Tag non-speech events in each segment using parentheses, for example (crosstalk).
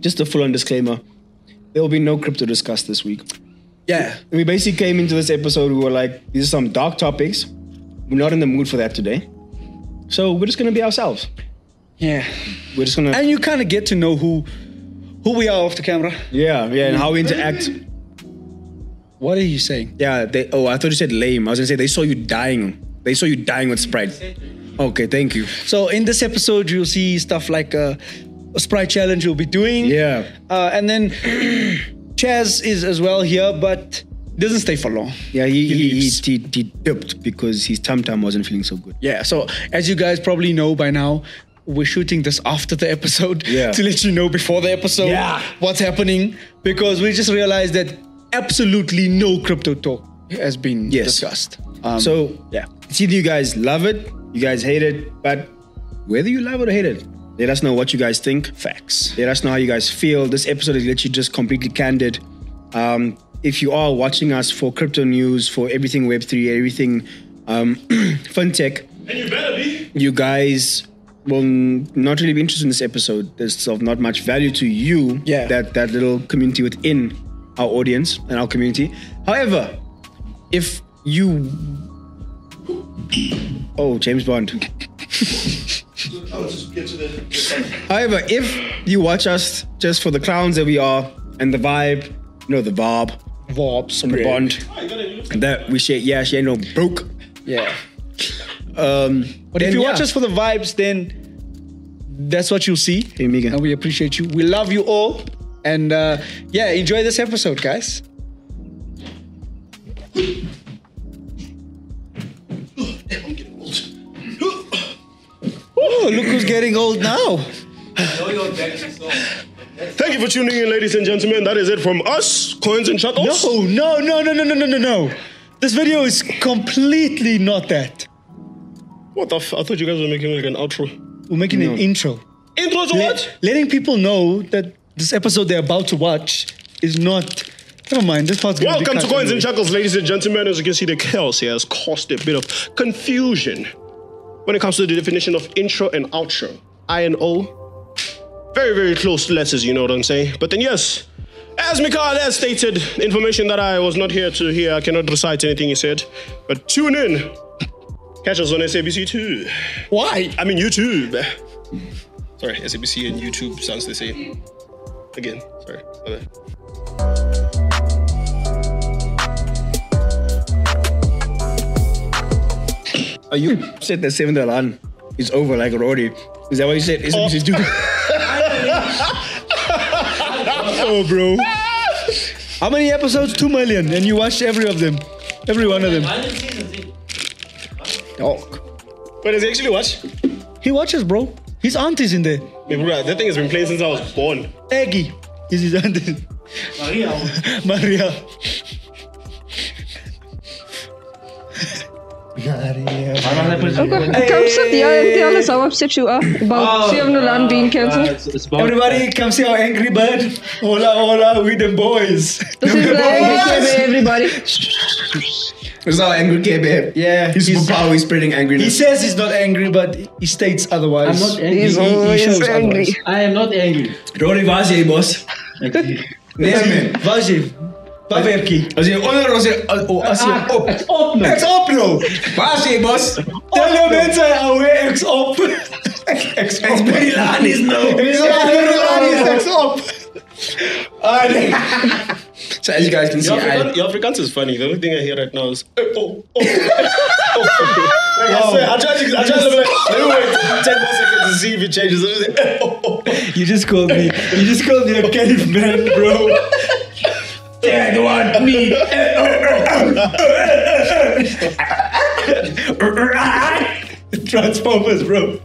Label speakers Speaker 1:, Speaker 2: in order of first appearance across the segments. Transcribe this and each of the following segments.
Speaker 1: just a full on disclaimer there will be no crypto discussed this week.
Speaker 2: Yeah.
Speaker 1: We basically came into this episode, we were like, these are some dark topics. We're not in the mood for that today. So we're just going to be ourselves.
Speaker 2: Yeah.
Speaker 1: We're just going to,
Speaker 2: And you kind of get to know who who we are off the camera.
Speaker 1: yeah, yeah, and how we interact.
Speaker 2: What are you saying?
Speaker 1: Yeah, they, oh, I thought you said lame. I was going to say, they saw you dying. They saw you dying with Sprite. Okay, thank you.
Speaker 2: So in this episode, you'll see stuff like uh, a Sprite challenge we'll be doing.
Speaker 1: Yeah.
Speaker 2: Uh, and then (clears throat) Chaz is as well here, but doesn't stay for long.
Speaker 1: Yeah, he,
Speaker 2: He
Speaker 1: he, he,
Speaker 2: leaves.
Speaker 1: he, he dipped because his tum tum wasn't feeling so good.
Speaker 2: Yeah. So as you guys probably know by now, we're shooting this after the episode (laughs)
Speaker 1: Yeah.
Speaker 2: to let you know before the episode
Speaker 1: Yeah.
Speaker 2: what's happening because we just realized that absolutely no crypto talk has been
Speaker 1: Yes.
Speaker 2: discussed. Um,
Speaker 1: so,
Speaker 2: yeah.
Speaker 1: it's either you guys love it, you guys hate it, but whether you love it or hate it, let us know what you guys think.
Speaker 2: facts.
Speaker 1: Let us know how you guys feel. This episode is literally just completely candid. Um, if you are watching us for crypto news, for everything Web3, everything um, (clears throat) fintech,
Speaker 3: And you better be.
Speaker 1: you guys will n- not really be interested in this episode. It's of not much value to you,
Speaker 2: Yeah.
Speaker 1: that, that little community within our audience and our community. However, if you. Oh, James
Speaker 3: (laughs)
Speaker 1: Bond.
Speaker 3: I'll just get to the.
Speaker 1: However, if you watch us just for the clowns that we are and the vibe, you know, the vibe,
Speaker 2: Vobs.
Speaker 1: the bond
Speaker 3: Oh, you gotta-
Speaker 1: that we share, yeah, she ain't no broke.
Speaker 2: Yeah.
Speaker 1: Um,
Speaker 2: But if you watch us for the vibes, then that's what you'll see.
Speaker 1: Amiga.
Speaker 2: And we appreciate you. We love you all. And uh, yeah, enjoy this episode, guys.
Speaker 3: Damn, I'm getting old.
Speaker 2: Oh, look who's getting old now.
Speaker 3: Thank you for tuning in, ladies and gentlemen. That is it from us, Coins and Shuttles.
Speaker 2: No, no, no, no, no, no, no, no, no. This video is completely not that.
Speaker 3: What the f? I thought you guys were making like an outro.
Speaker 2: We're making an intro.
Speaker 3: Intro to
Speaker 2: Let-
Speaker 3: what?
Speaker 2: letting people know that this episode they're about to watch is not. Never mind, this part's gonna
Speaker 3: Welcome
Speaker 2: be
Speaker 3: to
Speaker 2: cut
Speaker 3: Coins and
Speaker 2: anyway.
Speaker 3: Chuckles, ladies and gentlemen. As you can see, the chaos here has caused a bit of confusion when it comes to the definition of intro and outro. I and O, very, very close letters, you know what I'm saying? But then, yes, as Mikhail has stated, information that I was not here to hear, I cannot recite anything he said. But tune in. Catch us on SABC2.
Speaker 2: Why?
Speaker 3: I mean, YouTube. Sorry, SABC and YouTube sounds the same. Again, sorry. my bad.
Speaker 1: Are Oh, you said the seventh alarm is over like already? Is that what you said? Is oh. it
Speaker 3: (laughs)
Speaker 2: Oh, bro. How many episodes? Two million, and you watched every of them, every one of them.
Speaker 1: Oh,
Speaker 2: Dog.
Speaker 3: But is it actually what?
Speaker 2: He watches, bro. His auntie's in there.
Speaker 3: Maybe bro, that thing has been playing since I was born.
Speaker 2: Aggie is his auntie. Maria. (laughs) Maria.
Speaker 4: Come sit here and tell us how upset you are about Seven Alarm being cancelled.
Speaker 2: Everybody, come see our Angry Bird. Hola, hola, we the boys.
Speaker 4: This is like everybody.
Speaker 1: It's not angry K babe.
Speaker 2: Yeah,
Speaker 1: He's,
Speaker 2: he's-
Speaker 1: power he's spreading
Speaker 2: He
Speaker 1: angriness.
Speaker 2: says he's not angry, but he states otherwise.
Speaker 5: I'm not
Speaker 4: He's
Speaker 5: angry.
Speaker 4: always
Speaker 2: shows
Speaker 4: angry.
Speaker 2: otherwise.
Speaker 5: I am not angry.
Speaker 1: Rory Vazje, boss. Yeah, man.
Speaker 2: Vajiv, Baverki.
Speaker 1: As in honor as in oh as in
Speaker 5: Ah,
Speaker 1: op.
Speaker 5: it's op man.
Speaker 2: Ex-op, no.
Speaker 1: Vazje, boss.
Speaker 2: Tell your men say away ex-op.
Speaker 1: It's
Speaker 2: Ex-op.
Speaker 1: very lanis
Speaker 2: It's
Speaker 1: now.
Speaker 2: not everybody is ex-op.
Speaker 1: (laughs) So as you Ah, guys can see,
Speaker 3: Your,
Speaker 1: I,
Speaker 3: African, your Africans is funny. The only thing I hear right now is "Eh, oh,
Speaker 1: (laughs)
Speaker 3: oh, oh, oh." Like, I swear, I tried to, I tried to be like, let me wait ten more seconds to see if it changes. It was like, "Eh, oh, oh, oh."
Speaker 2: You just called me. You just called me a caveman, bro.
Speaker 1: I don't want me.
Speaker 2: Transformers, bro.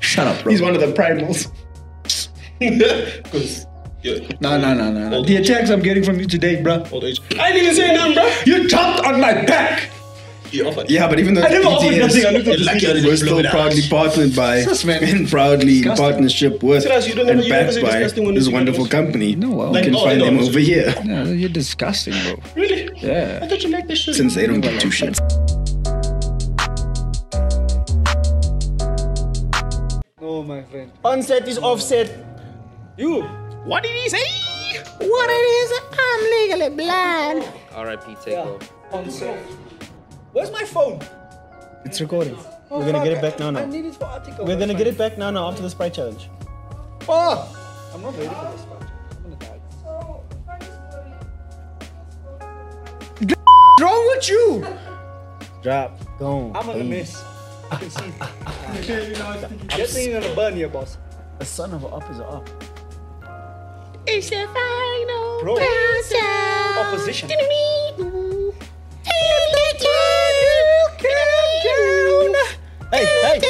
Speaker 1: Shut up, bro. He's one of the primals.
Speaker 3: (laughs) 'Cause, yeah,
Speaker 2: No, no, no, no, no. The attacks I'm getting from you today, bro.
Speaker 3: old age. I ain't even saying nothing, bro.
Speaker 2: You jumped on my back.
Speaker 3: You're funny.
Speaker 1: Yeah, but even though
Speaker 2: I never offered nothing, I looked at
Speaker 1: We're
Speaker 2: the
Speaker 3: sneaker and
Speaker 1: we're
Speaker 3: just blew
Speaker 1: still
Speaker 3: it out.
Speaker 1: proudly partnered by
Speaker 2: Sus, man.
Speaker 1: and proudly in
Speaker 2: Disgusting.
Speaker 1: partnership with
Speaker 3: Silas, you don't
Speaker 1: and
Speaker 3: ever- you
Speaker 1: backed
Speaker 3: never say
Speaker 1: by
Speaker 3: disgusting when
Speaker 1: this
Speaker 3: you-
Speaker 1: wonderful company.
Speaker 2: No, well,
Speaker 1: you
Speaker 2: Like,
Speaker 1: can
Speaker 3: oh,
Speaker 1: find
Speaker 3: no,
Speaker 1: them
Speaker 3: it's-
Speaker 1: over here (laughs)
Speaker 2: No, you're disgusting, bro.
Speaker 3: Really?
Speaker 2: Yeah.
Speaker 3: I thought you liked this shit.
Speaker 1: since they don't give two shits.
Speaker 2: Oh, my friend.
Speaker 6: Onset is offset.
Speaker 7: You.
Speaker 3: What did he say?
Speaker 8: What it is, I'm legally blind.
Speaker 9: R.I.P. Takeover.
Speaker 7: Where's my phone?
Speaker 10: It's recording. We're gonna get it back now.
Speaker 7: I
Speaker 10: Now
Speaker 7: need it for article.
Speaker 10: we're gonna get it back now. Now after the sprite challenge.
Speaker 7: Oh! I'm not ready for this part. I'm gonna die. What's wrong with you?
Speaker 10: Drop. Go.
Speaker 7: I'm gonna miss. I can see. That thing gonna burn here, boss.
Speaker 10: The son of a up is a up.
Speaker 8: It's the final
Speaker 7: Bro.
Speaker 8: countdown.
Speaker 7: Opposition.
Speaker 8: Doo-doo-doo. Countdown.
Speaker 10: Hey, hey,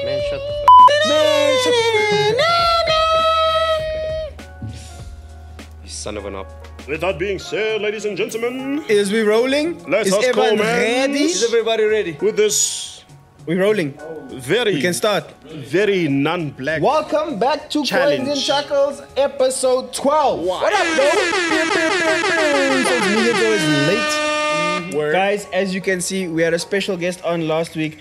Speaker 9: Man, shut the
Speaker 10: man! shut-
Speaker 9: f- you son of an up.
Speaker 3: With that being said, ladies and gentlemen,
Speaker 1: Is we rolling?
Speaker 3: Let
Speaker 1: is
Speaker 3: us go,
Speaker 1: everyone
Speaker 3: man.
Speaker 1: ready?
Speaker 7: Is everybody ready?
Speaker 3: with this
Speaker 1: We rolling.
Speaker 3: very,
Speaker 1: We can start.
Speaker 3: very non-black.
Speaker 10: Welcome back to
Speaker 3: Challenge.
Speaker 10: Coins and Chuckles, episode 12. What up, though?
Speaker 1: Guys, as you can see, we had a special guest on last week.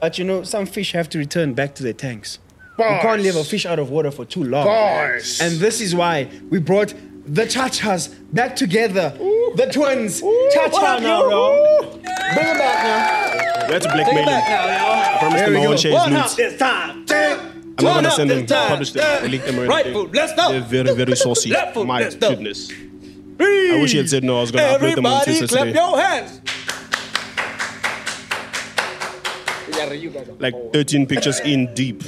Speaker 1: But you know, some fish have to return back to their tanks. You can't leave a fish out of water for too long.
Speaker 3: Bars.
Speaker 1: And this is why we brought the Chachas back together. The twins. Chacha now, bro. Bring it back
Speaker 3: Let's blackmail him. I promised him I won't share his nudes.
Speaker 7: This time.
Speaker 3: I'm not gonna
Speaker 7: up
Speaker 3: send
Speaker 7: this
Speaker 3: them,
Speaker 7: time.
Speaker 3: publish them, leak them or
Speaker 7: Right
Speaker 3: anything.
Speaker 7: foot, let's go.
Speaker 3: They're very, very
Speaker 7: (laughs)
Speaker 3: saucy.
Speaker 7: Left foot,
Speaker 3: My
Speaker 7: let's go.
Speaker 3: goodness. I wish he had said no. I was gonna upload them on
Speaker 7: Everybody
Speaker 3: Twitter
Speaker 7: clap
Speaker 3: today.
Speaker 7: your hands.
Speaker 3: Like 13 pictures in deep,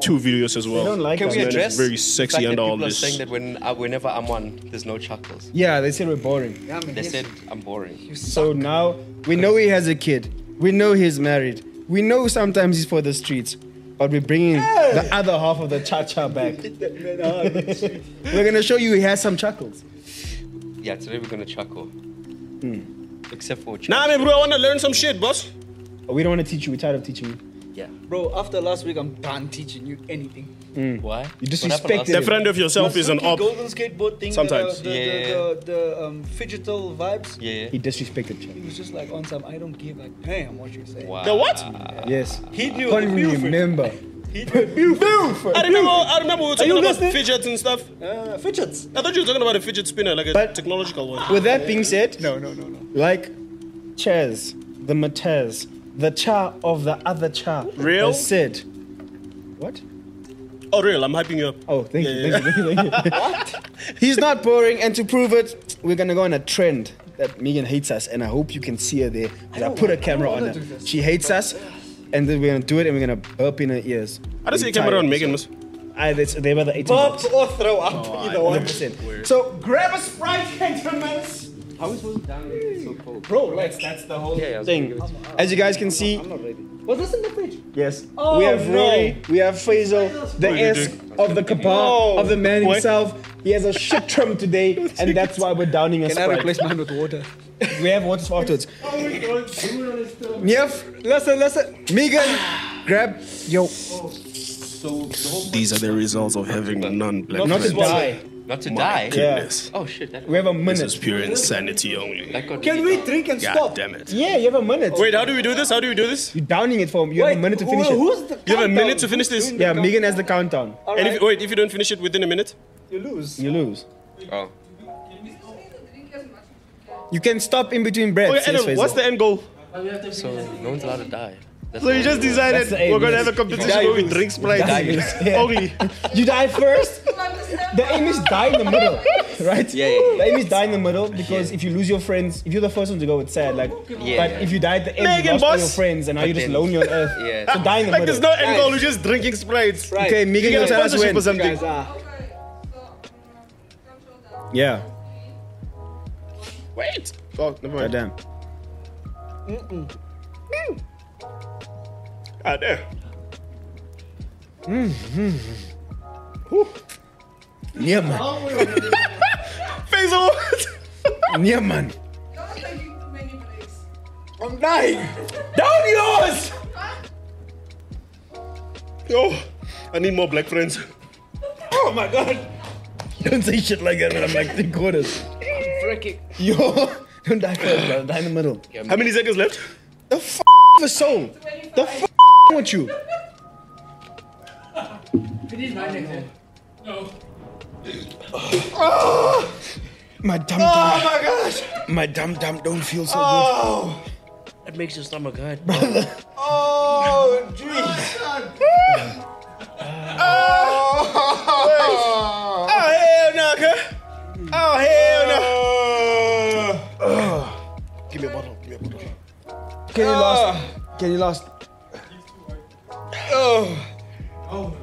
Speaker 3: two videos as well.
Speaker 10: don't like
Speaker 3: This
Speaker 10: us.
Speaker 3: man
Speaker 10: Can
Speaker 3: is
Speaker 9: Address
Speaker 3: Very
Speaker 9: the fact
Speaker 3: sexy
Speaker 9: that
Speaker 3: under all
Speaker 9: people are
Speaker 3: this.
Speaker 9: saying that when, uh, whenever I'm on, there's no chuckles.
Speaker 10: Yeah, they said we're boring.
Speaker 9: They said I'm boring.
Speaker 1: So now we know he has a kid. We know he's married. We know sometimes he's for the streets. But we're bringing the other half of the cha-cha
Speaker 7: (laughs)
Speaker 1: back. we're gonna show you he has some chuckles.
Speaker 9: Yeah, today we're gonna chuckle.
Speaker 1: Hmm.
Speaker 9: Except for
Speaker 3: Nah, man, bro, I wanna learn some shit, boss.
Speaker 1: We don't want to teach you. We're tired of teaching you.
Speaker 9: Yeah.
Speaker 7: Bro, after last week, I'm done teaching you anything.
Speaker 9: Why? You
Speaker 1: disrespected
Speaker 3: The friend of yourself is an
Speaker 7: Suki
Speaker 3: op.
Speaker 7: Golden skateboard thing. the-
Speaker 3: Sometimes.
Speaker 7: The, the,
Speaker 9: Yeah.
Speaker 7: the, the, um, fidgetal vibes.
Speaker 9: Yeah.
Speaker 1: He disrespected you.
Speaker 7: He was just like on some. I don't give a damn what you say.
Speaker 9: Wow.
Speaker 3: The what?
Speaker 1: Yes.
Speaker 7: He knew
Speaker 1: Can't
Speaker 7: the
Speaker 1: even
Speaker 7: Buford.
Speaker 1: remember.
Speaker 7: He knew
Speaker 3: I remember. I remember we were talking
Speaker 7: you
Speaker 3: about
Speaker 7: listening?
Speaker 3: fidgets and stuff.
Speaker 7: uh, fidgets.
Speaker 3: I thought you were talking about a fidget spinner, like a
Speaker 1: But-
Speaker 3: technological one.
Speaker 1: With that being said,
Speaker 7: No, no, no, no.
Speaker 1: like Chaz, the Matez, the cha of the other cha,
Speaker 3: Real?
Speaker 1: has said, "What?
Speaker 3: Oh, real? I'm hyping you up.
Speaker 1: Oh, thank you, thank you, thank you, thank you. (laughs) what? He's not boring, and to prove it, we're gonna go on a trend that Megan hates us, and I hope you can see her there. 'cause I, put a camera on her. She hates us, and then we're gonna do it, and we're gonna burp in her ears.
Speaker 3: I didn't see a camera on Megan. miss.
Speaker 1: I, that's, they're about the 18
Speaker 7: Bump
Speaker 1: bucks.
Speaker 7: or throw up. either one.
Speaker 1: 100%. So grab a sprite, gentlemen.
Speaker 7: Bro, like that's the whole.
Speaker 1: thing. As you guys can see,
Speaker 7: Was this in the fridge?
Speaker 1: yes,
Speaker 7: Oh,
Speaker 1: we have
Speaker 7: no.
Speaker 1: Rory, we have Faisal, the S of the cabal, of the man himself. He has a shit trim
Speaker 7: (laughs)
Speaker 1: today, and that's why we're downing a
Speaker 7: Can I
Speaker 1: Sprite.
Speaker 7: replace mine with water?
Speaker 1: (laughs) We have water for
Speaker 7: (laughs)
Speaker 1: afterwards.
Speaker 7: Oh
Speaker 1: Nyef,
Speaker 7: Listen, listen.
Speaker 1: Megan, grab yo,
Speaker 3: These are the results of having non-black
Speaker 1: not to die.
Speaker 9: Not
Speaker 3: Oh
Speaker 9: to die.
Speaker 1: goodness.
Speaker 9: Oh shit. That,
Speaker 1: We have a
Speaker 3: This is
Speaker 1: minute.
Speaker 3: pure insanity only.
Speaker 9: that got
Speaker 7: Can
Speaker 9: me
Speaker 7: we
Speaker 9: down.
Speaker 7: drink and
Speaker 3: God
Speaker 7: stop?
Speaker 3: damn it.
Speaker 1: Yeah, you have a minute.
Speaker 3: Wait, how do we do this? How do we do this?
Speaker 1: You're downing it for him. You have a minute to
Speaker 7: who-
Speaker 1: finish it.
Speaker 7: who's
Speaker 3: You
Speaker 7: the
Speaker 3: have a
Speaker 7: countdown?
Speaker 3: minute to finish this?
Speaker 7: Who's doing the
Speaker 1: Yeah,
Speaker 7: countdown?
Speaker 1: Megan has the countdown.
Speaker 7: All
Speaker 3: And
Speaker 7: right,
Speaker 3: if, wait, if you don't finish it within a minute,
Speaker 7: you lose.
Speaker 1: You lose.
Speaker 9: Oh.
Speaker 1: You can stop in between breaths.
Speaker 3: okay,
Speaker 1: yes,
Speaker 3: Adam, what's
Speaker 1: Faisal.
Speaker 3: the end goal?
Speaker 9: So no one's allowed to die. That's
Speaker 3: So you just decided
Speaker 1: That's the aim,
Speaker 3: we're gonna
Speaker 1: yes. (laughs)
Speaker 3: have a competition where we drink Sprite
Speaker 1: Yeah.
Speaker 3: (laughs)
Speaker 1: (laughs)
Speaker 3: only.
Speaker 1: You die first. The aim is die in the
Speaker 9: (laughs)
Speaker 1: middle, right?
Speaker 9: Yeah, yeah, yeah.
Speaker 1: The aim is die in the middle because if you lose your friends, if you're the first one to go, it's sad. Like, but
Speaker 9: yeah.
Speaker 1: if you die at the end,
Speaker 3: Megan,
Speaker 1: you lost all
Speaker 3: boss.
Speaker 1: your friends, and now you're just
Speaker 9: then-
Speaker 1: lonely on earth.
Speaker 9: (laughs) Yeah.
Speaker 1: So die in the
Speaker 3: Like
Speaker 1: middle.
Speaker 3: there's no end goal. We're just drinking Sprites.
Speaker 7: Right.
Speaker 1: okay, Megan,
Speaker 3: You
Speaker 1: you
Speaker 3: get a
Speaker 1: tell us
Speaker 3: sponsorship
Speaker 1: when.
Speaker 3: or something.
Speaker 7: Guys, ah,
Speaker 1: Yeah.
Speaker 3: Wait. Oh, never mind.
Speaker 1: Goddamn.
Speaker 3: Ah, there.
Speaker 1: Yeah, man.
Speaker 3: (laughs) Faisal.
Speaker 1: Yeah, man.
Speaker 7: I'm dying.
Speaker 1: Down yours.
Speaker 3: Yo, I need more black friends.
Speaker 7: Oh my god.
Speaker 1: Don't say shit like that when I'm like three quarters.
Speaker 7: Freaking.
Speaker 1: Yo, don't die first, bro. Die in the middle.
Speaker 3: How many seconds left?
Speaker 1: The f of a soul. The f with you. My dum dum.
Speaker 7: Oh my gosh!
Speaker 1: My dum dum don't feel so
Speaker 7: Oh!
Speaker 9: That makes your stomach hurt.
Speaker 7: Oh, jeez! Oh!
Speaker 1: good. Oh hell no, girl. Oh hell no.
Speaker 3: Give me a bottle. Give me a bottle.
Speaker 1: Can you last? Can you last?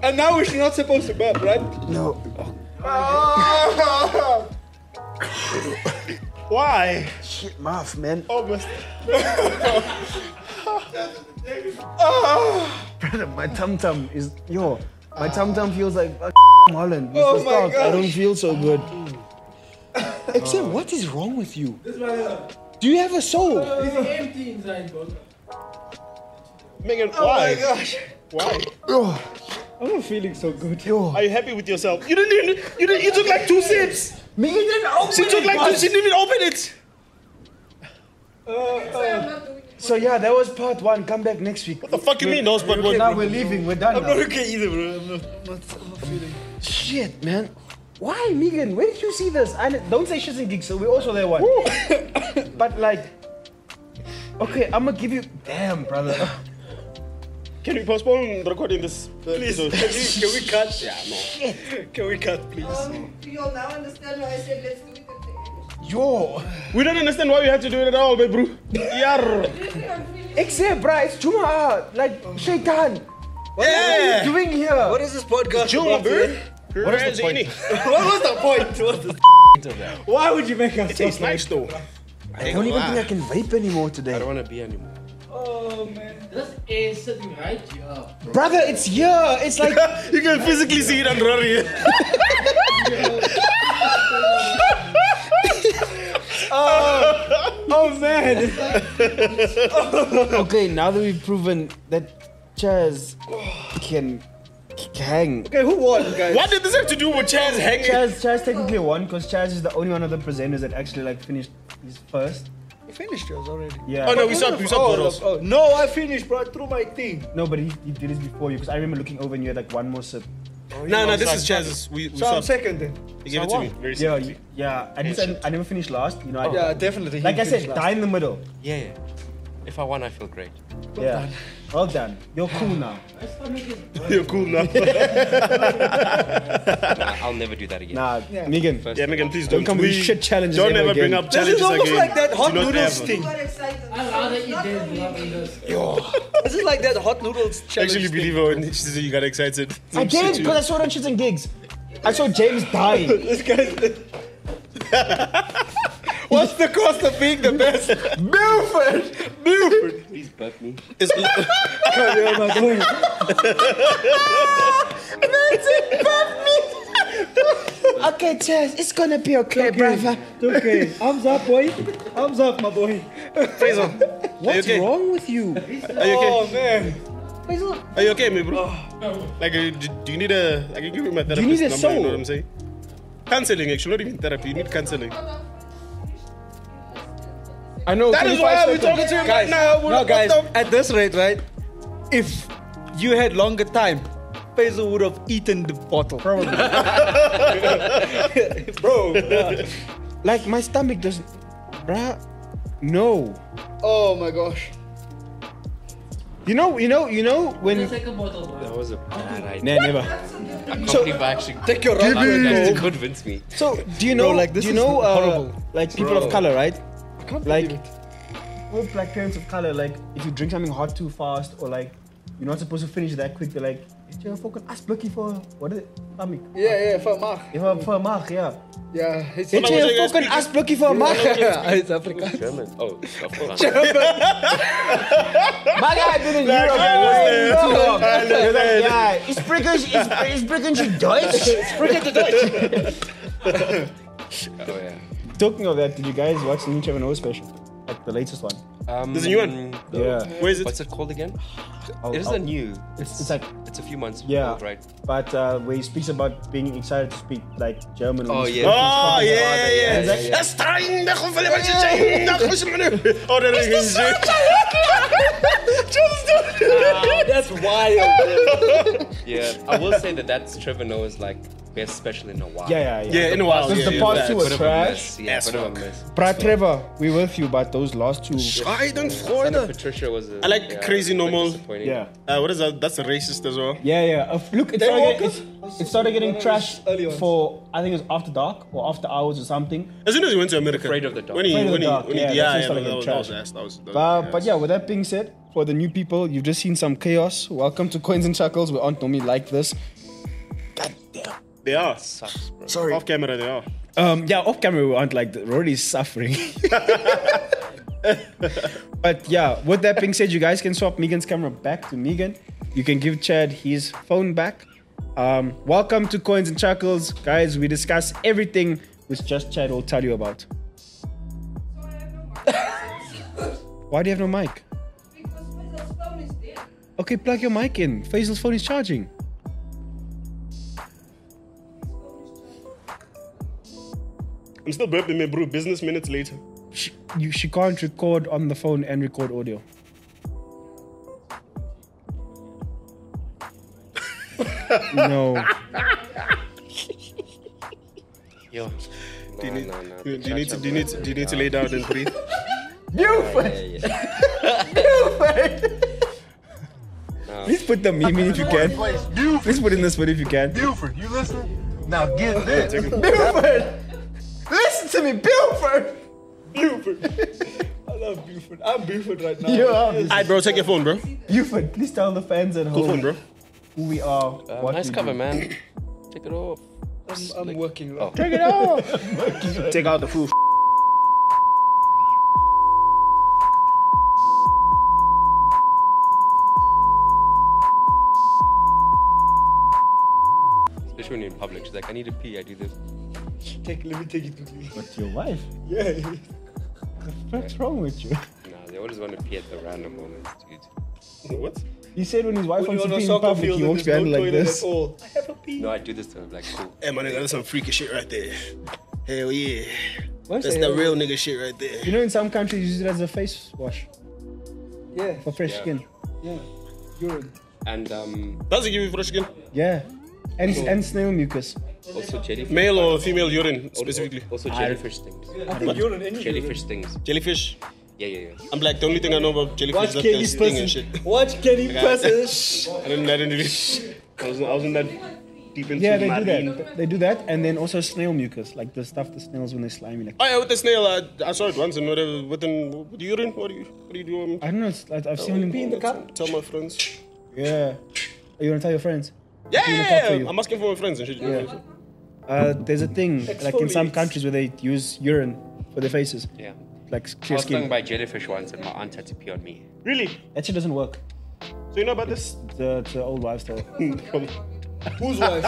Speaker 7: And now we're not supposed to burp, right?
Speaker 1: No.
Speaker 7: Why?
Speaker 1: Shit, mouth, man.
Speaker 7: Almost.
Speaker 1: (laughs) Brother, my tum tum is yo. My tum tum feels like (laughs) fuck Holland. Mr.
Speaker 7: Oh my
Speaker 1: Stark, I
Speaker 7: gosh.
Speaker 1: don't feel so
Speaker 3: (laughs)
Speaker 1: good. Except, what is wrong with you?
Speaker 7: uh,
Speaker 1: Do you have a soul?
Speaker 3: Megan,
Speaker 7: Oh
Speaker 3: why?
Speaker 7: my gosh!
Speaker 3: Why?
Speaker 1: Yo,
Speaker 7: I'm not feeling so good.
Speaker 1: yo.
Speaker 3: Are you happy with yourself? You didn't even. You didn't. You took like two sips.
Speaker 1: Me?
Speaker 3: She took like two. She didn't even open it.
Speaker 1: So yeah, that was part one. Come back next week.
Speaker 3: The fuck you mean? No, but what?
Speaker 1: Now we're leaving. We're done. now.
Speaker 7: okay either, bro. I'm not, I'm not feeling.
Speaker 1: Shit, man. Why, Megan? Where did you see this? I don't don't say shits and gigs. So we're also there one. but like, okay, I'm gonna give you. Damn, brother.
Speaker 3: Can we postpone recording this? Please.
Speaker 7: Can we cut? Yeah, no. Can we cut, please?
Speaker 8: You'll now understand why I said let's do it at the end.
Speaker 1: Yo.
Speaker 3: we don't understand why you have to do it at all, babe, bro. Yar.
Speaker 1: Except, bruh, it's Juma. Like, Shaitan. What are you doing here?
Speaker 7: What is this podcast?
Speaker 3: Juma,
Speaker 7: about,
Speaker 3: bro.
Speaker 7: eh?
Speaker 3: What is the point?
Speaker 7: (laughs) What was the point?
Speaker 3: (laughs)
Speaker 7: What the Why would you make us?
Speaker 3: Tastes nice though. (laughs)
Speaker 1: I don't even think I can vape anymore today.
Speaker 9: want to be anymore.
Speaker 7: Oh man.
Speaker 1: Brother, it's here. It's like.
Speaker 3: you can physically see it and run it.
Speaker 7: Oh man.
Speaker 1: okay, now that we've proven that Chaz can hang.
Speaker 7: Okay, who won, guys?
Speaker 3: What did this have to do with chairs hanging?
Speaker 1: Chaz, Chaz technically won because Chaz is the only one of the presenters that actually like finished his first.
Speaker 7: You finished yours already.
Speaker 1: Yeah.
Speaker 3: Oh no, we saw we saw
Speaker 7: Oh,
Speaker 3: bottles.
Speaker 7: oh, no, I finished, bro. I threw my thing.
Speaker 1: No, but he, he did this before you because I remember looking over and you had like one more sip.
Speaker 3: No, no, this is chairs. We we
Speaker 7: So
Speaker 3: saw.
Speaker 7: I'm second then.
Speaker 3: You gave it to me. Very
Speaker 1: Yeah,
Speaker 3: simply.
Speaker 1: you, yeah. At least I, I never finished last. You know, I,
Speaker 7: Oh. Yeah, definitely. he
Speaker 1: like I
Speaker 7: finished
Speaker 1: said,
Speaker 7: last.
Speaker 1: die in the middle.
Speaker 9: Yeah, yeah. If I won, I feel great.
Speaker 1: yeah. Well done. You're cool
Speaker 7: (sighs)
Speaker 1: now.
Speaker 3: You're cool
Speaker 7: (laughs)
Speaker 3: now.
Speaker 9: Nah, I'll never do that again.
Speaker 1: Nah,
Speaker 7: Yeah.
Speaker 1: Megan.
Speaker 3: yeah, Megan, please don't.
Speaker 1: Don't come with
Speaker 3: We-
Speaker 1: shit challenges
Speaker 3: Don't
Speaker 1: ever
Speaker 3: ever bring
Speaker 1: again.
Speaker 3: up
Speaker 7: This
Speaker 3: challenges
Speaker 7: is almost
Speaker 3: again.
Speaker 7: like that hot
Speaker 3: Do not
Speaker 7: noodles
Speaker 3: ever.
Speaker 7: thing.
Speaker 8: Got excited.
Speaker 5: I'd rather eat this than having this.
Speaker 7: This is like that hot noodles challenge.
Speaker 3: Actually, believe her when she said you got excited.
Speaker 1: I did because I saw it on shits and gigs. I saw James die.
Speaker 7: This guy's. What's the cost of being the best? Milford! Milford!
Speaker 9: Please burp me.
Speaker 3: It's,
Speaker 1: (laughs) okay, Chaz, it's gonna be okay, brother.
Speaker 7: Okay, arms up, boy. Arms up, my boy.
Speaker 3: Faisal,
Speaker 1: What's
Speaker 3: okay?
Speaker 1: wrong with you?
Speaker 3: are you okay?
Speaker 7: Oh, man.
Speaker 3: Are you okay, me, bro? Like, uh, do, do you need a? I can give you my therapist
Speaker 1: need a
Speaker 3: number. You
Speaker 1: soul?
Speaker 3: know what I'm saying? Counseling, actually, not even therapy. You need counseling.
Speaker 1: I know.
Speaker 3: That is why we're talking to him right
Speaker 7: Guys,
Speaker 3: now. We're not-
Speaker 7: no, Oh, guys,
Speaker 3: what the-
Speaker 7: at this rate, right? If you had longer time, Faisal would have eaten the bottle. Probably. Bro. nah.
Speaker 1: Like my stomach doesn't, bruh. No.
Speaker 7: Oh, my gosh.
Speaker 1: You know, you know, you know when.
Speaker 5: The second bottle, bro.
Speaker 9: That was a bad idea.
Speaker 1: Nah, never.
Speaker 9: I can't believe I actually.
Speaker 7: Take your
Speaker 9: I
Speaker 7: rubber.
Speaker 9: actually convinced me.
Speaker 1: So do you know,
Speaker 7: like,
Speaker 1: like
Speaker 7: this
Speaker 1: this do you
Speaker 7: is
Speaker 1: know, uh,
Speaker 7: horrible.
Speaker 1: like people of color, right?
Speaker 7: I can't
Speaker 1: Like,
Speaker 7: believe it.
Speaker 1: with black parents of color, like if you drink something hot too fast or like you're not supposed to finish that quick, they're like, "Is your fucking ass blocky for what is it? Stomach?
Speaker 7: Yeah, yeah, for Mark.
Speaker 1: If I'm for a mark, yeah.
Speaker 7: Yeah, it's
Speaker 1: Is
Speaker 3: was like,
Speaker 1: your fucking ass blocky for a mark?
Speaker 7: Yeah, it's African.
Speaker 9: German. Oh, of course.
Speaker 1: (laughs) My guy been in Europe way long. (laughs) Yeah, it's British, it's, it's British Deutsch. It's British Deutsch.
Speaker 9: Oh, yeah.
Speaker 1: Talking of that, did you guys watch the new Trevor Noah special? Like the latest one?
Speaker 9: Um,
Speaker 3: There's a new one.
Speaker 1: Yeah.
Speaker 3: Where is it?
Speaker 9: What's it called again?
Speaker 1: I'll- I'll-
Speaker 9: It isn't new.
Speaker 1: Oh, It's, it's like,
Speaker 9: It's a few months
Speaker 1: Yeah.
Speaker 9: old, right?
Speaker 1: but uh, where he speaks about being excited to speak like German. on
Speaker 9: Oh,
Speaker 1: the
Speaker 9: yeah.
Speaker 1: spot.
Speaker 3: Oh yeah, yeah.
Speaker 1: yeah, yeah.
Speaker 3: That's trying the whole film. It's trying the whole film. Oh, that is
Speaker 7: That's wild.
Speaker 9: Yeah, I will say that that's Trevor Noah's like best special in a while.
Speaker 1: Yeah, yeah, yeah.
Speaker 3: Yeah, in a while.
Speaker 1: Since
Speaker 3: yeah,
Speaker 1: the
Speaker 3: yeah,
Speaker 1: part
Speaker 3: yeah.
Speaker 1: two
Speaker 9: Bit
Speaker 1: was
Speaker 9: of a
Speaker 1: trash.
Speaker 9: mess. Yeah, bit of a mess.
Speaker 1: Brad Trevor, we with you, but those last two.
Speaker 9: Santa
Speaker 3: Schadenfreude.
Speaker 9: Patricia was. A,
Speaker 3: I like crazy normal.
Speaker 9: disappointing.
Speaker 1: Yeah,
Speaker 3: Uh, what is that? That's racist as well.
Speaker 1: yeah, yeah. Uh, look, it
Speaker 3: They
Speaker 1: started,
Speaker 3: all
Speaker 1: getting, it's- it started getting trash for I think it was after dark or after hours or something.
Speaker 3: As soon as he went to America.
Speaker 9: Afraid of the dark.
Speaker 3: When he,
Speaker 1: Afraid of
Speaker 3: when
Speaker 1: the
Speaker 3: he,
Speaker 1: dark,
Speaker 3: when he,
Speaker 1: yeah,
Speaker 3: yeah,
Speaker 1: that's
Speaker 3: yeah,
Speaker 1: just like
Speaker 3: that,
Speaker 1: a
Speaker 3: was, that
Speaker 1: trash.
Speaker 3: was ass. That was. That was
Speaker 1: But
Speaker 3: yeah.
Speaker 1: but yeah, with that being said, for the new people, you've just seen some chaos. Welcome to Coins and Chuckles. We aren't normally like this.
Speaker 3: They are.
Speaker 9: Sucks, bro.
Speaker 1: Sorry.
Speaker 3: Off camera, they are.
Speaker 1: Um, yeah, off camera we aren't like that. We're already suffering. (laughs) but yeah, with that being said, you guys can swap Megan's camera back to Megan. You can give Chad his phone back. Um, welcome to Coins and Chuckles, guys. We discuss everything which just Chad will tell you about.
Speaker 8: So I have no markers.
Speaker 1: Why do you have no mic?
Speaker 8: because Faisal's phone is dead.
Speaker 1: Okay, plug your mic in. Faisal's phone is charging.
Speaker 3: I'm still burping, man, bro. Business minutes later.
Speaker 1: She, you, she can't record on the phone and record audio. (laughs) no.
Speaker 9: Yo.
Speaker 3: Do you
Speaker 9: Nah,
Speaker 3: need,
Speaker 9: nah, nah,
Speaker 3: do you-
Speaker 9: the
Speaker 3: do you need to
Speaker 9: cha-cha
Speaker 3: do you need
Speaker 9: was
Speaker 3: to, do you need to lay down and breathe?
Speaker 1: Please put the meme in if you can. Please put in this one if you can. Buford, you listen? Now get this. Buford! Listen to me, Buford! Buford. I love Buford. I'm Buford right now. You are.
Speaker 3: Alright, bro, take your phone, bro.
Speaker 1: Buford, please tell the fans at
Speaker 3: Cool phone,
Speaker 1: home
Speaker 3: bro.
Speaker 1: who we are.
Speaker 9: Uh,
Speaker 1: what
Speaker 9: nice
Speaker 1: we
Speaker 9: cover,
Speaker 1: do.
Speaker 9: man. Take it off. I'm, working. Oh.
Speaker 1: Take it off.
Speaker 3: Take out the food.
Speaker 9: Especially when you're in public. She's like, I need to pee. I do this.
Speaker 1: But your wife? Yeah. What's wrong with you?
Speaker 9: Nah, they always want to pee at the random moments, dude.
Speaker 3: What?
Speaker 1: He said when his wife wants to pee in public, he walks behind like this.
Speaker 9: No, I do this to her. Like, cool.
Speaker 3: Hey, my nigga, that's some freaky shit right there. Hell yeah.
Speaker 1: What's
Speaker 3: That's
Speaker 1: the
Speaker 3: the
Speaker 1: hell?
Speaker 3: real nigga shit right there.
Speaker 1: You know, in some countries, you use it as a face wash
Speaker 7: Yeah.
Speaker 1: for fresh
Speaker 9: Yeah.
Speaker 1: skin.
Speaker 9: And um,
Speaker 3: Does it give you fresh skin?
Speaker 1: Yeah. And, and snail mucus.
Speaker 9: also jellyfish.
Speaker 3: Male or female urine specifically?
Speaker 9: Also
Speaker 1: Ah,
Speaker 9: jellyfish things.
Speaker 7: I think you're an Indian.
Speaker 9: Jellyfish things.
Speaker 3: Jellyfish.
Speaker 9: Yeah, yeah, yeah.
Speaker 3: I'm like the only thing I know about jellyfish is that they sting and shit.
Speaker 7: Watch (laughs) Kenny
Speaker 3: Like, I- I didn't. I didn't really. I was. I wasn't that deep into
Speaker 1: Yeah, they do
Speaker 3: marine.
Speaker 1: that. They do that, and then also snail mucus, like the stuff the snails when they slimy. Like
Speaker 3: Oh yeah, with the snail, I, I saw it once and whatever. Within with the urine, what do you what do you do? Um,
Speaker 1: I don't know. It's, I, I've
Speaker 7: Oh,
Speaker 1: seen them.
Speaker 3: Tell my friends.
Speaker 1: Yeah. Are you gonna tell your friends?
Speaker 3: Yeah,
Speaker 1: in the cup for you.
Speaker 3: I'm asking for my friends and shit. you know what I'm saying?
Speaker 1: Uh, there's a thing like in some
Speaker 7: Exfoliates. countries
Speaker 1: countries where they use urine for their faces,
Speaker 9: Yeah.
Speaker 1: like
Speaker 9: I
Speaker 1: clear
Speaker 9: was stung
Speaker 1: skin.
Speaker 9: by jellyfish once, and my aunt had to pee on me.
Speaker 3: Really?
Speaker 1: That shit doesn't work.
Speaker 3: So you know about this?
Speaker 1: It's a, it's a uh, old wives' tale.
Speaker 7: Who's wife?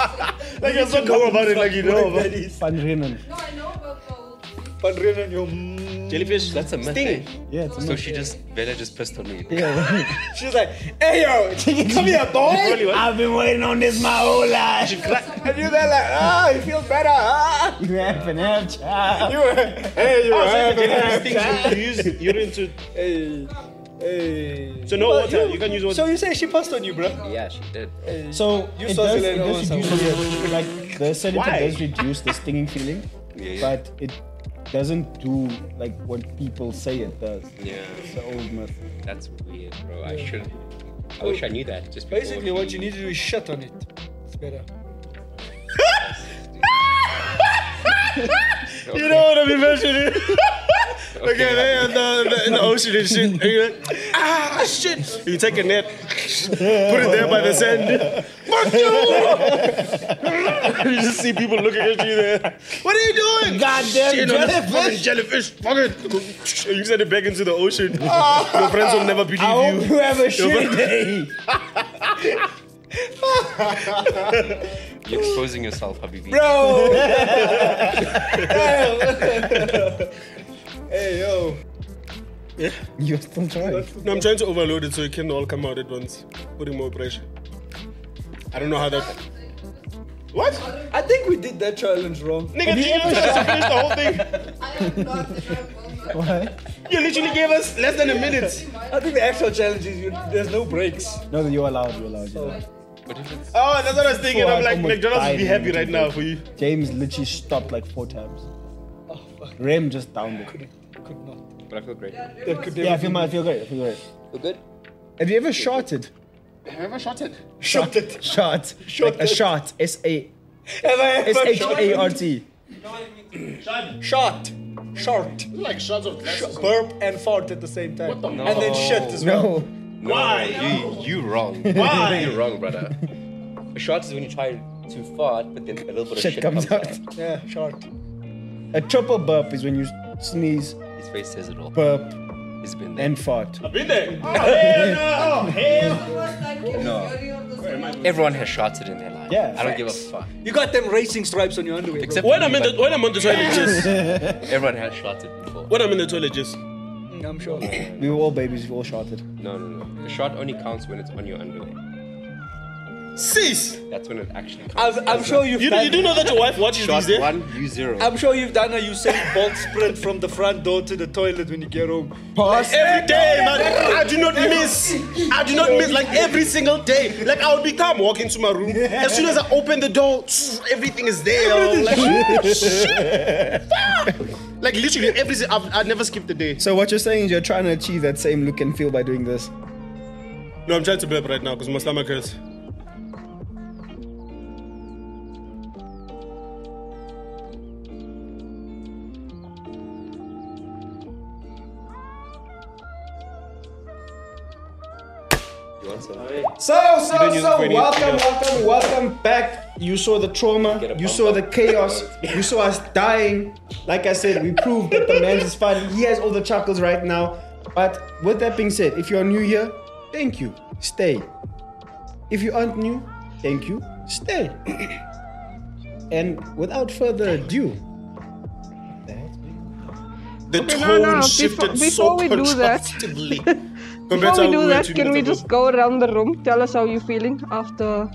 Speaker 3: Like you're so calm about it, like you know. About it.
Speaker 1: Panrinan.
Speaker 8: No, I know about the old.
Speaker 7: Pandrin and your mom.
Speaker 3: Jellyfish.
Speaker 9: That's a myth.
Speaker 3: Sting.
Speaker 9: eh?
Speaker 1: Yeah, it's a
Speaker 9: So
Speaker 1: myth.
Speaker 9: she just Bella just pissed on me.
Speaker 7: She was like, hey yo, come here, boy.
Speaker 3: Really, what?
Speaker 1: I've been waiting on this my whole life.
Speaker 7: And you're there like, ah, you feel better. Ah.
Speaker 1: You have an app, child.
Speaker 7: You were, hey, you were.
Speaker 3: Things you use urine to.
Speaker 7: Hey, hey.
Speaker 3: So no water. You can use water.
Speaker 7: So you say she passed on you, bro?
Speaker 9: Yeah, she did.
Speaker 1: So
Speaker 7: You
Speaker 1: it
Speaker 7: saw
Speaker 1: does, it
Speaker 7: Selena
Speaker 1: does
Speaker 7: on
Speaker 1: reduce the, like the sedative
Speaker 3: Why?
Speaker 1: does reduce the stinging feeling,
Speaker 9: Yeah, yeah.
Speaker 1: but it doesn't do like what people say it does.
Speaker 9: yeah,
Speaker 1: It's an old myth.
Speaker 9: that's weird, bro. I should. I wish I knew that. Just before
Speaker 7: Basically, what you need to do is shut on it. It's better.
Speaker 9: Okay.
Speaker 3: You know what I'm imagining? (laughs) okay, they in the, in the ocean and shit. And you're like, ah, shit. You take a net, put it there by the sand. Fuck you! (laughs) you just see people looking at you there. What are you doing? Goddamn shit, jellyfish. Fucking jellyfish. Fuck it. And You send it back into the ocean. Your friends will never believe you.
Speaker 1: Ah. hope you have a shitty
Speaker 3: day.
Speaker 9: You're exposing yourself, Habibi.
Speaker 7: (laughs) Bro! (laughs) hey, yo.
Speaker 1: You're still trying.
Speaker 3: (laughs) No, I'm trying to overload it so it can all come out at once. Putting more pressure. I don't know how that. What?
Speaker 7: I think we did that challenge wrong.
Speaker 3: Nigga, did you just finish the whole thing?
Speaker 8: I am not, and I will not.
Speaker 1: Why?
Speaker 3: You literally gave us less than a minute.
Speaker 7: I think the actual challenge is you, there's no breaks.
Speaker 1: No, you're allowed. You're allowed. You're allowed.
Speaker 9: What if it's
Speaker 3: Oh, that's what I was thinking.
Speaker 1: Before
Speaker 3: I'm
Speaker 1: I
Speaker 3: like,
Speaker 1: almost
Speaker 3: McDonald's
Speaker 1: died
Speaker 3: would be
Speaker 1: in
Speaker 3: happy
Speaker 1: the
Speaker 3: right now for you.
Speaker 1: James literally stopped like four times. Rem just downed it.
Speaker 9: But I feel great.
Speaker 1: Yeah, I feel, my, I feel great. I feel great.
Speaker 9: Feel good?
Speaker 1: Have you ever shotted?
Speaker 3: Have I shot it?
Speaker 1: Shot. Shot. Like a shot. S A
Speaker 7: Have I
Speaker 1: S
Speaker 7: ever
Speaker 1: H A R T.
Speaker 7: shot, short,
Speaker 3: Like shots of glasses.
Speaker 7: burp and fart at the same time?
Speaker 3: What the
Speaker 7: and then shit as well.
Speaker 1: No.
Speaker 9: No, Why? You,
Speaker 1: (laughs)
Speaker 9: you wrong. (laughs) Why? you wrong, brother. A shot is when you try too fart, but then a little bit of
Speaker 1: Shit
Speaker 9: shit,
Speaker 1: comes
Speaker 9: comes,
Speaker 1: out.
Speaker 9: out.
Speaker 7: Yeah, short.
Speaker 1: A triple burp is when you sneeze,
Speaker 9: His face says it all.
Speaker 1: burp,
Speaker 9: He's been there.
Speaker 1: and fart.
Speaker 3: I've been there. Oh, hell no. Oh, hell.
Speaker 9: Everyone has shots in their life.
Speaker 1: Yeah,
Speaker 9: I don't give a fuck.
Speaker 7: You got them racing stripes on your underwear.
Speaker 9: Except
Speaker 3: When
Speaker 9: for
Speaker 3: I'm
Speaker 9: me,
Speaker 3: in the
Speaker 9: but
Speaker 3: when I'm on the toilet just
Speaker 9: everyone has shots it before.
Speaker 3: when I'm in the toilet just
Speaker 7: bro. I'm (laughs) sure.
Speaker 1: We were all babies. We all shotted.
Speaker 9: No, no, no. A shot only counts when it's on your underwear.
Speaker 3: sis.
Speaker 9: That's when it actually counts.
Speaker 7: I'm, I'm sure you've
Speaker 3: You,
Speaker 7: done.
Speaker 3: you do know that your wife watches
Speaker 9: Shot
Speaker 3: these days.
Speaker 9: one, you zero.
Speaker 7: I'm sure you've done a Usain Bolt sprint from the front door to the toilet when you get home.
Speaker 1: Pass.
Speaker 3: Every day, man. I do not miss. I do not miss. Like every single day. Like I would be calm walking to my room. As soon as I open the door, everything is there. I'm Like, shit, fuck. like (laughs) literally every. si- I've, I never skip the day.
Speaker 1: So what you're saying is you're trying to achieve that same look and feel by doing this.
Speaker 3: No, I'm trying to burp right now because my stomach hurts.
Speaker 9: You want some?
Speaker 1: So, so, so, welcome, welcome, welcome back. You saw the trauma,
Speaker 9: a
Speaker 1: you
Speaker 9: bump
Speaker 1: saw
Speaker 9: up.
Speaker 1: the (laughs) chaos, you saw us dying. Like I said, we proved that the man's is fun. He has all the chuckles right now. But with that being said, if you're new here, thank you. Stay. If you aren't new, thank you. Stay. and without further ado,
Speaker 3: The
Speaker 4: Okay, no,
Speaker 3: tone
Speaker 4: no,
Speaker 3: shifted
Speaker 4: befo- before
Speaker 3: so
Speaker 4: we do that-
Speaker 3: contrastively. (laughs) compared
Speaker 4: Before
Speaker 3: how
Speaker 4: we do
Speaker 3: were
Speaker 4: that,
Speaker 3: two
Speaker 4: can we
Speaker 3: minutes ago.
Speaker 4: just go around the room? Tell us how you're feeling after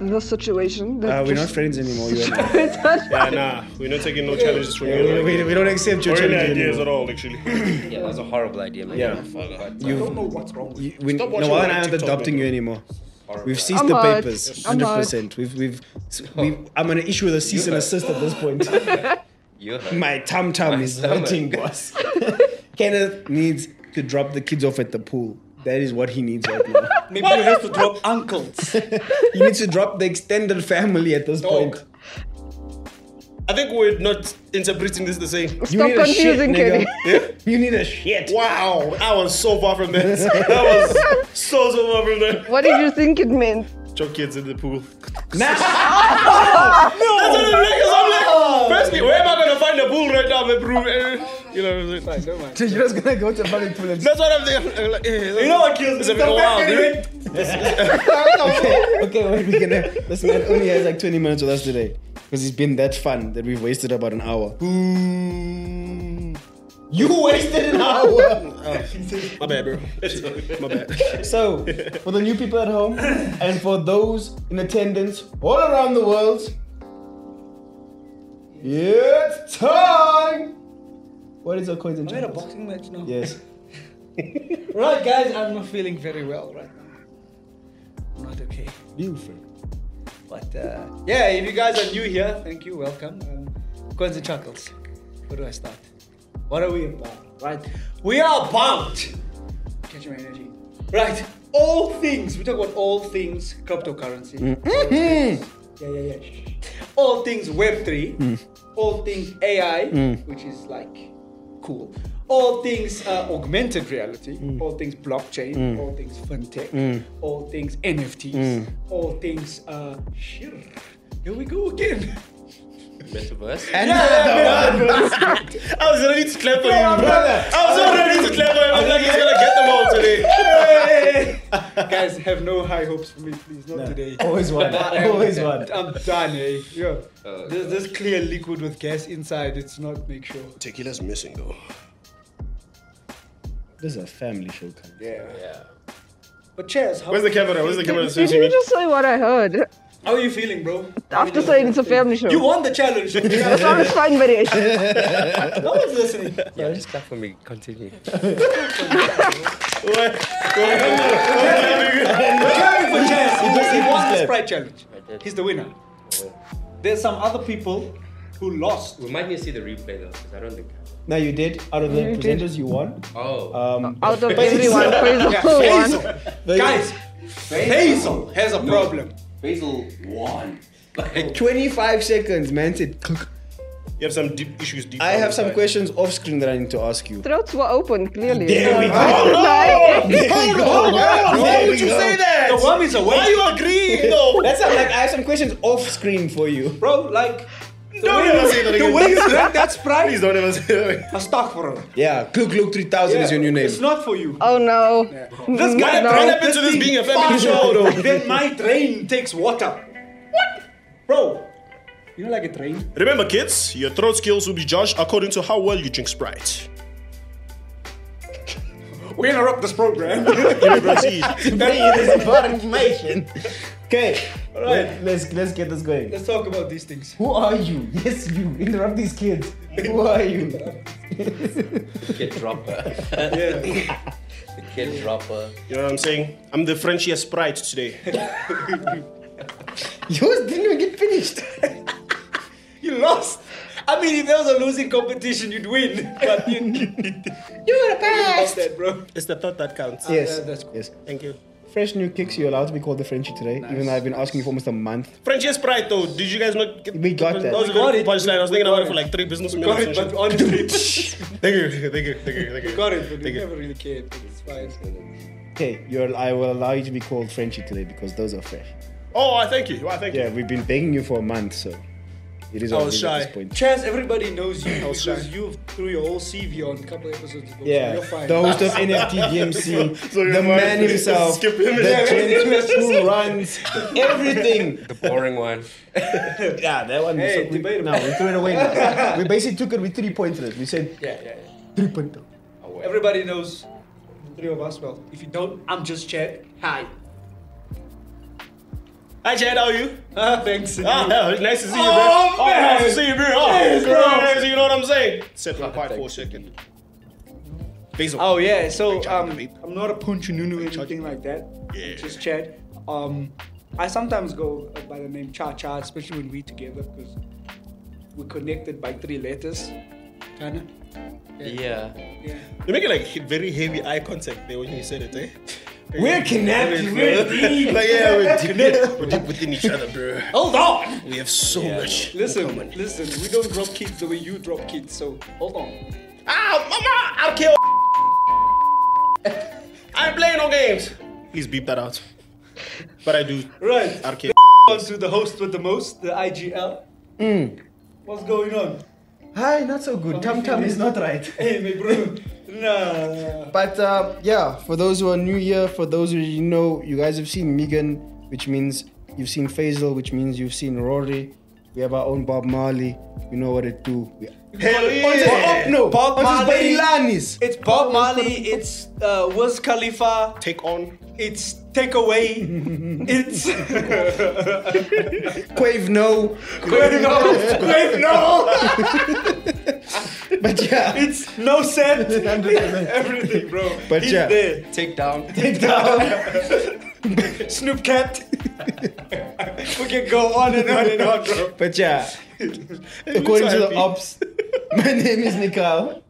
Speaker 4: the situation. that
Speaker 1: uh, we're not
Speaker 4: just-
Speaker 1: friends anymore.
Speaker 4: (laughs)
Speaker 1: You and I.
Speaker 3: Yeah, nah, we're not taking no challenges from you.
Speaker 1: We, (laughs)
Speaker 3: Like,
Speaker 1: we- we don't accept your
Speaker 3: or any
Speaker 1: challenge
Speaker 3: ideas
Speaker 1: anymore.
Speaker 3: at all, actually.
Speaker 9: Yeah, that was a horrible idea, man.
Speaker 1: Yeah.
Speaker 9: But,
Speaker 1: You- You, we,
Speaker 3: Stop
Speaker 1: no,
Speaker 3: watching
Speaker 1: I'm
Speaker 3: my
Speaker 1: not
Speaker 3: TikTok,
Speaker 1: adopting you
Speaker 3: man.
Speaker 1: anymore. We've ceased
Speaker 4: I'm
Speaker 1: the
Speaker 4: out.
Speaker 1: papers,
Speaker 4: I'm
Speaker 1: hundred
Speaker 4: out.
Speaker 1: percent. We've we've, we (laughs) I'm gonna issue the cease and
Speaker 9: You-
Speaker 1: assist at this (laughs) point.
Speaker 9: you heard.
Speaker 1: My tum tum is
Speaker 9: stomach.
Speaker 1: hurting, boss. (laughs) Kenneth needs to drop the kids off at the pool. That is what he needs right (laughs) now.
Speaker 7: Maybe you have to drop uncles.
Speaker 1: (laughs) he needs to drop the extended family at this point.
Speaker 3: I think we're not interpreting this the same.
Speaker 4: Stop
Speaker 1: need a shit,
Speaker 4: confusing
Speaker 1: nigga.
Speaker 4: Kenny.
Speaker 1: You need a shit.
Speaker 3: Wow, I was so far from (laughs) that. I was so so far from that.
Speaker 4: What did you think it
Speaker 1: (laughs)
Speaker 4: meant?
Speaker 3: Chuck kids in the (laughs) pool.
Speaker 1: Nah.
Speaker 3: That's what I'm like. 'cause I'm like, firstly, where am I gonna find a pool right now, my bro? Eh, You know what I'm saying?
Speaker 1: You're just gonna go to the fucking pool and
Speaker 3: That's what I'm thinking. I'm like, eh,
Speaker 7: you know what kills
Speaker 3: it's a
Speaker 7: me?
Speaker 3: bit wild, dude.
Speaker 1: okay, okay, what are we gonna? This man only has like 20 minutes with us today because he's been that fun that we've wasted about an hour.
Speaker 3: Hmm.
Speaker 1: You wasted an
Speaker 3: (laughs)
Speaker 1: hour.
Speaker 3: Oh, My bad, bro. My bad.
Speaker 1: so, for the new people at home and for those in attendance all around the world, it's time. What is our coins and
Speaker 7: We're at a
Speaker 1: jingles?
Speaker 7: boxing match now.
Speaker 1: Yes.
Speaker 7: Right, guys, I'm not feeling very well right now. I'm not okay.
Speaker 1: Buford.
Speaker 7: But uh, yeah, if you guys are new here, thank you, welcome. Um, Coins and Chuckles. Where do I start? What are we about? Right? We are about. Catch my energy. Right. All things. We talk about all things cryptocurrency. All things- Yeah, yeah, yeah. Shh, shh, shh. All things Web three.
Speaker 1: Hmm.
Speaker 7: All things AI, which is like cool. All things uh, augmented reality.
Speaker 1: Hmm.
Speaker 7: All things blockchain. All things fintech. All things NFTs.
Speaker 1: Hmm.
Speaker 7: All things. Uh, shit. Here we go again.
Speaker 9: Metaverse.
Speaker 1: And another one.
Speaker 3: I was ready to clap for you.
Speaker 1: Yeah, brother.
Speaker 3: I was so ready to clap for him. I was like, he's gonna get them all today.
Speaker 1: (laughs)
Speaker 7: Guys, have no high hopes for me, please. Not today. uh,
Speaker 1: Always one. Always one.
Speaker 7: I'm done, eh? Yeah.
Speaker 3: Uh,
Speaker 7: There's this clear liquid with gas inside. It's not make sure.
Speaker 3: Tequila's missing though.
Speaker 1: This is a family show. Kind
Speaker 7: But cheers. How,
Speaker 3: Where's the camera? Where's the camera?
Speaker 4: Did you just say what I heard?
Speaker 7: how are you feeling, bro?
Speaker 4: After saying it's a family show.
Speaker 7: You won the challenge. no
Speaker 4: Sounds fine variation.
Speaker 7: one's listening.
Speaker 9: Yeah, just clap for me. Continue.
Speaker 7: Clapping for Chaz. He, just, he won the
Speaker 9: clap.
Speaker 7: Sprite challenge. He's the winner. There's some other people who lost.
Speaker 9: We might need to see the replay though, because I don't think.
Speaker 1: No, you did. Out of the
Speaker 7: You did.
Speaker 1: presenters, you won.
Speaker 9: Oh.
Speaker 1: Um,
Speaker 4: Out of everyone, Faisal
Speaker 7: Yeah,
Speaker 4: won.
Speaker 1: They-
Speaker 7: Guys, Basil has a problem.
Speaker 9: Basil won. Like,
Speaker 1: 25 seconds, man. Said, click.
Speaker 3: You have some deep issues deep.
Speaker 1: I
Speaker 3: down
Speaker 1: have some
Speaker 3: inside.
Speaker 1: questions off screen that I need to ask you.
Speaker 4: Throats were open, clearly.
Speaker 1: There we go.
Speaker 3: Hold on, hold on. Why would you say that?
Speaker 7: The worm is away.
Speaker 3: Why you agreeing though?
Speaker 1: That's I'm like I have some questions off screen for you.
Speaker 7: Bro, like,
Speaker 3: Don't ever say that
Speaker 7: the
Speaker 3: again.
Speaker 7: way you drank that Sprite,
Speaker 3: Please don't ever say that again.
Speaker 7: a stock for her.
Speaker 1: Yeah, Gluk Gluk 3000 is your new name.
Speaker 7: It's not for you.
Speaker 4: Oh no.
Speaker 7: This guy
Speaker 4: No.
Speaker 7: ran
Speaker 3: up into this being a family
Speaker 7: show, though. Then my drain takes water. What? Bro, you know like a drain?
Speaker 3: Remember, kids, your throat skills will be judged according to how well you drink Sprite.
Speaker 7: We interrupt this
Speaker 3: (laughs)
Speaker 7: program.
Speaker 1: information. Okay, all right. Let's let's get this going.
Speaker 7: Let's talk about these things.
Speaker 1: Who are you? Yes, you interrupt these kids. Who are you?
Speaker 9: kid (laughs) dropper.
Speaker 7: Yeah.
Speaker 9: the kid dropper.
Speaker 3: You know what I'm saying? I'm the Frenchiest Sprite today.
Speaker 1: Yours didn't even get finished.
Speaker 7: You lost. I mean, if there was a losing competition, you'd win. (laughs) But you, you
Speaker 1: You're the
Speaker 7: lost that, bro.
Speaker 3: It's the thought that counts.
Speaker 1: Yes.
Speaker 7: Uh, that's cool.
Speaker 1: Yes.
Speaker 3: Thank you.
Speaker 1: Fresh new kicks. You're allowed to be called the Frenchie today, even though I've been asking you for almost a month.
Speaker 3: Frenchiest Sprite, though. Did you guys not get
Speaker 1: We got that.
Speaker 3: That was a
Speaker 7: We got
Speaker 3: very
Speaker 7: it.
Speaker 3: cool punchline. I was
Speaker 7: We
Speaker 3: thinking
Speaker 7: got
Speaker 3: about it
Speaker 7: it.
Speaker 3: for like three business
Speaker 7: Got it,
Speaker 3: minutes.
Speaker 7: but honestly,
Speaker 3: Thank you, thank you, thank you, thank
Speaker 7: (laughs)
Speaker 3: you.
Speaker 7: got it, but (laughs) you
Speaker 3: Thank you.
Speaker 7: never really cared. It's fine.
Speaker 1: Okay, you're, I will allow you to be called Frenchie today because those are fresh.
Speaker 3: Oh, I thank you. I thank
Speaker 1: Yeah,
Speaker 3: you.
Speaker 1: we've been begging you for a month, so it is
Speaker 3: I
Speaker 1: what it
Speaker 3: was
Speaker 1: is at this
Speaker 3: shy.
Speaker 1: point.
Speaker 7: Chaz, everybody knows you
Speaker 3: was
Speaker 7: because
Speaker 3: shy.
Speaker 7: you threw your whole CV on a couple episodes ago. so
Speaker 1: Yeah,
Speaker 7: you're fine.
Speaker 1: the
Speaker 3: (laughs)
Speaker 1: host of NFT DMC,
Speaker 3: you're
Speaker 1: the
Speaker 3: fine.
Speaker 1: man himself,
Speaker 3: Skip him. (laughs)
Speaker 1: the gentleman who runs everything.
Speaker 9: The boring one.
Speaker 1: Yeah, that one.
Speaker 7: Hey,
Speaker 1: so we,
Speaker 7: debatable.
Speaker 1: no, we threw it away.
Speaker 7: (laughs)
Speaker 1: now. we basically took it with three pointers. We said
Speaker 7: yeah, yeah, yeah.
Speaker 1: three pointer.
Speaker 7: Everybody knows the three of us well. If you don't, I'm just Chad. (laughs) Hi.
Speaker 3: Hi, Chad. How are you?
Speaker 7: Ah, thanks.
Speaker 3: Ah, yeah, (laughs) nice to see you, bro.
Speaker 7: Oh, man.
Speaker 3: nice to see you, bro. Oh,
Speaker 7: Yes, bro.
Speaker 3: nice to see You know what I'm saying? Set my quiet for a second. Basil.
Speaker 7: Oh yeah, so um,
Speaker 3: Charlie.
Speaker 7: I'm not a Punch Nunu or anything like that.
Speaker 3: Yeah.
Speaker 7: Just Chad. Um, I sometimes go uh, by the name Cha Cha, especially when we together because we're connected by three letters. Kinda.
Speaker 9: Yeah.
Speaker 7: Yeah.
Speaker 3: You're making like he- very heavy eye contact there when you said it, eh?
Speaker 1: We're connected.
Speaker 3: We're deep. like, (laughs) yeah, we're deep, we're deep within each other, bro.
Speaker 7: Hold on.
Speaker 3: We have so much.
Speaker 7: Listen, listen. We don't drop kids the way you drop kids. So hold on.
Speaker 3: Ah, mama, I'll kill. I ain't playing no games. Please beep that out. But I do.
Speaker 7: Right.
Speaker 3: I'll kill.
Speaker 7: On to the host with the most, the IGL. What's going on?
Speaker 1: Hi, not so good. Tum tum is not right.
Speaker 7: Hey, my bro. Nah.
Speaker 1: But uh, yeah, for those who are new here, for those who you know, you guys have seen Megan, which means you've seen Faisal, which means you've seen Rory. We have our own Bob Marley. You know what it do. We-
Speaker 3: Hell
Speaker 1: Oh, no,
Speaker 7: Bob
Speaker 1: Ons is
Speaker 7: Marley.
Speaker 1: Bailanis.
Speaker 7: It's Bob Marley. It's uh, Wiz Khalifa.
Speaker 3: Take on.
Speaker 7: It's
Speaker 1: (laughs)
Speaker 7: takeaway. it's
Speaker 1: Quave no.
Speaker 7: Quave no, Quave no.
Speaker 1: But yeah.
Speaker 7: (laughs) It's no
Speaker 1: (laughs)
Speaker 7: set.
Speaker 1: 100%.
Speaker 7: Everything, bro.
Speaker 1: But
Speaker 7: He's
Speaker 1: yeah.
Speaker 7: there.
Speaker 9: Take down.
Speaker 1: (laughs)
Speaker 7: Snoop Cat. we can go on and on and on, bro.
Speaker 1: But yeah. According to the
Speaker 3: happy.
Speaker 1: ops, (laughs) my name is Nikal.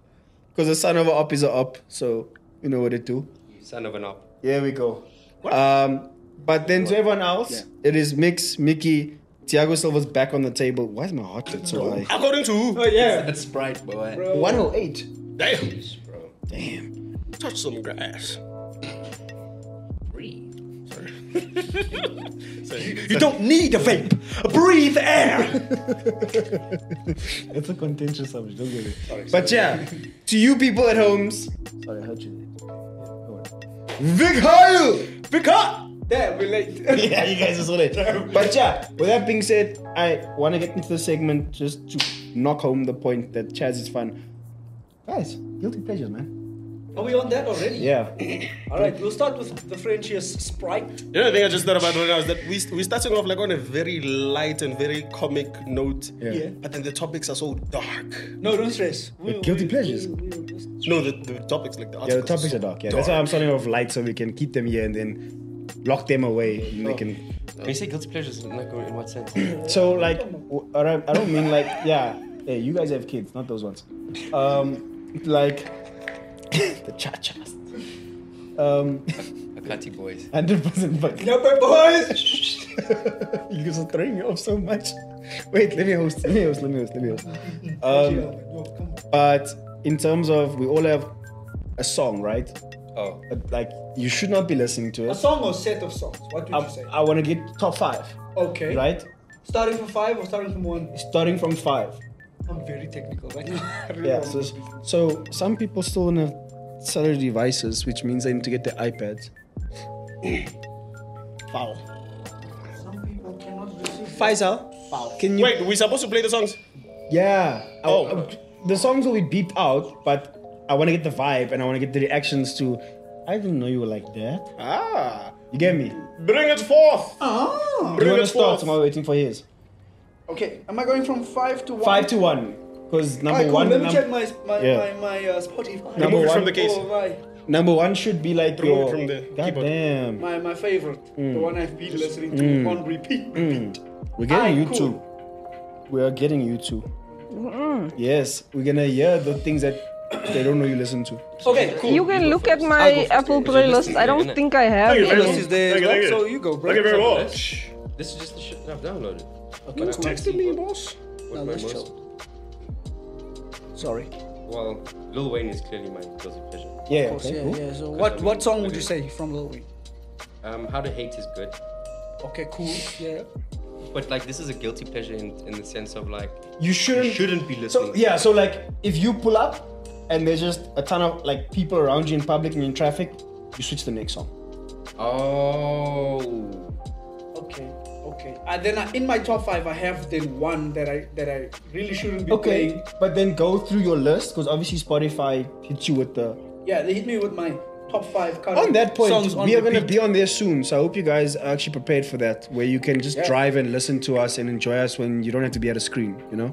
Speaker 1: Because the son of an op is a op. So you know what it do.
Speaker 9: Son of an op.
Speaker 1: Here we go. Um, but then to everyone else, it is Mix, Mickey, Tiago Silva's back on the table. Why is my heart rate so high?
Speaker 3: According to who?
Speaker 7: Oh yeah.
Speaker 9: That's Sprite, boy.
Speaker 1: 108.
Speaker 3: Damn.
Speaker 9: Bro.
Speaker 1: Damn.
Speaker 3: Touch some grass.
Speaker 9: Breathe.
Speaker 7: You don't need a vape. Breathe
Speaker 1: (laughs)
Speaker 7: air.
Speaker 1: That's a contentious subject. Don't get it. but yeah, to you people at homes. Sorry, I heard you. Vic Hayu!
Speaker 7: Because there we're late.
Speaker 1: (laughs) Yeah, you guys are so late. But yeah, with that being said, I want to get into the segment just to knock home the point that Chaz is fun. Guys, guilty pleasures, man.
Speaker 7: Are we on that
Speaker 1: (clears throat)
Speaker 7: already?
Speaker 1: Yeah.
Speaker 7: All right. We'll start with the Frenchiest Sprite.
Speaker 3: You know the thing I just thought about right now is that we we're starting off like on a very light and very comic note,
Speaker 1: Yeah.
Speaker 3: but then the topics are so dark.
Speaker 7: No, don't stress. We,
Speaker 1: Guilty pleasures.
Speaker 7: we- we- we-
Speaker 3: No, the, the topics like the
Speaker 1: Yeah, the
Speaker 3: articles
Speaker 1: topics
Speaker 3: so
Speaker 1: are dark. Yeah, that's why I'm starting off light so we can keep them here and then lock them away. And they can.
Speaker 9: Oh. When you say guilty pleasures, in like, in what sense?
Speaker 1: (clears throat) So like, w- I don't I don't mean like yeah. Hey, you guys have kids, not those ones. Um, like (laughs) the cha chas. Um,
Speaker 9: Akati boys.
Speaker 1: hundred percent fucking.
Speaker 7: Number boys.
Speaker 1: (laughs) You guys are throwing me off so much. Wait, let me host. Let me host. Let me host. Let me host. Um, but in terms of, we all have a song, right?
Speaker 9: Oh.
Speaker 1: Uh, Like you should not be listening to
Speaker 7: A
Speaker 1: it.
Speaker 7: song or set of songs? What would
Speaker 1: I,
Speaker 7: you say?
Speaker 1: I want to get top five,
Speaker 7: Okay.
Speaker 1: Um, right?
Speaker 7: Starting from five or starting from one?
Speaker 1: Starting from five.
Speaker 7: I'm very technical right now. (laughs) I really
Speaker 1: Yeah.
Speaker 7: don't
Speaker 1: So,
Speaker 7: know.
Speaker 1: so some people still want to sell their devices, which means they need to get their iPads. (coughs) Foul.
Speaker 7: Some people cannot receive.
Speaker 1: Faisal, can you?
Speaker 3: Wait, we're supposed to play the songs?
Speaker 1: Yeah. I-
Speaker 3: Oh.
Speaker 1: I- the songs will be beeped out, but I want to get the vibe and I want to get the reactions to. I didn't know you were like that.
Speaker 3: Ah.
Speaker 1: You get me?
Speaker 3: Bring it forth.
Speaker 7: Ah.
Speaker 1: Do you
Speaker 3: Bring
Speaker 1: want
Speaker 3: it
Speaker 1: to start?
Speaker 3: forth.
Speaker 1: Am I waiting for his?
Speaker 7: Okay. Am I going from five to one?
Speaker 1: Five to one, because number
Speaker 7: Alright, cool.
Speaker 1: one,
Speaker 7: Let me
Speaker 1: num-
Speaker 7: check my my
Speaker 1: Yeah.
Speaker 7: my, my uh, Spotify.
Speaker 1: Number
Speaker 3: Remove it
Speaker 1: one.
Speaker 3: from the case.
Speaker 7: Oh, right.
Speaker 1: number one should be like
Speaker 3: Remove
Speaker 1: your.
Speaker 3: from the
Speaker 1: God
Speaker 3: keyboard.
Speaker 1: damn.
Speaker 7: My my favorite.
Speaker 1: Mm.
Speaker 7: The one I've been listening to on repeat.
Speaker 1: We're getting
Speaker 7: Aye,
Speaker 1: you
Speaker 7: cool.
Speaker 1: two. We are getting you two. Yes, we're gonna hear the things that they don't know you listen to.
Speaker 7: (laughs) Okay. Cool.
Speaker 4: You can look at my Apple playlist. I don't think I have
Speaker 3: Thank you very
Speaker 4: any.
Speaker 3: much.
Speaker 7: This is the-
Speaker 3: Thank you, thank you.
Speaker 7: so you go, bro.
Speaker 3: Thank you very
Speaker 9: What's up,
Speaker 3: much.
Speaker 9: This is just the shit that I've downloaded.
Speaker 3: You was texting me, boss.
Speaker 9: What my
Speaker 7: let's
Speaker 9: most-
Speaker 7: chill. Sorry.
Speaker 9: Well, Lil Wayne is clearly my guilty pleasure.
Speaker 1: Yeah,
Speaker 7: Of course,
Speaker 1: okay,
Speaker 7: yeah,
Speaker 1: cool.
Speaker 7: yeah. So what
Speaker 9: I'm-
Speaker 7: what song would
Speaker 9: okay.
Speaker 7: you say from Lil Wayne?
Speaker 9: Um, How to Hate is good,
Speaker 7: Okay. Cool. Yeah.
Speaker 9: but like this is a guilty pleasure in, in the sense of like
Speaker 1: You shouldn't.
Speaker 9: you shouldn't be listening.
Speaker 1: So yeah, so like if you pull up and there's just a ton of like people around you in public and in traffic, you switch to the next song.
Speaker 9: Oh.
Speaker 7: Okay. Okay. And then I, in my top five, I have then one that I that I really shouldn't be
Speaker 1: Okay,
Speaker 7: playing.
Speaker 1: but then go through your list because obviously Spotify hits you with the.
Speaker 7: Yeah. They hit me with my top five. current
Speaker 1: On that point,
Speaker 7: songs on
Speaker 1: we are going to
Speaker 7: repeat.
Speaker 1: be on there soon, so I hope you guys are actually prepared for that, where you can just
Speaker 7: Yeah.
Speaker 1: drive and listen to us and enjoy us when you don't have to be at a screen, you know.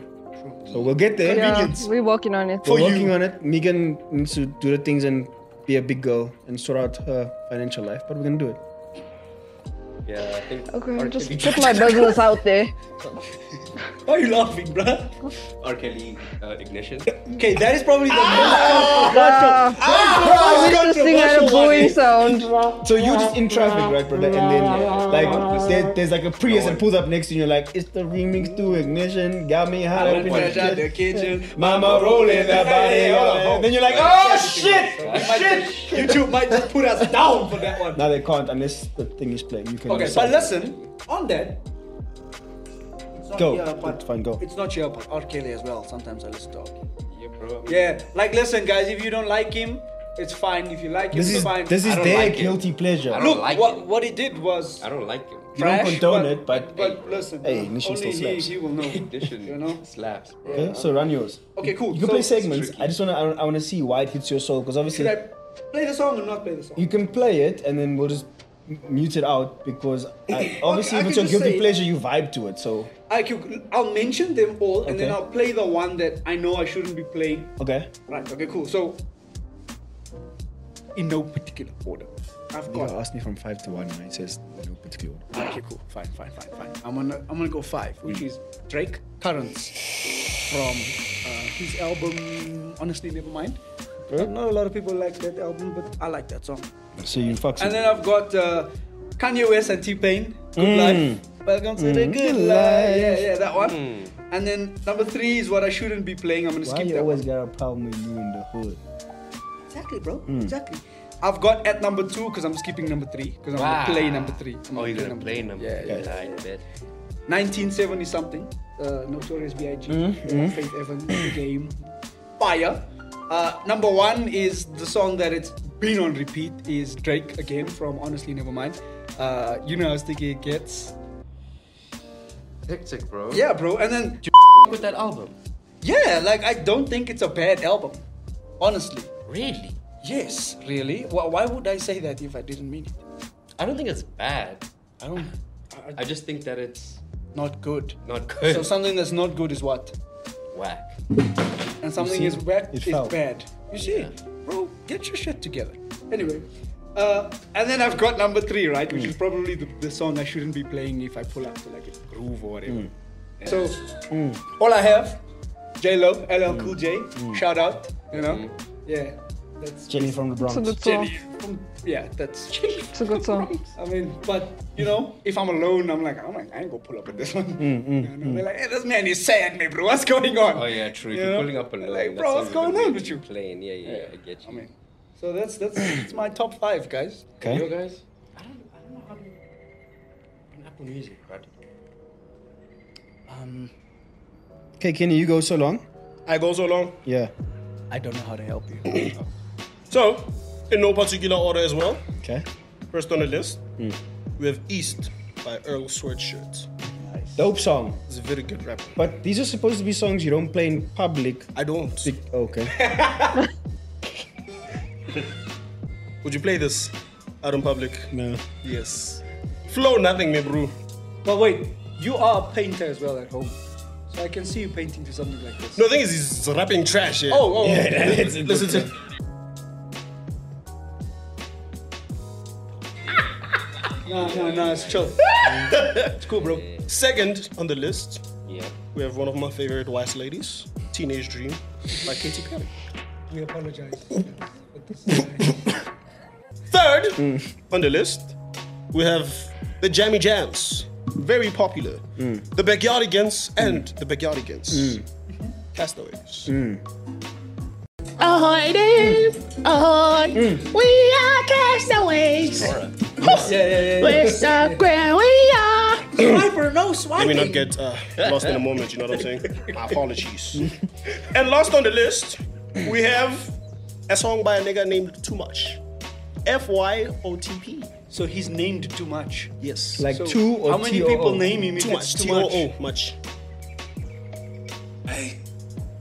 Speaker 1: So we'll get there.
Speaker 4: Yeah, we're working on it.
Speaker 1: We're working on it. Megan needs to do the things and be a big girl and sort out her financial life, but we're gonna do it.
Speaker 9: Yeah, I think
Speaker 4: Okay,
Speaker 9: R.
Speaker 4: just
Speaker 9: Kelly-
Speaker 4: put my business out there.
Speaker 7: Why are you laughing, bruh?
Speaker 9: (laughs) R. Kelly uh, ignition.
Speaker 7: Okay, that is probably the
Speaker 4: Ah, I
Speaker 7: most
Speaker 4: wish this thing had a
Speaker 7: controversial
Speaker 4: booing
Speaker 7: one.
Speaker 4: sound.
Speaker 1: So you're just in traffic, right, brother? And then like there, there's like a Prius that pulls up next to you, and you're like, it's the remix to ignition, got me hot up in
Speaker 7: Fresh out the
Speaker 1: the shit.
Speaker 7: kitchen.
Speaker 1: Mama rolling that body.
Speaker 7: Hey, hold on, hold on.
Speaker 1: Then you're like, oh shit!
Speaker 7: You might just- YouTube might just put us down for that one.
Speaker 1: Now they can't unless the thing is playing. You can
Speaker 7: Okay, but
Speaker 1: decide.
Speaker 7: listen, on that. It's not
Speaker 1: Go.
Speaker 7: Here, but
Speaker 1: It's fine, go.
Speaker 7: It's not here, but R. Kelly as well. Sometimes I listen to R. Kelly.
Speaker 9: yeah, bro.
Speaker 7: Yeah, like listen, guys, if you don't like him, it's fine. If you like him,
Speaker 1: This
Speaker 7: it's
Speaker 1: is
Speaker 7: fine.
Speaker 1: this
Speaker 9: I
Speaker 1: is
Speaker 9: don't
Speaker 1: their
Speaker 9: like it.
Speaker 1: guilty pleasure.
Speaker 9: I don't
Speaker 7: Look,
Speaker 9: like
Speaker 7: what,
Speaker 9: him.
Speaker 7: what he did was.
Speaker 9: I don't like him.
Speaker 1: You don't
Speaker 7: trash,
Speaker 1: condone it, but-
Speaker 7: but listen,
Speaker 1: Hey, ignition
Speaker 7: only
Speaker 1: still
Speaker 7: he,
Speaker 1: slaps.
Speaker 7: he will
Speaker 9: (laughs)
Speaker 7: know.
Speaker 9: Ignition
Speaker 7: you know?
Speaker 9: slaps, bro.
Speaker 1: Okay, so run yours.
Speaker 7: Okay, cool.
Speaker 1: You can
Speaker 7: So-
Speaker 1: play segments. I just wanna I, I wanna see why it hits your soul because obviously
Speaker 7: Should I play the song or not play the song?
Speaker 1: you can play it and then we'll just m- mute it out
Speaker 7: (laughs)
Speaker 1: because I, obviously
Speaker 7: I
Speaker 1: if it's
Speaker 7: can
Speaker 1: your
Speaker 7: just
Speaker 1: guilty
Speaker 7: say-
Speaker 1: pleasure you vibe to it. So
Speaker 7: I can, I'll mention them all and then
Speaker 1: Okay.
Speaker 7: I'll play the one that I know I shouldn't be playing.
Speaker 1: okay,
Speaker 7: Right, okay, cool. So, in no particular order. I've
Speaker 1: you
Speaker 7: got.
Speaker 1: asked me from five to one and it says no particular. order.
Speaker 7: Okay, cool. Fine, fine, fine, fine. I'm gonna, I'm gonna go five, which is Drake Currents from uh, his album. Honestly, never mind. Not a lot of people like that album, but I like that song.
Speaker 1: So you fucks.
Speaker 7: And
Speaker 1: it.
Speaker 7: then I've got uh, Kanye West and T Pain. Good life. Welcome to the good
Speaker 1: Mm. Good
Speaker 7: life. Yeah,
Speaker 1: life.
Speaker 7: yeah, that one.
Speaker 9: Mm.
Speaker 7: And then number three is what I shouldn't be playing. I'm gonna
Speaker 1: Why
Speaker 7: skip
Speaker 1: you
Speaker 7: that
Speaker 1: always
Speaker 7: one.
Speaker 1: got a problem with you in the hood? Mm.
Speaker 7: Exactly, bro. Exactly. I've got at number two because I'm skipping number three because I'm gonna play number three. I'm
Speaker 9: Oh, you're gonna
Speaker 7: number
Speaker 9: play
Speaker 7: three.
Speaker 9: number
Speaker 7: Yeah,
Speaker 9: three.
Speaker 7: yeah.
Speaker 9: Yeah, I bet.
Speaker 7: 1970 something, uh, Notorious B.I.G., uh, Faith Evans, Game, Fire. Uh, number one is the song that it's been on repeat is Drake again from Honestly Nevermind. Uh, you know how sticky it gets.
Speaker 9: Hectic, bro.
Speaker 7: Yeah, bro. And then,
Speaker 9: With that album.
Speaker 7: yeah, like I don't think it's a bad album, honestly.
Speaker 9: Really?
Speaker 7: Yes, really. Why, why would I say that if I didn't mean it?
Speaker 9: I don't think it's bad.
Speaker 7: I don't. I,
Speaker 9: I just think that it's
Speaker 7: not good.
Speaker 9: not good.
Speaker 7: So something that's not good is what,
Speaker 9: Whack.
Speaker 7: and something
Speaker 1: see,
Speaker 7: is whack
Speaker 1: it
Speaker 7: is
Speaker 1: fell.
Speaker 7: bad. You see, Get your shit together. Anyway, uh, and then I've got number three, right?
Speaker 9: Hmm.
Speaker 7: Which is probably the, the song I shouldn't be playing if I pull up to like a groove or whatever.
Speaker 9: Hmm.
Speaker 7: So, all I have, J Lo, LL
Speaker 9: Hmm.
Speaker 7: Cool J, shout out, you know? Yeah, that's
Speaker 1: Jenny from the Bronx.
Speaker 4: It's a good song.
Speaker 7: yeah, that's.
Speaker 4: It's a good song.
Speaker 7: (laughs) I mean, but you know, if I'm alone, I'm like, I'm like, I ain't gonna pull up at this one. you know? They're like, hey, this man is sad, me, bro. What's going on?
Speaker 9: Hmm, Oh yeah, true. If
Speaker 7: You
Speaker 9: you're
Speaker 7: know?
Speaker 9: pulling up alone,
Speaker 7: Like,
Speaker 9: that's
Speaker 7: bro, what's
Speaker 9: not
Speaker 7: going
Speaker 9: really
Speaker 7: on with you?
Speaker 9: Playing, yeah, yeah, yeah, I get you.
Speaker 7: I mean, so that's that's, that's my top five, guys.
Speaker 1: Okay.
Speaker 9: you guys,
Speaker 5: I don't, I don't know how to. On Apple Music, right?
Speaker 7: Um,
Speaker 1: Okay, Kenny, you go so long.
Speaker 3: I go so long.
Speaker 1: Yeah.
Speaker 7: I don't know how to help you.
Speaker 3: So, in no particular order as well.
Speaker 1: Okay.
Speaker 3: First on the list, we have East by Earl Sweatshirt.
Speaker 1: Dope song.
Speaker 3: He's a very good rapper.
Speaker 1: But these are supposed to be songs you don't play in public.
Speaker 3: I don't.
Speaker 1: Be- Okay. (laughs)
Speaker 3: Would you play this out in public?
Speaker 1: No.
Speaker 3: Yes. Flow nothing, me bro.
Speaker 7: but wait, you are a painter as well at home, so I can see you painting to something like this.
Speaker 3: No, the thing is, he's rapping trash. Yeah.
Speaker 7: Oh, oh,
Speaker 3: listen, listen to.
Speaker 7: no, no, no, it's
Speaker 3: (laughs)
Speaker 7: chill. it's cool, bro.
Speaker 3: Second on the list,
Speaker 9: yeah.
Speaker 3: we have one of my favorite wise ladies, Teenage Dream by Katy Perry.
Speaker 7: We apologize.
Speaker 3: (coughs) Third on the list, we have the Jammy Jams, very popular. The Backyardigans and the Backyardigans. Castaways.
Speaker 8: Ahoy there, ahoy. We are castaways.
Speaker 7: Mm. yeah, yeah, yeah.
Speaker 8: We're so grand, we
Speaker 7: (laughs)
Speaker 8: are.
Speaker 7: Swiper, no
Speaker 3: Let me not
Speaker 7: swiping.
Speaker 3: get uh, lost in a moment, you know what I'm saying? My apologies. and last on the list, we have a song by a nigga named Too Much. F Y O T P.
Speaker 7: So he's named too much.
Speaker 3: Yes.
Speaker 1: Like
Speaker 7: So
Speaker 1: two or
Speaker 7: how many
Speaker 1: TOO?
Speaker 7: people name him if
Speaker 3: Too Much.
Speaker 7: it's too
Speaker 3: T O
Speaker 7: much?
Speaker 3: O. Much.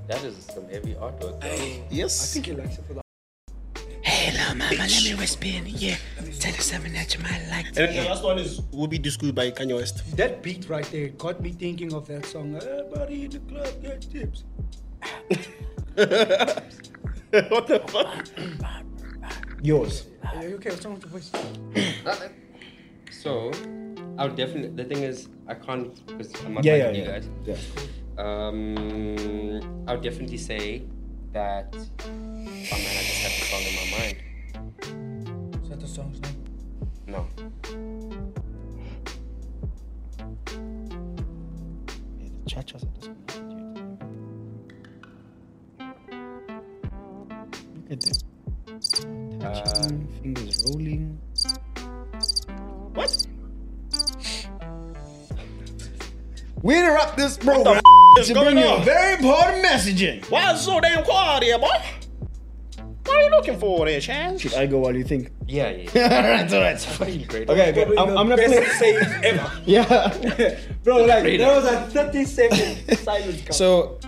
Speaker 9: That is some heavy artwork. Though.
Speaker 3: Yes.
Speaker 7: He likes it for that.
Speaker 3: And then the last one is Will Be Discovered by Kanye (laughs) West.
Speaker 7: That beat right there got me thinking of that song. Uh, Everybody in the club get tips.
Speaker 3: what the fuck?
Speaker 1: Yours.
Speaker 7: Are you okay? What's wrong with your voice?
Speaker 9: So, I would definitely. The thing is, I can't because I'm not
Speaker 1: Yeah,
Speaker 9: like
Speaker 1: yeah,
Speaker 9: you
Speaker 1: yeah.
Speaker 9: guys. Um, I would definitely say that. Oh man, I just have the song in my mind.
Speaker 7: Is that the song's name?
Speaker 9: No. Uh,
Speaker 1: Fingers rolling.
Speaker 3: What?
Speaker 1: We interrupt this program
Speaker 3: is
Speaker 1: to
Speaker 3: going
Speaker 1: bring you a
Speaker 3: on?
Speaker 1: very important message in.
Speaker 3: Why is it so damn quiet here, boy? What are you looking for there, Chaz?
Speaker 1: Should I go while you think?
Speaker 9: yeah, yeah. yeah.
Speaker 1: all right, all right.
Speaker 9: Fucking great.
Speaker 1: Okay, okay. I'm, I'm gonna play.
Speaker 7: save ever.
Speaker 1: Yeah.
Speaker 7: (laughs) Bro, like, there was a 30 second silence. count.
Speaker 1: So,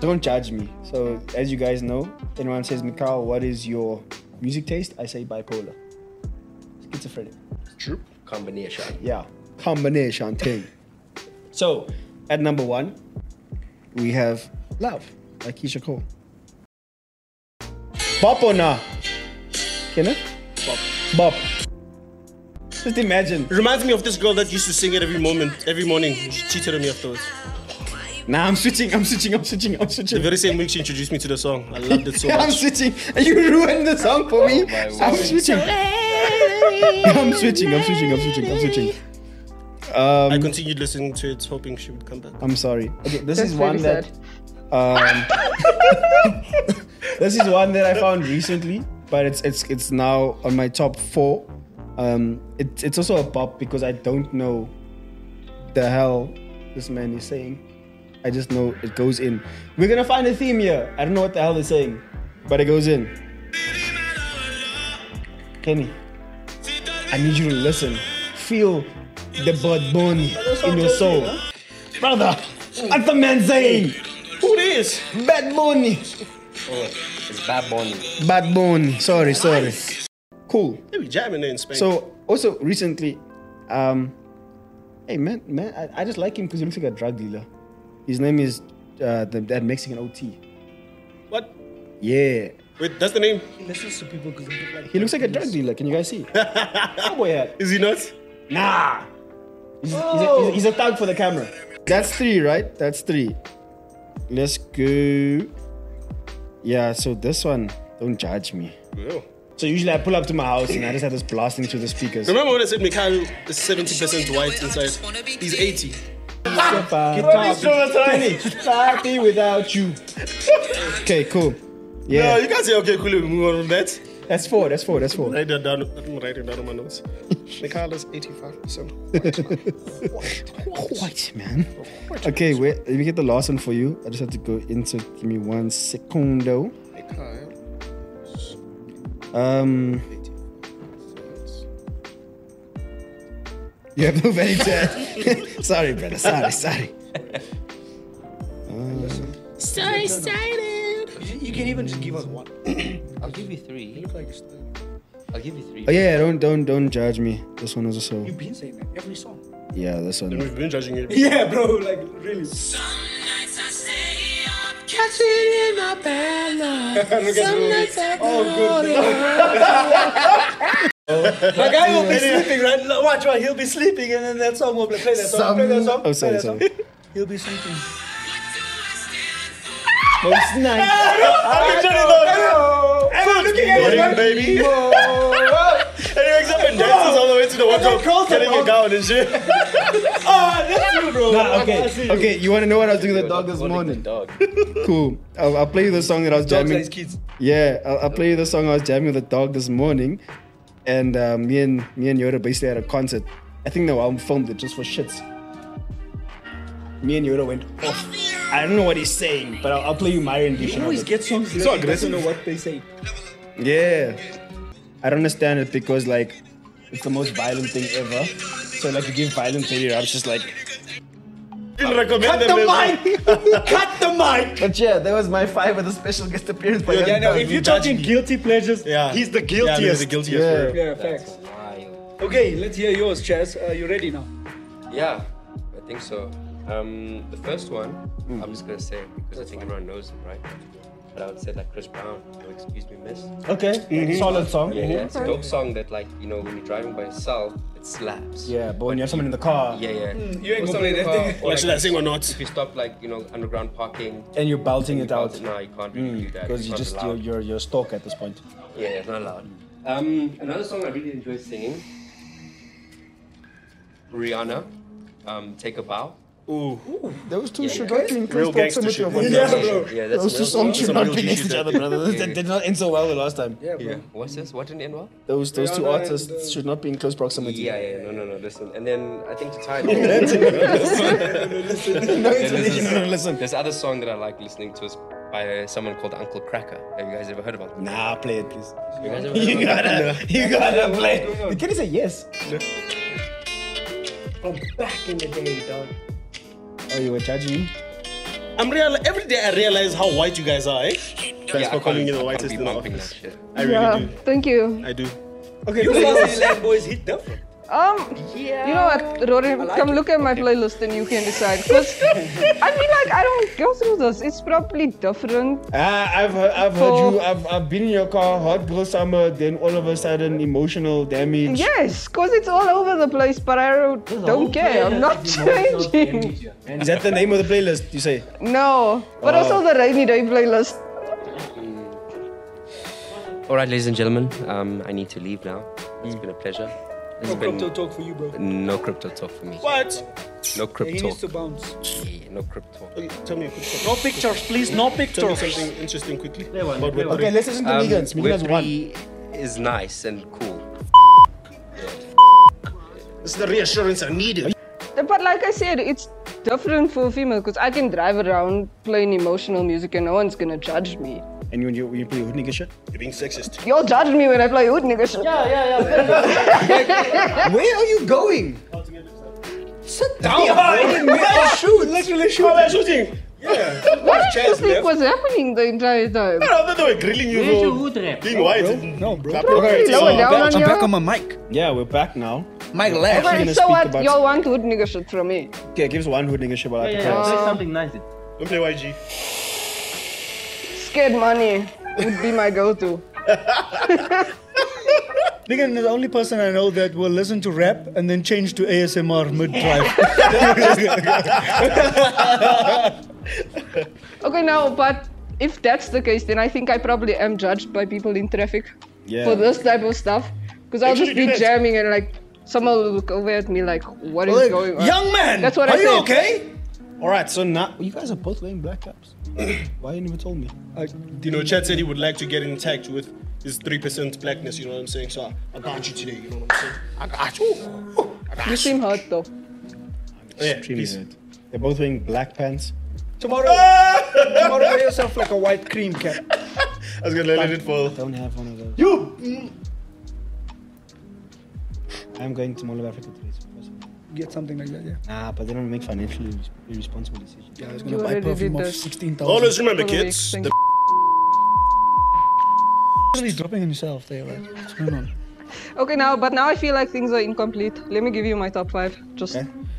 Speaker 1: don't judge me. So, as you guys know, anyone says, Mikhail, what is your music taste? I say bipolar, schizophrenic.
Speaker 9: True combination.
Speaker 1: Yeah, combination thing. so, at number one, we have Love by Keisha Cole. Bop or nah? Kenneth? Bop. Bop. Just imagine.
Speaker 3: Reminds me of this girl that used to sing it every moment, every morning. She cheated on me afterwards.
Speaker 1: Nah, I'm switching, I'm switching, I'm switching, I'm
Speaker 3: The
Speaker 1: switching.
Speaker 3: very same week she introduced me to the song. I loved (laughs) it
Speaker 1: (laughs)
Speaker 3: so
Speaker 1: I'm
Speaker 3: much.
Speaker 1: switching. You ruined the song for me.
Speaker 9: my
Speaker 1: I'm
Speaker 9: word.
Speaker 1: switching. I'm switching, I'm switching, I'm switching, I'm switching.
Speaker 3: I continued listening to it, hoping she would come back.
Speaker 1: I'm sorry. Okay, this
Speaker 4: That's
Speaker 1: is one
Speaker 4: really
Speaker 1: that um, this is one that I found recently, but it's it's it's now on my top four. Um, it, it's also a pop because I don't know the hell this man is saying. I just know it goes in. We're gonna find a theme here. I don't know what the hell they're saying, but it goes in. Kenny, I need you to listen, feel the blood burn in your soul, brother. What the man saying?
Speaker 3: Who this?
Speaker 1: Bad Bunny.
Speaker 9: Oh, it's Bad Bunny.
Speaker 1: Bad Bunny. Sorry, sorry. Cool.
Speaker 3: They be jamming there in Spain.
Speaker 1: So also recently, um, hey man, man, I, I just like him because he looks like a drug dealer. His name is uh, the, that Mexican OT.
Speaker 3: what?
Speaker 1: Yeah.
Speaker 3: Wait, that's the name.
Speaker 7: He listens to people because he like.
Speaker 1: He looks like a drug dealer. Can you guys see? Cowboy hat.
Speaker 3: Is he nuts?
Speaker 1: Nah. He's, he's a, he's, a, he's a thug for the camera. That's three, right? That's three. Let's go. Yeah, so this one, don't judge me.
Speaker 3: Well.
Speaker 1: So usually I pull up to my house and I just have this blasting through the speakers.
Speaker 3: Remember when I said Mikhail is 70% white inside? He's 80.
Speaker 1: Step out, finish, party without you. Okay, cool.
Speaker 3: No,
Speaker 1: Yeah,
Speaker 3: you can't say, okay, cool, we move on from that.
Speaker 1: that's four. That's four. That's four.
Speaker 3: Write that down. I'm writing down on my notes. (laughs) Mikhail is 85%.
Speaker 1: White man. Okay, wait. Let me get the last one for you. I just have to go into. Give me one secondo.
Speaker 3: Mikhail,
Speaker 1: Um,
Speaker 3: 85%.
Speaker 1: you have no value to (laughs) add. sorry, brother. Sorry, sorry.
Speaker 8: So excited.
Speaker 7: You, you can even just give us one.
Speaker 9: I'll give you three.
Speaker 7: Look like a star.
Speaker 9: I'll give you three.
Speaker 1: Oh yeah, don't don't don't judge me. This one was also.
Speaker 7: You've been saying that every song.
Speaker 1: Yeah, this one.
Speaker 3: We've been judging it.
Speaker 7: Yeah, bro. Like really.
Speaker 8: Catch it in my bed. Some nights I go
Speaker 7: My guy will be sleeping, right? Look, Watch, watch. He'll be sleeping, and then that song will play. Play that song. Play that song.
Speaker 1: Oh, sorry,
Speaker 7: play that
Speaker 1: sorry.
Speaker 7: Song. He'll be sleeping.
Speaker 1: Most nice.
Speaker 3: I've been judging those.
Speaker 7: Everyone looking at his
Speaker 3: Morning,
Speaker 7: wife.
Speaker 3: baby. (laughs) and he wakes up and dances all the way to the wardrobe, getting a gown and shit.
Speaker 7: Oh, that's you, bro.
Speaker 1: Nah, okay, okay. You want to know what I was doing with the dog this
Speaker 9: Calling the
Speaker 1: morning?
Speaker 9: Dog.
Speaker 1: (laughs) Cool. I'll, I'll play you the song that I was
Speaker 7: Dogs
Speaker 1: jamming.
Speaker 7: like kids.
Speaker 1: Yeah, I'll, I'll play you the song I was jamming with the dog this morning, and uh, me and me and Yoda basically had a concert. I think the album filmed it just for shits. Me and Yoda went off. I don't know what he's saying, but I'll, I'll play you my rendition.
Speaker 7: You
Speaker 1: of
Speaker 7: always
Speaker 1: it.
Speaker 7: get songs that
Speaker 3: So
Speaker 7: so he
Speaker 3: aggressive.
Speaker 7: doesn't know what they say.
Speaker 1: Yeah. I don't understand it because like it's the most violent thing ever. So like you give violent video, I was just like
Speaker 3: Didn't recommend
Speaker 7: Cut
Speaker 3: them
Speaker 7: the
Speaker 3: this.
Speaker 7: mic. Cut the mic.
Speaker 1: But yeah, that was my five with a special guest appearance by
Speaker 7: Yeah, no. If you're talking
Speaker 2: Guilty pleasures.
Speaker 3: Yeah.
Speaker 2: He's the
Speaker 3: Yeah,
Speaker 2: guiltiest.
Speaker 3: he's the guiltiest.
Speaker 1: Yeah.
Speaker 3: bro.
Speaker 7: Yeah, facts.
Speaker 9: Wild.
Speaker 7: Okay, let's hear yours, Chaz. Uh, you ready now?
Speaker 9: Yeah, I think so. Um, the first one,
Speaker 1: Hmm.
Speaker 9: I'm just gonna say it because I think everyone knows it, right? But I would say like Chris Brown, you know, excuse me, miss.
Speaker 1: Okay. Solid song.
Speaker 9: Yeah, yeah, it's a dope song that like you know when you're driving by yourself, it slaps.
Speaker 1: Yeah, but when you have someone in the car
Speaker 9: Yeah, yeah.
Speaker 7: you ain't
Speaker 9: Or
Speaker 7: gonna
Speaker 9: something
Speaker 7: play that
Speaker 9: like-
Speaker 7: thing.
Speaker 9: or,
Speaker 3: Like, should I
Speaker 9: like,
Speaker 3: sing or not?
Speaker 9: If you stop like you know underground parking,
Speaker 1: and you're belting
Speaker 9: you
Speaker 1: it out. Mm.
Speaker 9: can't- No, you can't really do that.
Speaker 1: Because
Speaker 9: It's
Speaker 1: you
Speaker 9: not
Speaker 1: just you're,
Speaker 9: allowed.
Speaker 1: you're Mm. you're stalk at this point.
Speaker 9: Yeah, it's not allowed. Um, another song I really enjoy singing. Rihanna, um, take a bow.
Speaker 1: Those two
Speaker 9: should
Speaker 1: not be in
Speaker 3: close Real gangster proximity shit. of one
Speaker 7: Yeah, bro.
Speaker 9: Yeah, that's
Speaker 1: Those two
Speaker 9: another
Speaker 1: songs
Speaker 9: song.
Speaker 1: should
Speaker 3: not
Speaker 1: not
Speaker 3: real
Speaker 1: be
Speaker 3: be next
Speaker 1: next
Speaker 3: to
Speaker 1: to (laughs)
Speaker 3: shit.
Speaker 1: each other,
Speaker 3: each other,
Speaker 1: brother. They did not end so well the last time.
Speaker 7: Yeah, bro.
Speaker 9: What's this? What didn't end well?
Speaker 1: Those those two
Speaker 7: Rihanna and,
Speaker 1: artists should not be in close proximity.
Speaker 9: Yeah, yeah, no, no, no. Listen, and then I think to tie
Speaker 1: (laughs)
Speaker 9: it. all-
Speaker 1: No
Speaker 9: listen.
Speaker 1: explanation, no, no, listen.
Speaker 9: There's other song that I like listening to is by uh, someone called Uncle Cracker. Have you guys ever heard about? Them?
Speaker 1: Nah, play it please.
Speaker 9: You guys ever
Speaker 1: (laughs) You
Speaker 9: heard about them?
Speaker 1: gotta (laughs) you gotta play. it. Can you say yes?
Speaker 7: From back in the day, dog.
Speaker 1: Oh you were judging me?
Speaker 3: I'm real. Every day I realize how white you guys are. Eh?
Speaker 9: Yeah,
Speaker 3: Thanks
Speaker 9: I
Speaker 3: for calling
Speaker 9: can't-
Speaker 3: me
Speaker 9: I
Speaker 3: the
Speaker 9: can't
Speaker 3: whitest
Speaker 9: be
Speaker 3: in the
Speaker 9: bumping
Speaker 3: office.
Speaker 9: that shit.
Speaker 3: I really
Speaker 4: Yeah,
Speaker 3: do.
Speaker 4: thank you.
Speaker 3: I do.
Speaker 7: You South Zealand boys hit different.
Speaker 4: Um, you know what, Rory? come look at my playlist and you can decide. Cause (laughs) I feel like I don't go through this. It's probably different.
Speaker 1: Ah, I've heard, I've heard
Speaker 4: So-
Speaker 1: you. uh, I've, I've been in your car, hot girl summer, then all of a sudden emotional damage.
Speaker 4: Yes, cause it's all over the place. But I don't- don't care. I'm not changing.
Speaker 1: Is that the name of the playlist? You say?
Speaker 4: No, but
Speaker 7: Oh.
Speaker 4: also the rainy day playlist.
Speaker 9: All right, ladies and gentlemen, um, I need to leave now. It's been a pleasure. It's
Speaker 7: No
Speaker 9: been
Speaker 7: crypto talk for you, bro.
Speaker 9: no crypto talk for me.
Speaker 3: What?
Speaker 9: No
Speaker 7: He
Speaker 9: crypto.
Speaker 7: needs to bounce.
Speaker 9: Yeah, no crypto.
Speaker 3: Oh, Tell me, a quick story.
Speaker 7: No pictures, please. No
Speaker 3: tell me
Speaker 7: pictures.
Speaker 3: something interesting quickly. About Web3.
Speaker 1: Okay, let's listen to
Speaker 9: Um,
Speaker 1: Migans. Migans one.
Speaker 9: Web3 is nice and cool.
Speaker 3: This is the reassurance I needed.
Speaker 4: But like I said, it's different for female because I can drive around playing emotional music and no onene's gonna judge me.
Speaker 1: And when you when you play hood nigga shit.
Speaker 3: You're being sexist.
Speaker 4: Y'all judge me when I play hood nigga shit. Yeah,
Speaker 1: Where are you going?
Speaker 7: shoot, literally shoot.
Speaker 3: Oh, they're shooting.
Speaker 4: what did you think was happening the entire time?
Speaker 3: I thought they were grilling you,
Speaker 5: Where's your
Speaker 3: bro.
Speaker 5: hood rap?
Speaker 3: Being white.
Speaker 1: No, bro.
Speaker 4: Probably lower down on
Speaker 7: I'm
Speaker 4: your-
Speaker 7: back on my mic.
Speaker 1: Yeah, we're back now.
Speaker 7: Mic left.
Speaker 1: actually gonna
Speaker 4: so
Speaker 1: speak
Speaker 4: what?
Speaker 1: about-
Speaker 4: Y'all want hood nigga shit from me?
Speaker 1: Okay, give us one hood nigga shit while I
Speaker 4: Uh,
Speaker 5: Yeah,
Speaker 1: can
Speaker 5: yeah,
Speaker 1: tell us.
Speaker 5: play something nice.
Speaker 3: Don't play YG.
Speaker 4: Scared money. would be my go-to.
Speaker 2: Nigga, the only person I know that will listen to rap and then change to ASMR mid drive.
Speaker 4: Okay, no, but if that's the case, then I think I probably am judged by people in traffic
Speaker 2: Yeah.
Speaker 4: for this type of stuff. Because I'll just
Speaker 2: Actually,
Speaker 4: be
Speaker 2: yes.
Speaker 4: jamming and like someone will look over at me like, what is
Speaker 1: Like,
Speaker 4: going on?
Speaker 1: "Young man,
Speaker 4: that's what I
Speaker 1: are you
Speaker 4: said.
Speaker 1: okay? All right, so now you guys are both wearing black
Speaker 3: (coughs)
Speaker 1: caps. Why you never told me?
Speaker 3: You know, Chad said he would like to get in touch with his 3% blackness, you know what I'm saying? So I, I got you today, you know what I'm saying? I got you.
Speaker 4: You seem hurt though.
Speaker 3: Yeah,
Speaker 1: please. They're both wearing black pants.
Speaker 7: Tomorrow, tomorrow wear yourself like a white cream cap.
Speaker 3: I was gonna let it fall.
Speaker 1: don't have one of those. Mm.
Speaker 7: You.
Speaker 1: I'm going to Mall of Africa today. so possible.
Speaker 7: Get something like that, yeah.
Speaker 1: Nah, but they don't make financially irres- irresponsible decisions.
Speaker 7: Yeah, I was
Speaker 4: (laughs) You
Speaker 7: gonna buy
Speaker 4: already
Speaker 7: perfume
Speaker 4: did
Speaker 7: of
Speaker 4: this.
Speaker 7: sixteen thousand.
Speaker 3: Always remember,
Speaker 4: For the
Speaker 3: kids,
Speaker 4: week,
Speaker 3: the
Speaker 2: He's dropping himself there, right? What's going on?
Speaker 4: Okay, now, but now I feel like things are incomplete. Let me give you my top five just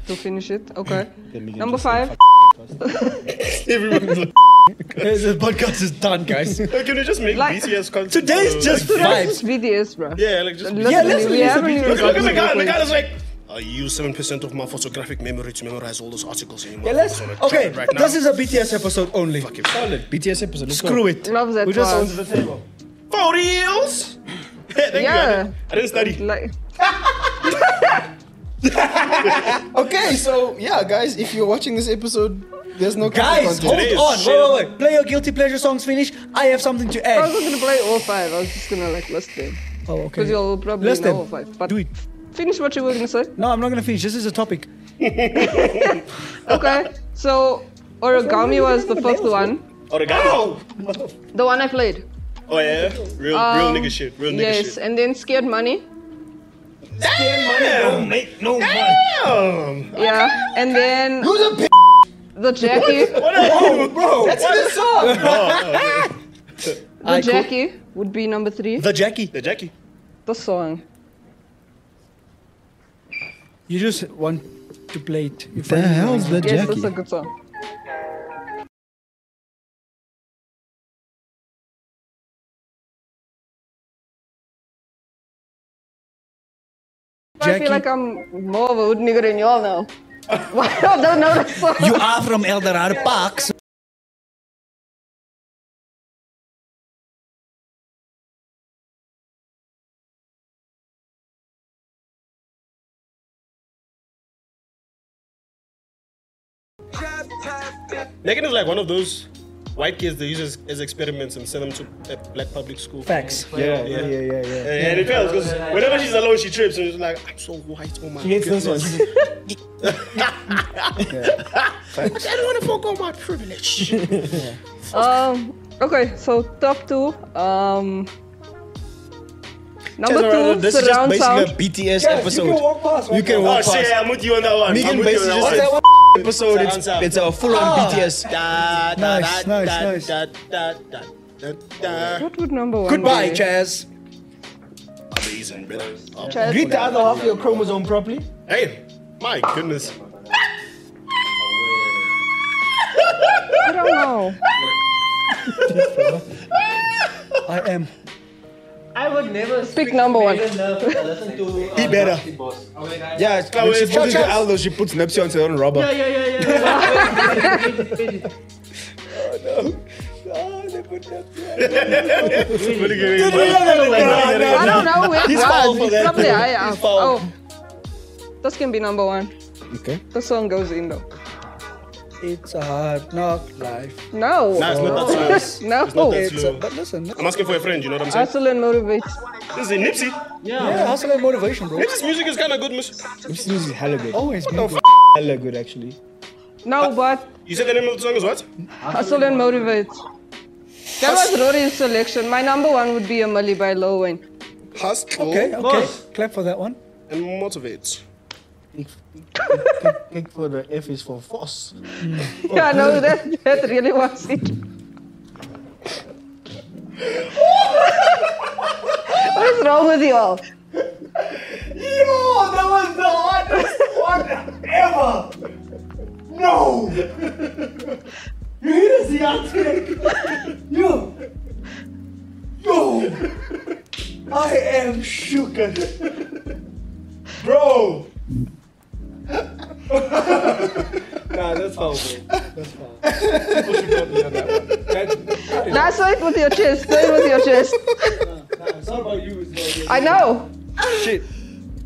Speaker 4: to finish it. Okay.
Speaker 1: Then we can
Speaker 4: Number
Speaker 1: just say,
Speaker 4: five.
Speaker 3: (laughs) Everyone's like,
Speaker 1: (laughs)
Speaker 2: this podcast is done,
Speaker 3: (laughs)
Speaker 2: guys.
Speaker 3: can you just make
Speaker 4: Like-
Speaker 3: BTS content?
Speaker 2: Today's
Speaker 3: uh,
Speaker 2: just
Speaker 3: like,
Speaker 4: This
Speaker 2: vibes.
Speaker 4: is BDS, bro.
Speaker 3: Yeah, like just.
Speaker 4: Literally,
Speaker 3: (laughs)
Speaker 2: let's
Speaker 4: we
Speaker 2: release a
Speaker 4: haven't
Speaker 2: video.
Speaker 4: even
Speaker 3: Look, look at the guy.
Speaker 4: spoken.
Speaker 3: The guy is like, I use seven percent of my photographic memory to memorize all those articles anymore.
Speaker 2: Yeah, let's- okay,
Speaker 3: right now.
Speaker 2: this is a BTS episode only.
Speaker 3: Fucking solid.
Speaker 1: BTS episode. Let's
Speaker 2: Screw it.
Speaker 4: Love that
Speaker 2: we just
Speaker 4: one.
Speaker 2: the table.
Speaker 3: For reals? Yeah, Thank you. I
Speaker 4: Yeah.
Speaker 3: didn't, I didn't study.
Speaker 4: Like,
Speaker 1: Okay, so yeah, guys, if you're watching this episode, there's no
Speaker 2: Guys, hold
Speaker 3: It is
Speaker 2: on. Wait,
Speaker 3: shit.
Speaker 2: wait, wait. Play your guilty pleasure songs finish. I have something to
Speaker 4: I
Speaker 2: add.
Speaker 4: wasn't gonna play all five. I was just gonna like list them
Speaker 2: Oh, okay.
Speaker 4: because you'll probably
Speaker 2: List
Speaker 4: know
Speaker 2: them.
Speaker 4: all five. But
Speaker 2: Do it.
Speaker 4: finish what you were gonna say.
Speaker 2: No, I'm not gonna finish. This is a topic.
Speaker 4: Okay. So origami was the fifth one.
Speaker 3: Oregano.
Speaker 4: The one I played.
Speaker 3: Oh yeah, real,
Speaker 4: Um,
Speaker 3: real nigga shit. Real nigga
Speaker 4: Yes,
Speaker 3: shit.
Speaker 4: and then scared money.
Speaker 3: Damn. no Damn.
Speaker 4: Yeah, and then
Speaker 1: Who's a p-
Speaker 4: the Jackie.
Speaker 3: What are you, bro?
Speaker 1: That's this song.
Speaker 3: (laughs)
Speaker 4: The Jackie would be number three.
Speaker 2: The Jackie.
Speaker 3: The Jackie.
Speaker 4: The song.
Speaker 2: You just want to play it. You
Speaker 1: The
Speaker 2: find it
Speaker 1: hell's the
Speaker 4: Yes,
Speaker 1: Jackie?
Speaker 4: that's a good song. I
Speaker 2: Jackie.
Speaker 4: feel like I'm more of a hood nigger than y'all now. (laughs) Why y'all don't know that song?
Speaker 2: You are from Eldorado Parks.
Speaker 3: Megan is like one of those white kids they use as, as experiments and send them to a black public school.
Speaker 2: Facts.
Speaker 1: Yeah, yeah, yeah, yeah, yeah.
Speaker 3: And, and it fails because whenever she's alone, she trips and she's like, I'm so white. Oh my
Speaker 1: She hates this one.
Speaker 3: But I don't want to forego my privilege.
Speaker 4: Um, okay, so top two. Um, number two,
Speaker 1: this is just
Speaker 4: surround sound.
Speaker 1: basically a BTS episode.
Speaker 7: You can walk past.
Speaker 1: You can
Speaker 3: oh,
Speaker 1: walk
Speaker 3: shit,
Speaker 1: past.
Speaker 3: I'm with you on that one. I'm
Speaker 1: Megan
Speaker 3: with you on
Speaker 1: basically
Speaker 3: that
Speaker 1: just
Speaker 3: one.
Speaker 1: said (laughs) episode.
Speaker 3: Surround
Speaker 1: It's,
Speaker 3: sound.
Speaker 1: it's a full on BTS.
Speaker 3: Da, da,
Speaker 2: Nice,
Speaker 3: da,
Speaker 2: nice,
Speaker 3: da,
Speaker 2: nice.
Speaker 3: Da, da, da, da, da.
Speaker 4: What would number one
Speaker 2: Goodbye,
Speaker 4: be?
Speaker 2: Chaz.
Speaker 3: Amazing, brother. Oh,
Speaker 4: Chaz.
Speaker 1: Read the other half of your chromosome properly.
Speaker 3: Hey, my goodness.
Speaker 4: I don't know.
Speaker 2: I am.
Speaker 5: I would never
Speaker 4: Pick number one.
Speaker 5: listen to. Uh,
Speaker 1: Be better.
Speaker 5: Nasty Boss.
Speaker 1: Yeah, it's when she puts into Aldo, she puts Nipsey onto her own rubber.
Speaker 5: Yeah, yeah, yeah, yeah. Wait, wait, wait, wait, wait.
Speaker 3: Really good. really good.
Speaker 4: I don't know which
Speaker 1: He's foul
Speaker 4: one.
Speaker 1: for
Speaker 4: He's
Speaker 1: that
Speaker 4: probably
Speaker 1: too.
Speaker 4: high up.
Speaker 1: He's foul.
Speaker 4: Oh, this can be number one.
Speaker 1: Okay.
Speaker 4: The song goes in though.
Speaker 2: It's a hard knock life.
Speaker 4: No.
Speaker 3: Nah, it's not that
Speaker 4: (laughs)
Speaker 3: serious.
Speaker 4: No.
Speaker 3: It's
Speaker 2: It's a,
Speaker 3: slow.
Speaker 2: but listen,
Speaker 3: I'm asking for a friend, you know what I'm saying?
Speaker 4: Hustle and motivate.
Speaker 3: This is Nipsey.
Speaker 2: yeah, hustle and motivation, bro.
Speaker 3: Nipsey's music is kind of good, miss.
Speaker 1: This is hella good.
Speaker 2: Always. man.
Speaker 1: Hella good, actually.
Speaker 4: No, but
Speaker 3: You said the name of the song is what?
Speaker 4: hustle and motivate. That was Rory's selection. My number one would be a Milli by Lil Wayne.
Speaker 3: Hustle
Speaker 2: Okay, okay.
Speaker 5: Boss.
Speaker 2: Clap for that one.
Speaker 3: and motivate.
Speaker 1: Pick for the F is for force.
Speaker 4: Yeah, no, that (laughs) that really was it. what is wrong with you all?
Speaker 7: Yo, that was the hardest one ever. No. you hit us the other. Yo. I am shooken. Bro! nah, that's foul, bro. That's foul. People should not be on that one. That- that is-
Speaker 4: Now say it with your chest. Say it with your chest.
Speaker 7: nah, it's not about you, it's about you.
Speaker 4: I know.
Speaker 7: Shit.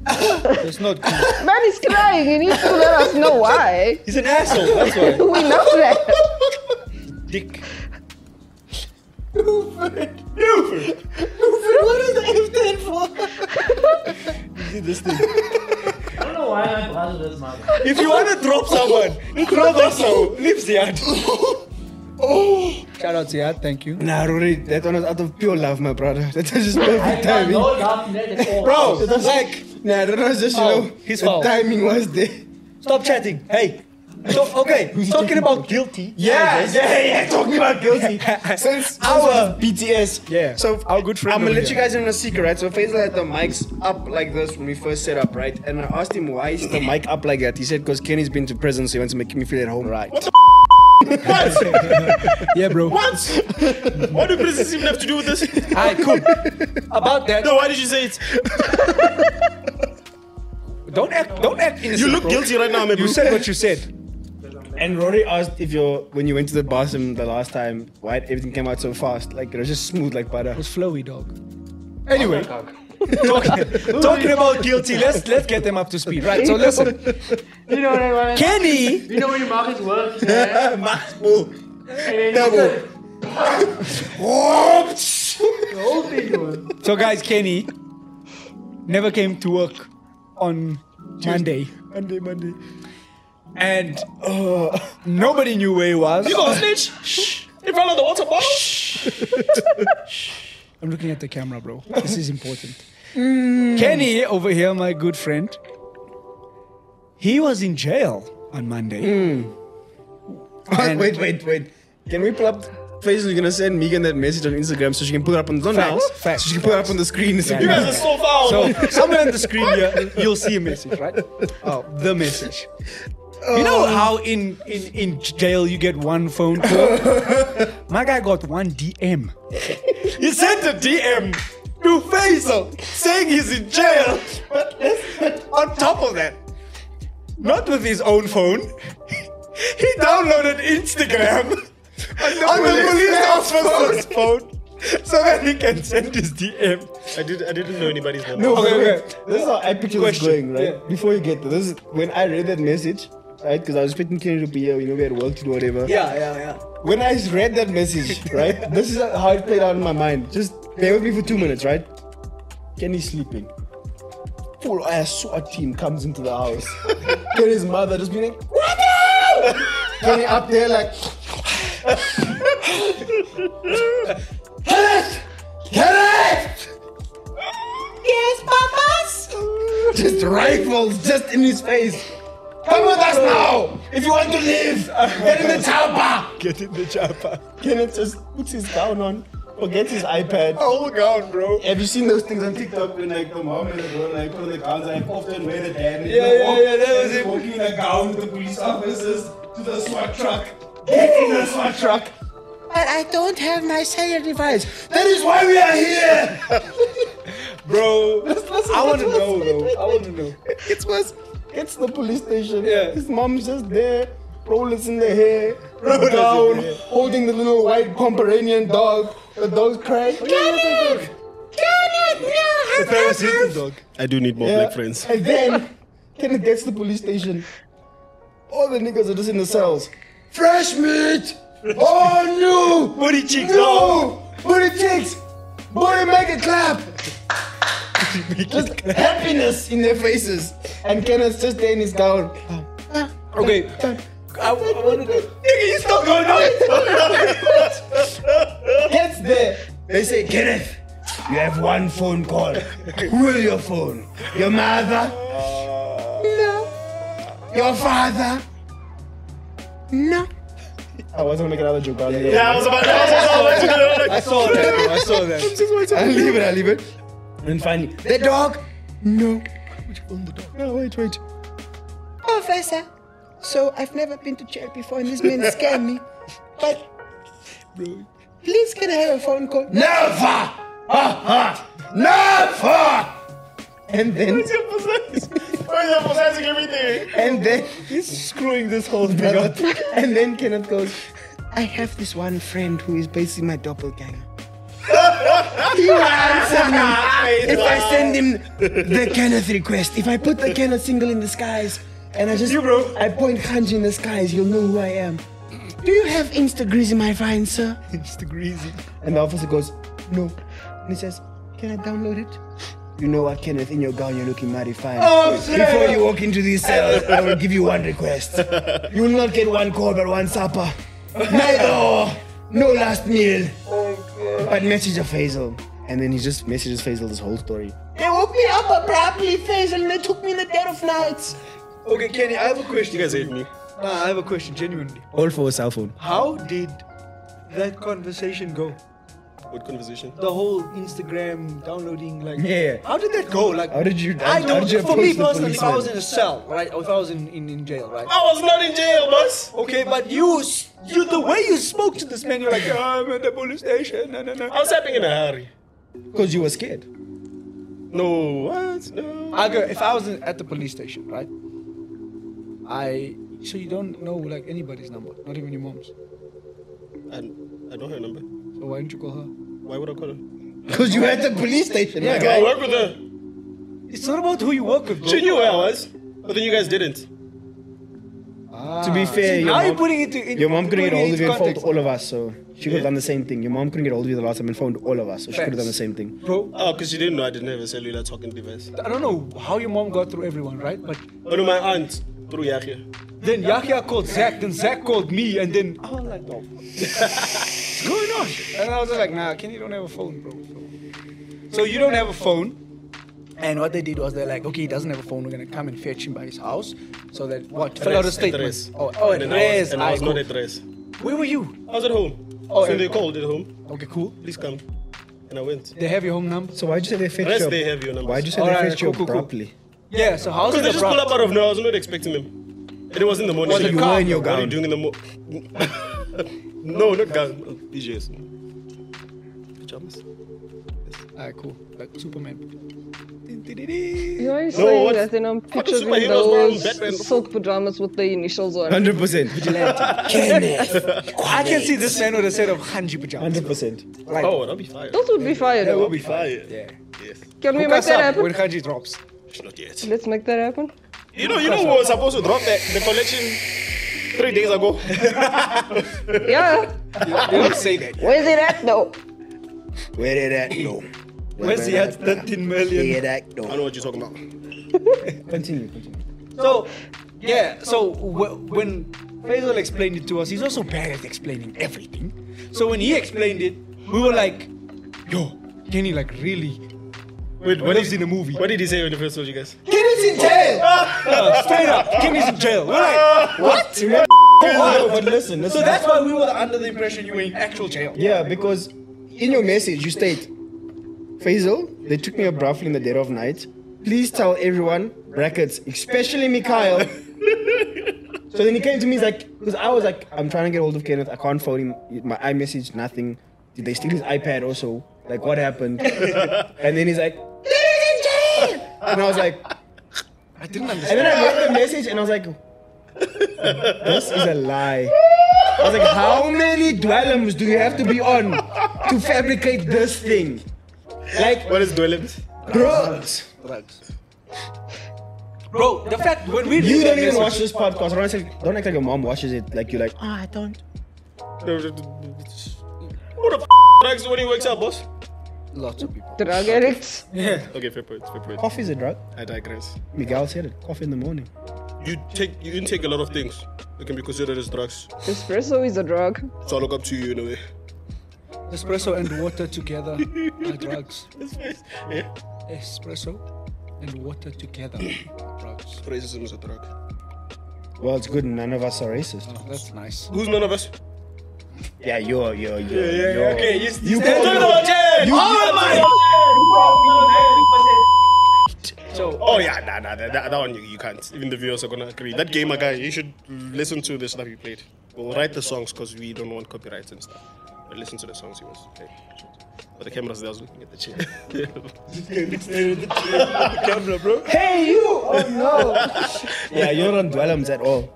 Speaker 2: That's not good.
Speaker 4: Man is crying. He needs to let us know why.
Speaker 2: He's an asshole, that's why.
Speaker 4: (laughs) We know that.
Speaker 2: Dick.
Speaker 8: What is the
Speaker 2: Did this thing.
Speaker 5: I don't know why my brother does my
Speaker 2: If you want to drop
Speaker 1: (laughs)
Speaker 2: someone, drop also. Leave the yard.
Speaker 7: Shout out to Yad, thank you.
Speaker 1: Oh. Nah, Rory, that one was out of pure love, my brother. (laughs) That was just perfect timing.
Speaker 5: No love in that at all.
Speaker 7: Bro,
Speaker 1: It was Oh, like, nah, that was just, you
Speaker 7: Foul.
Speaker 1: know,
Speaker 7: He's
Speaker 1: the
Speaker 7: foul.
Speaker 1: timing was there.
Speaker 7: Oh, Stop chatting. Hey. So,
Speaker 1: (laughs)
Speaker 7: okay, talking about guilty.
Speaker 1: Yeah, yeah, yeah, talking about
Speaker 7: (laughs)
Speaker 1: guilty. Since
Speaker 7: Our-
Speaker 1: our BTS.
Speaker 7: Yeah.
Speaker 1: So
Speaker 7: Our good friend
Speaker 1: I'm gonna
Speaker 7: over
Speaker 1: let you guys in on a secret, right? So Faisal had the mics up like this when we first set up, right? And I asked him why is
Speaker 7: (laughs)
Speaker 1: the mic up like that. He said because Kenny's been to prison, so he wants to make me feel at home. Right.
Speaker 7: Yeah, bro.
Speaker 3: What? What do prisons even have to do with
Speaker 7: (laughs)
Speaker 3: this?
Speaker 7: Alright, cool. About that,
Speaker 3: No, why did you say it?
Speaker 7: (laughs) don't act, don't act innocent.
Speaker 3: You look
Speaker 7: bro.
Speaker 3: guilty right now, man.
Speaker 7: You said what you said.
Speaker 1: And Rory asked if you're when you went to the bathroom the last time, why everything came out so fast? Like it was just smooth like butter.
Speaker 7: It's flowy, dog. Anyway, talking, talking about guilty, let's let's get them up to speed. Right. So (laughs) listen,
Speaker 5: You know what I want?
Speaker 7: Kenny.
Speaker 5: You know when your mouth is working. Yeah? And then you
Speaker 1: Double.
Speaker 5: the whole thing going.
Speaker 7: So guys, Kenny never came to work on Monday,
Speaker 1: Monday, Monday.
Speaker 7: and uh, nobody knew where he was.
Speaker 3: You got a snitch? Shh. In front of the water bottle?
Speaker 7: I'm looking at the camera, bro. This is important. Mm. Kenny over here, my good friend, he was in jail on Monday. And-
Speaker 1: wait, wait, wait. Can we pull up Faisal? You're gonna send Megan that message on Instagram so she can put it up on the now.
Speaker 7: Facts, facts.
Speaker 1: So she can put it up on the screen. (laughs) So
Speaker 3: You guys are so foul.
Speaker 7: So somewhere on the screen here, (laughs) you'll see a message, right? Oh, the message. You know how in, in, in jail you get one phone (laughs) call? My guy got one DM. he sent a DM to Faisal saying he's in jail. But listen, on top of that, not with his own phone, (laughs) he downloaded Instagram (laughs) on the police officer's phone so that he can send his DM.
Speaker 3: I, did, I didn't know anybody's name.
Speaker 1: No,
Speaker 7: Okay,
Speaker 1: okay,
Speaker 7: okay.
Speaker 1: This is how I picture this
Speaker 7: Question.
Speaker 1: going, right? Before you get to this, is- when I read that message, right? Because I was expecting Kenny to be here, you know, we had work to do, whatever.
Speaker 7: Yeah, yeah, yeah.
Speaker 1: When I read that message, (laughs) right? this is how it played out in my mind. Just bear with me for two minutes, right? Kenny's sleeping. Full ass SWAT team comes into the house. (laughs) Kenny's mother just being like, What (laughs) the hell?" Kenny up there, like,
Speaker 8: Yes,
Speaker 1: (laughs)
Speaker 8: papas.
Speaker 1: just rifles just in his face. Come with us now! If you want to live, get in the chopper!
Speaker 3: Get in the chopper.
Speaker 1: Kenneth just puts his gown on, forgets his iPad.
Speaker 3: Whole gown, bro.
Speaker 1: Have you seen those things on TikTok when like the mom and the girl like put on the gowns like often wear the dad? and
Speaker 7: Yeah,
Speaker 1: they
Speaker 7: yeah,
Speaker 1: walk-
Speaker 7: yeah, that was
Speaker 1: they
Speaker 7: it.
Speaker 1: Walking in a gown with the police officers to the SWAT truck. Get in the SWAT truck.
Speaker 8: But I don't have my cellular device.
Speaker 1: That is why we are here.
Speaker 7: Bro, I want to
Speaker 1: let's
Speaker 7: know,
Speaker 1: listen.
Speaker 7: though. I want to know.
Speaker 1: It's worse. It's the police station.
Speaker 7: Yeah.
Speaker 1: His mom's just there, rollers in the hair, down, holding the little white Pomeranian dog. The dog's crying.
Speaker 8: Kenneth! Kenneth, no! I'm, I'm, I'm.
Speaker 3: I do need more
Speaker 1: Yeah.
Speaker 3: black friends.
Speaker 1: And then Kenneth gets to the police station. All the niggas are just in the cells. Fresh meat! Oh no!
Speaker 7: Booty cheeks, dog.
Speaker 1: No! Booty chicks! Booty make it clap! just happiness in their faces. And Kenneth's just there in his gown.
Speaker 7: Okay. I, I want to know. Nigga, you still going on?
Speaker 1: Gets there. They say, Kenneth, you have one phone call. Who will your phone? Your mother? No. Your father?
Speaker 8: No.
Speaker 1: I was gonna make another joke, but yeah,
Speaker 3: Yeah, I was about to. I was about to.
Speaker 7: I saw
Speaker 3: (laughs)
Speaker 7: that,
Speaker 8: Oh,
Speaker 7: bro. I saw that.
Speaker 1: I leave it, I leave it. And finally, the dog. No. No, wait, wait.
Speaker 8: Professor, so I've never been to jail before and this man scammed me. But, please can I have a phone call?
Speaker 1: Never. Uh-huh.
Speaker 3: ha, ha, never.
Speaker 1: And then,
Speaker 3: Why emphasizing everything?
Speaker 1: and then,
Speaker 2: He's screwing this whole thing up.
Speaker 1: (laughs) and then Kenneth goes, I have this one friend who is basically my
Speaker 2: (laughs)
Speaker 1: doppelganger. he will answer me if I send him the Kenneth request. If I put the Kenneth single in the skies and I just I point Hanji in the skies, you'll know who I am. Do you have Insta Greasy my vine, sir? Insta Greasy. And the officer goes, No. And he says, Can I download it? You know what, Kenneth, in your gown you're looking mighty fine.
Speaker 7: Oh, shit.
Speaker 1: Before you walk into this cell, I will give you one
Speaker 7: (laughs)
Speaker 1: request. You will not get one call but one supper. Neither or. No last meal. But message of Hazel. And then he just messages Faisal this whole story.
Speaker 8: They woke me up abruptly, face, and they took me in the dead of night.
Speaker 7: Okay, Kenny, I have a question.
Speaker 3: You guys hate me.
Speaker 7: Nah, I have a question, genuinely.
Speaker 1: All for a cell phone.
Speaker 7: How did that conversation go?
Speaker 3: What conversation?
Speaker 7: The whole Instagram downloading, like,
Speaker 1: Yeah.
Speaker 7: how did that go? Like,
Speaker 1: How did you?
Speaker 7: I
Speaker 1: how
Speaker 7: don't.
Speaker 1: did you
Speaker 7: For me
Speaker 1: approach the
Speaker 7: personally, if I
Speaker 1: policeman?
Speaker 7: was
Speaker 1: Oh!
Speaker 7: in a cell, right, or if I was in, in, in jail, right.
Speaker 3: I was not in jail, boss.
Speaker 7: Okay, but you, s- you, the way you spoke to this man, you're like, "Yeah, I'm at the police station. No, no, no.
Speaker 3: I was happening in a hurry.
Speaker 1: Because you were scared.
Speaker 3: No, what? No.
Speaker 7: I go, if I was in, at the police station, right? I so you don't know like anybody's number, not even your mom's.
Speaker 3: I, I don't have a number.
Speaker 7: So why didn't you call her?
Speaker 3: Why would I call her?
Speaker 1: Because you were at the police station. my
Speaker 3: I
Speaker 1: guy.
Speaker 3: work with her.
Speaker 7: It's not about who you work with, bro.
Speaker 3: She knew where I was, but then you guys didn't.
Speaker 1: To be fair, your
Speaker 7: Now you're
Speaker 1: mom,
Speaker 7: putting it to in,
Speaker 1: your mom couldn't
Speaker 7: putting
Speaker 1: get hold of
Speaker 7: it into
Speaker 1: you and phoned
Speaker 7: context.
Speaker 1: all of us, so she could have done the same thing. Your mom couldn't get hold of you the last time and phoned all of us, so she could have done the
Speaker 7: Facts.
Speaker 1: same thing.
Speaker 7: Bro,
Speaker 3: Oh, because you didn't know I didn't have a cellular talking device.
Speaker 7: I don't know how your mom got through everyone, right? But
Speaker 3: Oh no, my aunt through Yahya.
Speaker 7: then Yahya called Zach, then Zach called me, and then I was like, no. What's going on? And I was just like, nah, Kenny don't have a phone, bro. So- So you don't have a phone. And what they did was they're like, okay, he doesn't have a phone. We're gonna come and fetch him by his house, so that what? Fill out a
Speaker 3: Address,
Speaker 7: statement.
Speaker 3: address.
Speaker 7: Oh, oh,
Speaker 3: and then I was,
Speaker 7: address.
Speaker 3: and I was
Speaker 7: aye,
Speaker 3: not
Speaker 7: cool.
Speaker 3: at dress.
Speaker 7: Where were you?
Speaker 3: I was at home.
Speaker 7: Oh,
Speaker 3: so
Speaker 7: and-
Speaker 3: they called at home.
Speaker 7: Okay, cool.
Speaker 3: Please come. And I went.
Speaker 7: They have your home number.
Speaker 1: So why'd you say they fetched
Speaker 3: Unless
Speaker 1: you?
Speaker 3: they have your number.
Speaker 1: Why'd you say
Speaker 7: Alright,
Speaker 1: they fetched
Speaker 7: cool,
Speaker 1: you
Speaker 7: cool, cool.
Speaker 1: abruptly?
Speaker 7: Yeah. So how's
Speaker 3: Because
Speaker 7: it
Speaker 3: they just pulled
Speaker 7: abrupt?
Speaker 3: up out of nowhere. I was not expecting them. And it was in the morning.
Speaker 7: Was
Speaker 3: She's
Speaker 7: it
Speaker 3: like,
Speaker 7: gown?
Speaker 3: "What
Speaker 7: You were in your
Speaker 3: are you
Speaker 1: gown."
Speaker 3: doing in the morning? (laughs) no, not gown. Oh, PJs. Pajamas.
Speaker 7: Alright, cool. Like Superman.
Speaker 4: You always
Speaker 3: No,
Speaker 4: saying
Speaker 3: what-
Speaker 4: that, and I'm
Speaker 3: what is
Speaker 4: picturing
Speaker 3: superheroes wearing Batman?
Speaker 4: those silk pajamas with the initials on.
Speaker 1: Hundred percent.
Speaker 7: (laughs) I can see this man with a set of hanji pajamas.
Speaker 1: Hundred percent.
Speaker 3: Oh, that'll be fire.
Speaker 4: Those would be fire.
Speaker 3: That will
Speaker 4: though.
Speaker 3: be fire.
Speaker 7: Yeah.
Speaker 3: Yes.
Speaker 4: Can we
Speaker 7: Hook
Speaker 4: make
Speaker 7: us
Speaker 4: that
Speaker 7: up when
Speaker 4: happen?
Speaker 7: hanji drops.
Speaker 3: Not yet.
Speaker 4: Let's make that happen.
Speaker 3: You know, you know, we were supposed to drop the, the collection three days ago. (laughs)
Speaker 4: Yeah.
Speaker 7: They don't say that.
Speaker 4: Where's it at though?
Speaker 1: Where did that go?
Speaker 7: Where's he at 13 million?
Speaker 1: Where did that
Speaker 3: I
Speaker 1: go?
Speaker 3: know what you're talking about.
Speaker 1: Continue, continue.
Speaker 7: So, yeah, so wh- when Faisal explained it to us, he's also bad at explaining everything. So when he explained it, we were like, yo, Kenny, like, really?
Speaker 3: Wait, what
Speaker 7: Lives
Speaker 3: did,
Speaker 7: in a movie.
Speaker 3: What did he say when he first told you guys?
Speaker 7: Kenny's
Speaker 1: (laughs)
Speaker 7: in jail! Uh, straight up, Kenny's in jail. We're like, what? (laughs)
Speaker 1: No, but listen,
Speaker 7: So
Speaker 1: listen.
Speaker 7: that's why we were under the impression you were in actual jail.
Speaker 1: Yeah, because in your message you state, Faisal, they took me abruptly in the dead of night. Please tell everyone, brackets, especially Mikhail. (laughs) so then he came to me, he's like, because I was like, I'm trying to get hold of Kenneth, I can't phone him, my iMessage, nothing. Did they steal his iPad also? Like, what happened? (laughs) and then he's like, "He's in jail!" And I was like,
Speaker 7: I didn't
Speaker 1: and
Speaker 7: understand.
Speaker 1: then I read the message and I was like, this is a lie. I was like, how many dwellums do you have to be on to fabricate this thing? Like,
Speaker 3: What is Dwellings?
Speaker 1: bros,
Speaker 7: Bro, the fact when we
Speaker 1: you
Speaker 7: read
Speaker 1: don't
Speaker 7: that
Speaker 1: even
Speaker 7: message-
Speaker 1: watch this podcast. Don't act like, don't act like your mom watches it. Like, you're like,
Speaker 8: Oh, I don't.
Speaker 3: Who the f- drugs when he wakes up, boss?
Speaker 7: Lots of people.
Speaker 4: Drug addicts.
Speaker 3: Okay, fair point, fair point.
Speaker 1: coffee's a drug.
Speaker 3: I digress.
Speaker 1: Miguel said it, coffee in the morning.
Speaker 3: You take, you intake a lot of things that can be considered as drugs.
Speaker 4: Espresso is a drug.
Speaker 3: So I look up to you in a way.
Speaker 7: Espresso and water together (laughs) are drugs.
Speaker 3: Yeah.
Speaker 7: Espresso and water (laughs) together are drugs.
Speaker 3: Racism is a drug.
Speaker 1: Well, it's good none of us are racist.
Speaker 7: Oh, that's nice.
Speaker 3: Who's none of us?
Speaker 1: Yeah, you're, you're, you're. you're.
Speaker 7: Okay, you,
Speaker 1: You call
Speaker 7: talking
Speaker 1: your-
Speaker 7: about
Speaker 1: you-
Speaker 7: Oh my!
Speaker 3: Oh yeah, nah, nah, that, that that one you, you can't. Even the viewers are gonna agree. That gamer guy, you should listen to the stuff you played. We'll write the songs because we don't want copyrights and stuff. But listen to the songs he was playing. But the camera's there, I was looking at the chair. (laughs)
Speaker 1: camera, bro. Hey, you! Oh,
Speaker 7: (laughs)
Speaker 1: no. yeah, you're on dwellums at all.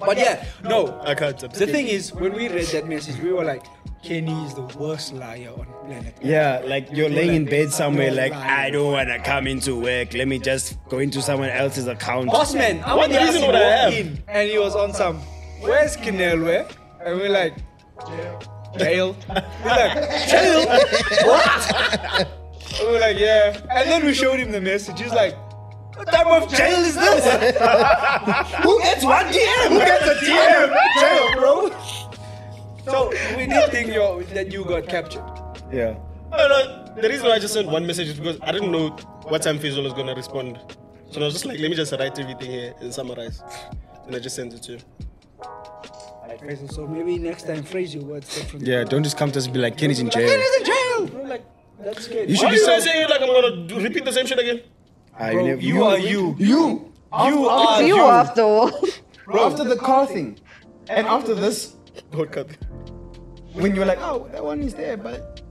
Speaker 7: But yeah, no.
Speaker 3: I can't.
Speaker 7: The thing is, when we read that message, we were like, Kenny is the worst liar on planet.
Speaker 1: Yeah, like you're laying in bed somewhere, like, I don't want to come into work. Let me just go into someone else's account.
Speaker 7: Boss man, I
Speaker 3: What
Speaker 7: want to ask
Speaker 3: reason
Speaker 7: him
Speaker 3: would I have?
Speaker 7: in, and he was on some. Where's Kinel? Where? And we're like, jail. We're like, jail. what? And we're like, yeah. And then we showed him the message. He's like. What type of jail is this? (laughs) Who gets one DM? Who gets a DM? jail, bro. So we did think you that you got captured.
Speaker 1: Yeah.
Speaker 3: No, Oh, no, the reason why I just sent one message is because I didn't know what time Faisal was going to respond. So I was just like, let me just write everything here and summarize. And I just sent it to you.
Speaker 7: So maybe next time phrase your words differently.
Speaker 1: Yeah, don't just come to us and be like, Kenny's in
Speaker 7: Like,
Speaker 1: jail.
Speaker 7: in jail. Bro, like that's good.
Speaker 1: You should
Speaker 3: Why
Speaker 1: be
Speaker 3: you
Speaker 1: so.
Speaker 3: guys saying it like I'm going to repeat the same shit again?
Speaker 1: Ah,
Speaker 7: Bro,
Speaker 1: never-
Speaker 7: you, are you.
Speaker 1: You!
Speaker 7: You are
Speaker 4: you
Speaker 7: you.
Speaker 4: after all.
Speaker 1: after the car thing. And after this,
Speaker 3: Don't cut.
Speaker 1: when you were like, oh, that one is there, but.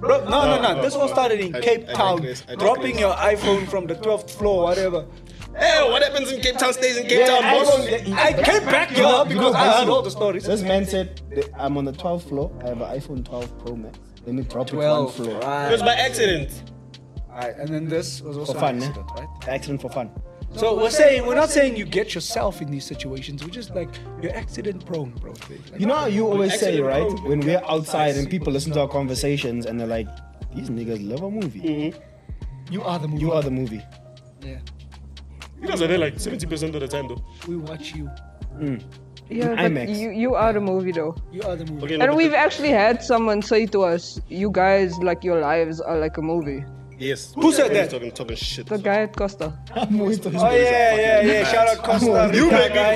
Speaker 7: Bro, no, no, no.
Speaker 3: no,
Speaker 7: This all started in
Speaker 3: I-
Speaker 7: Cape
Speaker 3: I
Speaker 7: Town.
Speaker 3: digress, I
Speaker 7: dropping
Speaker 3: digress.
Speaker 7: your iPhone from the 12th floor, whatever.
Speaker 3: Hey, what happens in Cape Town stays in Cape Town,
Speaker 1: I
Speaker 3: boss.
Speaker 1: don't-
Speaker 7: I came back here because I heard all the stories.
Speaker 1: This man said, that I'm on the 12th floor. I have an iPhone 12 Pro Max. Let me drop it one floor.
Speaker 3: It was by accident.
Speaker 7: Alright, and then this was also
Speaker 1: For fun,
Speaker 7: an
Speaker 1: eh?
Speaker 7: accident, right?
Speaker 1: Accident for fun.
Speaker 7: So we're saying we're not saying you get yourself in these situations. We're just like you're accident prone, bro.
Speaker 1: You know how you always say, right? When we're outside and people listen to our conversations and they're like, these niggas love a movie.
Speaker 3: Mm-hmm.
Speaker 7: You are the movie.
Speaker 1: You are the movie.
Speaker 7: Yeah.
Speaker 3: You guys are there like 70% of the time, though.
Speaker 7: We watch you.
Speaker 4: Yeah,
Speaker 1: IMAX.
Speaker 4: but you, you are the movie though.
Speaker 7: You are the movie.
Speaker 3: Okay, no,
Speaker 4: And
Speaker 3: but
Speaker 4: we've actually had someone say to us, you guys, like your lives are like a movie.
Speaker 3: the- Yes.
Speaker 7: Who said that?
Speaker 3: Talking, talking shit.
Speaker 4: The guy at Costa.
Speaker 7: Oh yeah, yeah, yeah. Shout out Costa Rica
Speaker 3: You make
Speaker 7: guy.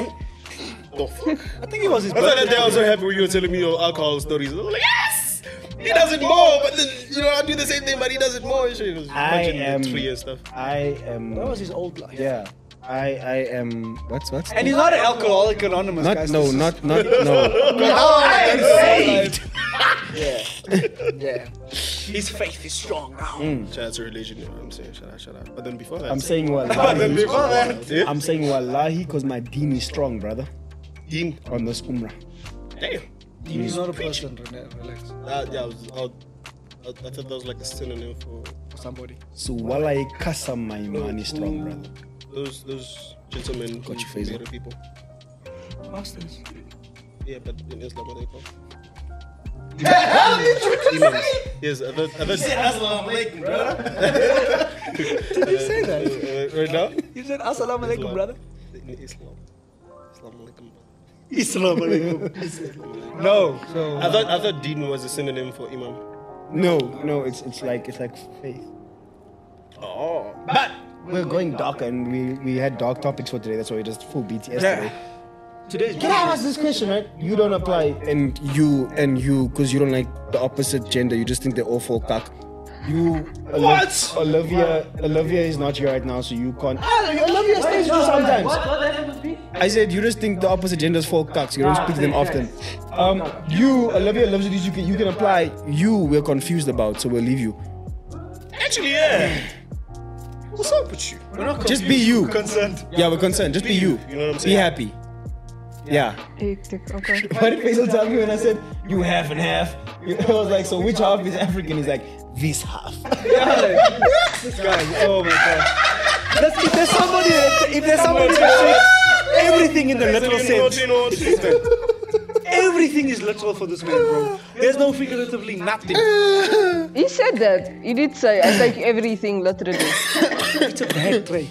Speaker 3: it. The fuck?
Speaker 7: I think it was his
Speaker 3: That's why
Speaker 7: birthday.
Speaker 3: that day I was so happy when you were telling me your alcohol stories. I was like, yes! He does it more, but then, you know, I do the same thing, but he does it more. and shit. It was
Speaker 1: I
Speaker 3: punching the
Speaker 1: am-
Speaker 3: tree and stuff.
Speaker 1: I am.
Speaker 7: That was his old life.
Speaker 1: Yeah. I I am. What's what's?
Speaker 7: And he's not an alcoholic anonymous,
Speaker 1: not
Speaker 7: guys.
Speaker 1: no
Speaker 7: This is-
Speaker 1: not not
Speaker 7: (laughs)
Speaker 1: no. (laughs)
Speaker 7: Yeah. His faith is strong now.
Speaker 3: Shout out to religion, you know what I'm saying? Shout out, shout out. But then before that,
Speaker 1: I'm saying
Speaker 3: But then (laughs)
Speaker 1: wallahi.
Speaker 3: before that, yeah.
Speaker 1: I'm saying wallahi because my deen is strong, brother.
Speaker 3: Dean.
Speaker 1: On this umrah.
Speaker 3: Damn.
Speaker 7: He's not a person. rela- Relax.
Speaker 3: That, yeah, I, was, I, was- I thought that was like a synonym for
Speaker 7: Somebody.
Speaker 1: So wallahi kasam my iman is strong, brother.
Speaker 3: those those gentlemen who
Speaker 1: Got your face
Speaker 3: marry people.
Speaker 7: Masters.
Speaker 3: Yeah, but in Islam, what are they called? Yes, I thought, I thought, (laughs)
Speaker 7: Did you say that?
Speaker 3: uh, right now?
Speaker 7: You said assalamu alaikum, brother.
Speaker 3: In Islam. Islam alaikum.
Speaker 7: No. So
Speaker 3: I thought, I thought Dean was a synonym for Imam.
Speaker 1: No, no, it's it's like it's like faith.
Speaker 3: Oh.
Speaker 1: We're going dark and we we had dark topics for today. That's why we just full BTS today.
Speaker 7: today's
Speaker 1: Can I ask this question, right? You don't apply, and you and you, because you don't like the opposite gender. You just think they're all full cuck. You Oli-
Speaker 3: What?
Speaker 1: Olivia, Olivia is not here right now, so you can't. Ah, Olivia stays with you sometimes. I said you just think the opposite gender is full cucks. You don't speak to them often. Um, you, Olivia loves you. You can you can apply. You, we're confused about, so we'll leave you.
Speaker 3: Actually, yeah. What's up with you?
Speaker 1: Just be you.
Speaker 3: Consent.
Speaker 1: Yeah, we're concerned. Just be you.
Speaker 3: You know what I'm
Speaker 1: Be
Speaker 3: saying?
Speaker 1: happy. Yeah. (laughs)
Speaker 4: Hectic, okay.
Speaker 1: Why did Faisal tell me when I said you half and half? (laughs) I was like, so which half is African? He's like, this half. (laughs)
Speaker 7: this guy. Oh my god. Let's, if there's somebody, if there's somebody
Speaker 3: (laughs)
Speaker 7: that takes everything in the literal sense,
Speaker 3: You know, you know,
Speaker 7: everything is literal for this man, bro. There's no figuratively nothing.
Speaker 4: He said that. He did say, I take everything literally.
Speaker 7: It's a bad trait.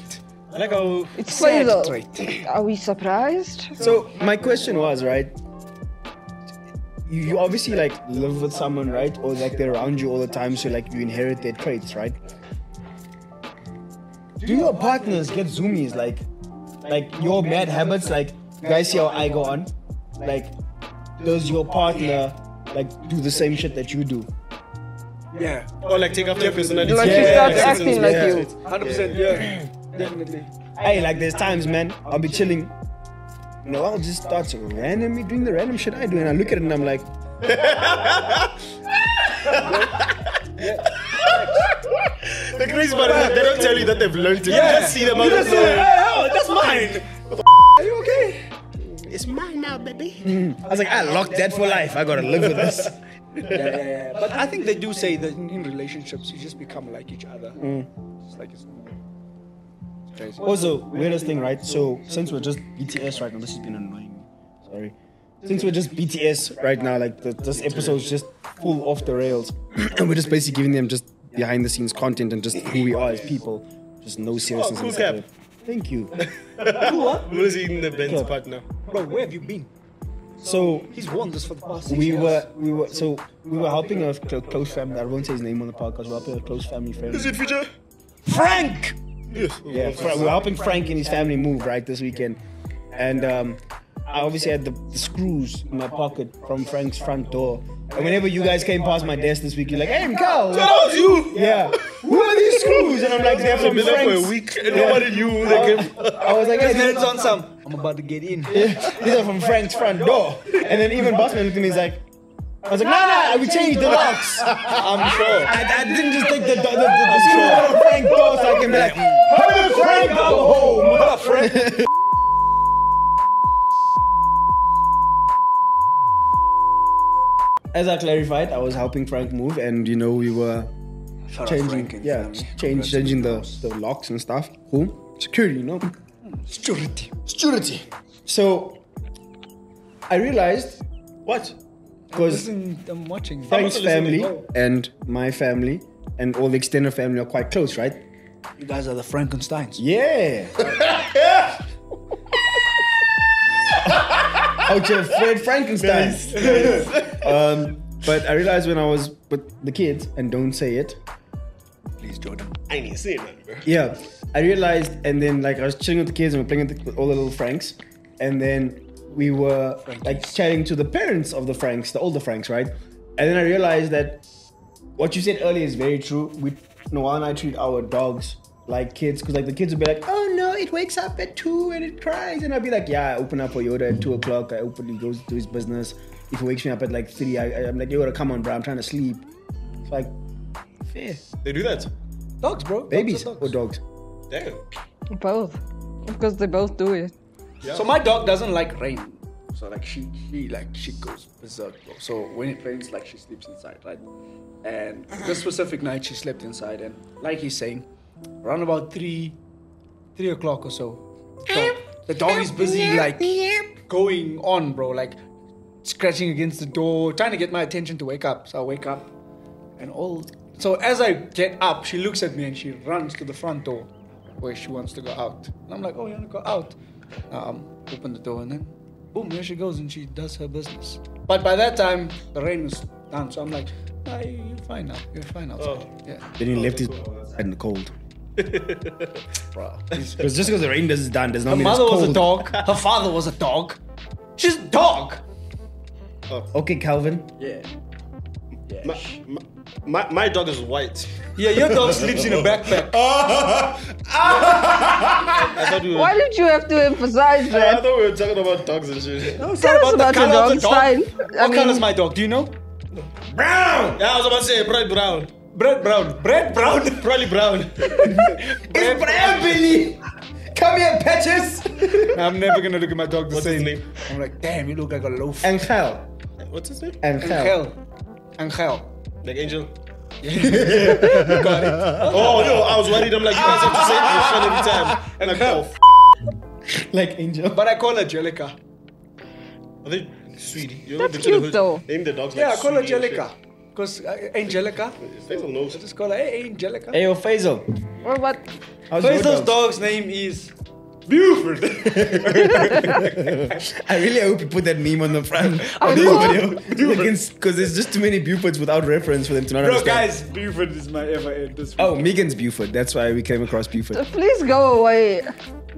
Speaker 3: I like how
Speaker 4: It's
Speaker 7: Sad
Speaker 4: Faisal.
Speaker 7: trait.
Speaker 4: Are we surprised?
Speaker 1: So my question was, right? You, you obviously like live with someone, right? Or like they're around you all the time, so like you inherit their traits, right? Do your partners get zoomies like like your mad habits like you guys see how I go on? Like does your partner like do the same shit that you do?
Speaker 7: Yeah.
Speaker 3: Or Oh, like take after your personality.
Speaker 4: Like she
Speaker 1: Yeah,
Speaker 4: starts
Speaker 1: yeah,
Speaker 4: acting like you.
Speaker 7: 100%. Yeah. Definitely.
Speaker 1: Hey, like there's times, man, I'll be chilling. You know, I'll just start randomly doing the random shit I do, and I look at it and I'm like,
Speaker 3: The crazy part is that they don't tell you that they've learned it. You just see them out
Speaker 7: You
Speaker 3: of
Speaker 7: just see them.
Speaker 3: nowhere.
Speaker 7: Hey, hell, that's mine. Are you okay?
Speaker 3: It's mine now, baby.
Speaker 1: I was like, I locked that for life. I gotta live with this.
Speaker 7: yeah, yeah, yeah. But I think they do say that in, in relationships you just become like each other. It's like it's normal. It's crazy.
Speaker 1: Also, weirdest thing, right? So since we're just BTS right now, this has been annoying me. Sorry. Since we're just BTS right now, like the, this episode's just full off the rails, (clears throat) and we're just basically giving them just behind the scenes content and just who we are as people, just no seriousness.
Speaker 3: cool
Speaker 1: inside
Speaker 3: cap.
Speaker 1: it. Thank you.
Speaker 3: Who is eating the Ben's part now?
Speaker 7: Bro, where have you been?
Speaker 1: So
Speaker 7: He's won this for the past six
Speaker 1: we
Speaker 7: years.
Speaker 1: were we were so we were helping a cl- close family. I won't say his name on the podcast. We're helping a close family friend.
Speaker 3: Is it future?
Speaker 1: Frank.
Speaker 3: Yes.
Speaker 1: Yeah, Fra- we're helping Frank and his family move right this weekend, and um, I obviously had the, the screws in my pocket from Frank's front door. And whenever you guys came past my desk this week, you're like, "Hey, Mkau,
Speaker 3: That was you.
Speaker 1: yeah, who are these screws?" And I'm like, "They're from
Speaker 3: Been there for a
Speaker 1: Frank's."
Speaker 3: week. and Nobody knew who they came. from.
Speaker 1: I was like, hey,
Speaker 7: His
Speaker 1: these,
Speaker 7: hands on some. I'm about to get in.
Speaker 1: (laughs) these are from Frank's front door." And then even Bossman looked at me, he's like. I was like, nah, nah, we changed the locks. (laughs)
Speaker 7: I'm sure.
Speaker 1: I, I didn't just take the, the, the, the, the screw out of Frank's door so I can be like, hurry, Frank, go home. As I clarified, I was helping Frank move, and you know we were changing, yeah, change, changing the, the locks and stuff. Who? Security, you know.
Speaker 7: Security.
Speaker 1: Security. So I realized
Speaker 3: What?
Speaker 1: because
Speaker 7: Listen, I'm Oh. watching.
Speaker 1: Frank's family and my family and all the extended family are quite close, right?
Speaker 7: You guys are the Frankensteins. (laughs)
Speaker 1: Yeah. oh, Jeff, Fred Frankenstein. (laughs) um, but I realized when I was with the kids, and don't say it.
Speaker 7: Please, Jordan.
Speaker 3: I ain't even seen that, bro.
Speaker 1: Yeah, I realized, and then like I was chilling with the kids and we're playing with, the, with all the little Franks, and then we were like chatting to the parents of the Franks, the older Franks, right? And then I realized that what you said earlier is very true. We Noah and I treat our dogs like kids because like the kids would be like, oh no, it wakes up at two and it cries, and I'd be like, yeah, I open up for Yoda at two o'clock. I open, he goes to his business. If he wakes me up at like three, I, I'm like, Yoda, come on, bro, I'm trying to sleep. It's like fair
Speaker 3: They do that.
Speaker 7: Dogs, bro. Dogs are
Speaker 1: babies
Speaker 7: dogs.
Speaker 1: or dogs.
Speaker 3: Damn.
Speaker 4: Both. Because they both do it.
Speaker 7: So my dog doesn't like rain. So like she she like she goes berserk. Bro. So when it rains, like she sleeps inside, right? And this specific night she slept inside, and like he's saying, around about three, three o'clock or so, dog- the dog is busy like going on, bro, like scratching against the door, trying to get my attention to wake up. So I wake up, and all. So as I get up, she looks at me and she runs to the front door where she wants to go out. And I'm like, oh, you want to go out? Um, open the door and then, boom, here she goes and she does her business. But by that time, the rain was down, so I'm like, ah, you- you're fine now. You're fine outside. Yeah,
Speaker 1: Then he left his in the
Speaker 7: (laughs)
Speaker 1: cold.
Speaker 7: bro.
Speaker 1: Because just because the rain is done does not
Speaker 7: Her
Speaker 1: mean it's
Speaker 7: mother was a
Speaker 1: cold.
Speaker 7: dog. (laughs) Her father was a dog. She's a dog.
Speaker 1: Okay, Calvin.
Speaker 7: Yeah.
Speaker 3: My, my, my, my dog is white.
Speaker 7: Yeah, your dog sleeps in a backpack.
Speaker 3: I thought we were,
Speaker 4: Why did you have to emphasize
Speaker 3: I
Speaker 4: that?
Speaker 3: thought we were talking about dogs and shit.
Speaker 7: No, it's
Speaker 4: Tell
Speaker 7: not
Speaker 4: us about
Speaker 7: the
Speaker 4: your
Speaker 7: color of the
Speaker 4: dog's sign. I
Speaker 7: What color is
Speaker 4: mean-
Speaker 7: my dog? Do you know?
Speaker 3: Brown! Yeah, I was about to say bright brown.
Speaker 7: Bread brown. Bread brown.
Speaker 3: Probably
Speaker 7: (laughs)
Speaker 3: brown.
Speaker 1: It's Bram Billy! Come here,
Speaker 3: (laughs)
Speaker 1: patches!
Speaker 7: I'm never gonna look at my dog the
Speaker 3: What's his
Speaker 7: same.
Speaker 3: name?
Speaker 7: I'm like, damn, you look like a loaf.
Speaker 1: Angel.
Speaker 3: What's his name?
Speaker 1: Angel.
Speaker 7: Angel. Angel.
Speaker 3: Like Angel. (laughs)
Speaker 7: You got it.
Speaker 3: Oh no, I was worried. I'm like, you guys have to say this shit every time. And like, oh, f-
Speaker 1: Like Angel.
Speaker 7: But I call her Jellica.
Speaker 3: are they sweetie? You're
Speaker 4: That's
Speaker 3: the kid
Speaker 4: cute,
Speaker 3: who's-
Speaker 4: though.
Speaker 3: Name the dogs
Speaker 7: Yeah, I
Speaker 3: like
Speaker 7: call her
Speaker 3: Sweetie and
Speaker 7: Jellica. Because uh, Angelica.
Speaker 3: shit. His face on nose.
Speaker 7: Just call her, hey, Angelica.
Speaker 1: Hey, yo, Faisal.
Speaker 4: Well, what?
Speaker 1: How's your
Speaker 7: Faisal's
Speaker 1: dog?
Speaker 7: dog's name is.
Speaker 3: Buford.
Speaker 1: I really hope you put that meme on the
Speaker 7: (laughs)
Speaker 1: front of the video. (laughs) Because there's just too many Bufords without reference for them to not
Speaker 7: Bro,
Speaker 1: understand.
Speaker 7: guys, Buford is my ever end this week.
Speaker 1: Oh, Megan's Buford. That's why we came across
Speaker 7: (laughs)
Speaker 1: Buford.
Speaker 4: Please go away.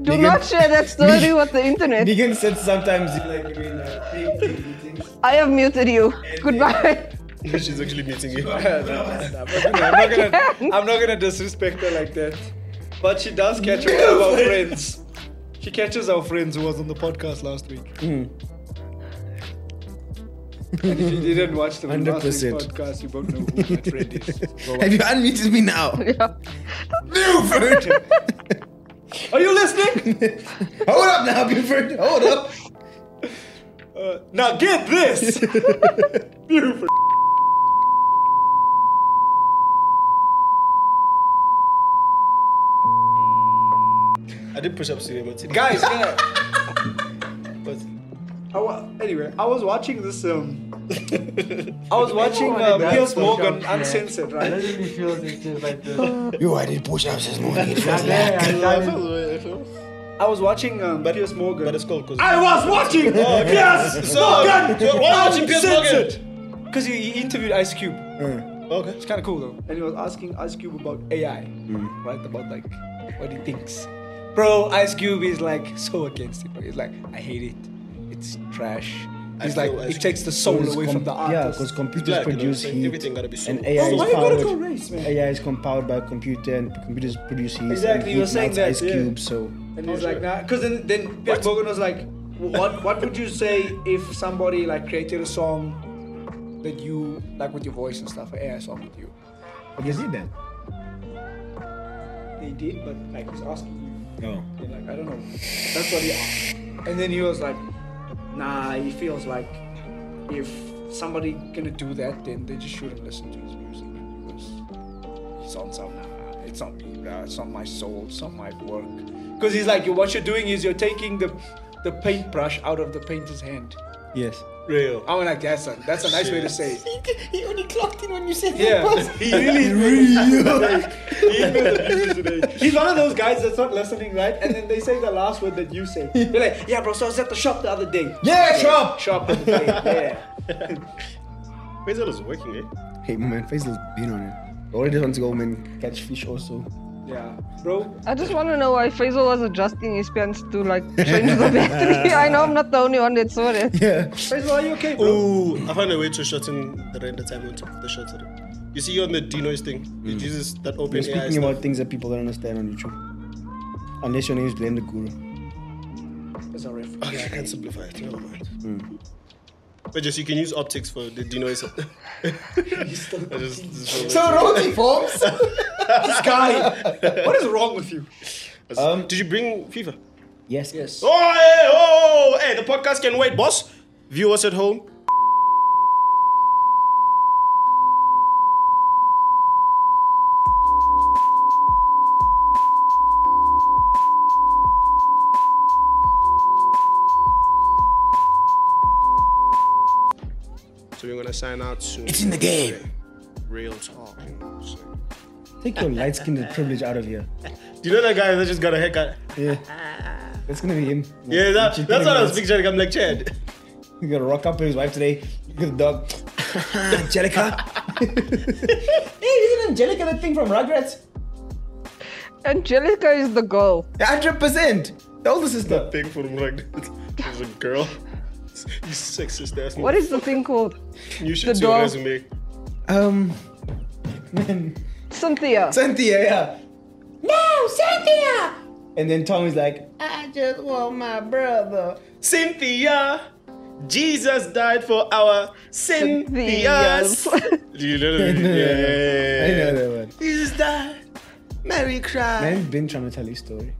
Speaker 4: Do
Speaker 1: Megan-
Speaker 4: not share that story with the internet.
Speaker 1: Megan said sometimes you uh, like doing
Speaker 7: (laughs)
Speaker 1: that thing, thing, thing.
Speaker 4: I have muted you. Goodbye.
Speaker 3: She's actually meeting you.
Speaker 7: I'm not gonna, I'm not gonna disrespect her like that. But she does catch one of our friends.
Speaker 1: Hmm.
Speaker 7: She catches our friends who was on the podcast last week. And if you didn't
Speaker 1: (laughs)
Speaker 7: watch the Velocity
Speaker 1: 100%.
Speaker 7: podcast, you won't know who my friend
Speaker 1: (laughs)
Speaker 7: is.
Speaker 1: (laughs)
Speaker 7: Go
Speaker 1: Have you unmuted me
Speaker 7: (laughs)
Speaker 1: now? (laughs) Buford!
Speaker 7: Are you listening?
Speaker 1: (laughs) Hold up now, Buford. Hold up.
Speaker 7: Uh, now get this. Buford.
Speaker 3: I did push ups today, but today.
Speaker 7: Guys, yeah.
Speaker 3: But
Speaker 7: I wa- anyway, I was watching this. Um, I was watching uh, Piers Morgan uncensored, right?
Speaker 1: You, I did push ups this morning. It was
Speaker 7: Yeah,
Speaker 1: like.
Speaker 7: I love it.
Speaker 3: feel.
Speaker 7: I was watching um, Piers Morgan.
Speaker 3: But it's cold because.
Speaker 7: I was
Speaker 3: (laughs)
Speaker 7: watching Piers
Speaker 3: So,
Speaker 7: Morgan.
Speaker 3: so why watching Piers
Speaker 7: Because he, he interviewed Ice Cube.
Speaker 3: Mm. Okay.
Speaker 7: It's kind of cool though. And he was asking Ice Cube about AI,
Speaker 3: Mm.
Speaker 7: right? About like what he thinks. Bro, Ice Cube is like so against it. Bro. He's like, I hate it. It's trash. He's
Speaker 3: feel
Speaker 7: like,
Speaker 3: Ice
Speaker 7: it
Speaker 3: Cube-
Speaker 7: takes the soul away from the
Speaker 1: Yeah,
Speaker 7: artist.
Speaker 1: because computers
Speaker 3: Black, you know,
Speaker 1: produce
Speaker 3: like
Speaker 1: heat.
Speaker 3: everything gotta be so.
Speaker 1: And AI
Speaker 7: why
Speaker 1: is
Speaker 7: you gotta
Speaker 1: powered.
Speaker 7: go race, man?
Speaker 1: AI is compowered by a computer, and computers produce heat.
Speaker 7: Exactly,
Speaker 1: and
Speaker 7: you
Speaker 1: heat
Speaker 7: were saying
Speaker 1: melts
Speaker 7: that,
Speaker 1: Ice
Speaker 7: yeah.
Speaker 1: cube, so
Speaker 7: And he's like, nah. Because then, then Piers Morgan was like, what, what would you say if somebody like created a song that you, like with your voice and stuff, an AI song with you?
Speaker 1: you see that?
Speaker 7: They did, but like he's asking you.
Speaker 1: No.
Speaker 7: They're like, I don't know. That's what he asked. And then he was like, nah, he feels like if somebody gonna do that, then they just shouldn't listen to his music because it's on some, nah, it's not me, nah, it's not my soul, it's not my work. Because he's like, what you're doing is you're taking the the paintbrush out of the painter's hand.
Speaker 1: Yes.
Speaker 3: Real.
Speaker 7: I am like, that's a, that's a nice way to say it.
Speaker 8: (laughs) He only clocked in when you said
Speaker 7: Yeah, he (laughs) really, really, he knew the news today. He's one of those guys that's not listening, right? And then they say the last word that you say. You're like, yeah, bro. So I was at the shop the other day.
Speaker 1: Yeah, shop.
Speaker 7: Shop the other day. Yeah.
Speaker 3: Faisal is working, eh?
Speaker 1: Hey, my man, Faisal's been on it. Already wants to go, man, catch fish also.
Speaker 7: Yeah, bro.
Speaker 4: I just want to know why Faisal was adjusting his pants to like change the battery. I know I'm not the only one that saw it.
Speaker 7: (laughs)
Speaker 1: Yeah.
Speaker 7: Faisal, are you okay, bro?
Speaker 3: Ooh, I found a way to shorten the render time on top of the shot today. You see, you on the denoise thing. You use that
Speaker 1: We're
Speaker 3: open AI
Speaker 1: Mm. speaking
Speaker 3: stuff.
Speaker 1: about things that people don't understand on YouTube. Unless your name is Blame the Guru.
Speaker 7: That's a ref.
Speaker 3: Okay, I can't simplify it. Never mind.
Speaker 1: Mm.
Speaker 3: But just you can use optics for the denoise. (laughs) I just, just
Speaker 7: So Rosie forms. (laughs) this guy. What is wrong with you?
Speaker 3: um, did you bring FIFA?
Speaker 1: Yes.
Speaker 7: Yes.
Speaker 3: Oh, hey, oh, hey, the podcast can wait, boss. Viewers at home. So we're gonna sign out soon. It's in the game. Real talk. you know what I'm saying?
Speaker 1: Take your light
Speaker 7: (laughs)
Speaker 1: skinned privilege out of here.
Speaker 3: Do you know that guy that just got a haircut?
Speaker 1: Yeah. That's gonna be him.
Speaker 3: Yeah, that,
Speaker 1: Chicken
Speaker 3: that's what I was
Speaker 1: nuggets.
Speaker 3: picturing. I'm like, Chad.
Speaker 1: He's gonna rock up with his wife today. Look at the
Speaker 7: (laughs)
Speaker 1: dog. Angelica. (laughs)
Speaker 8: Hey, isn't Angelica that thing from Rugrats?
Speaker 4: Angelica is the girl.
Speaker 1: 100%. The older sister.
Speaker 3: thing for (laughs) like as a girl. You sexist ass.
Speaker 4: What is the thing called?
Speaker 3: you
Speaker 4: the
Speaker 3: should see your
Speaker 4: dog?
Speaker 3: resume.
Speaker 7: (laughs)
Speaker 1: Um. Man.
Speaker 4: Cynthia.
Speaker 1: Cynthia, yeah.
Speaker 8: No, Cynthia!
Speaker 1: And then Tom is like,
Speaker 8: I just want my brother.
Speaker 3: Cynthia, Jesus died for our Cynthia's. Do you
Speaker 1: (laughs)
Speaker 3: know that?
Speaker 1: no, no. I know
Speaker 3: Yeah.
Speaker 1: that one.
Speaker 3: Jesus died. Mary cried.
Speaker 1: I've been trying to tell his story.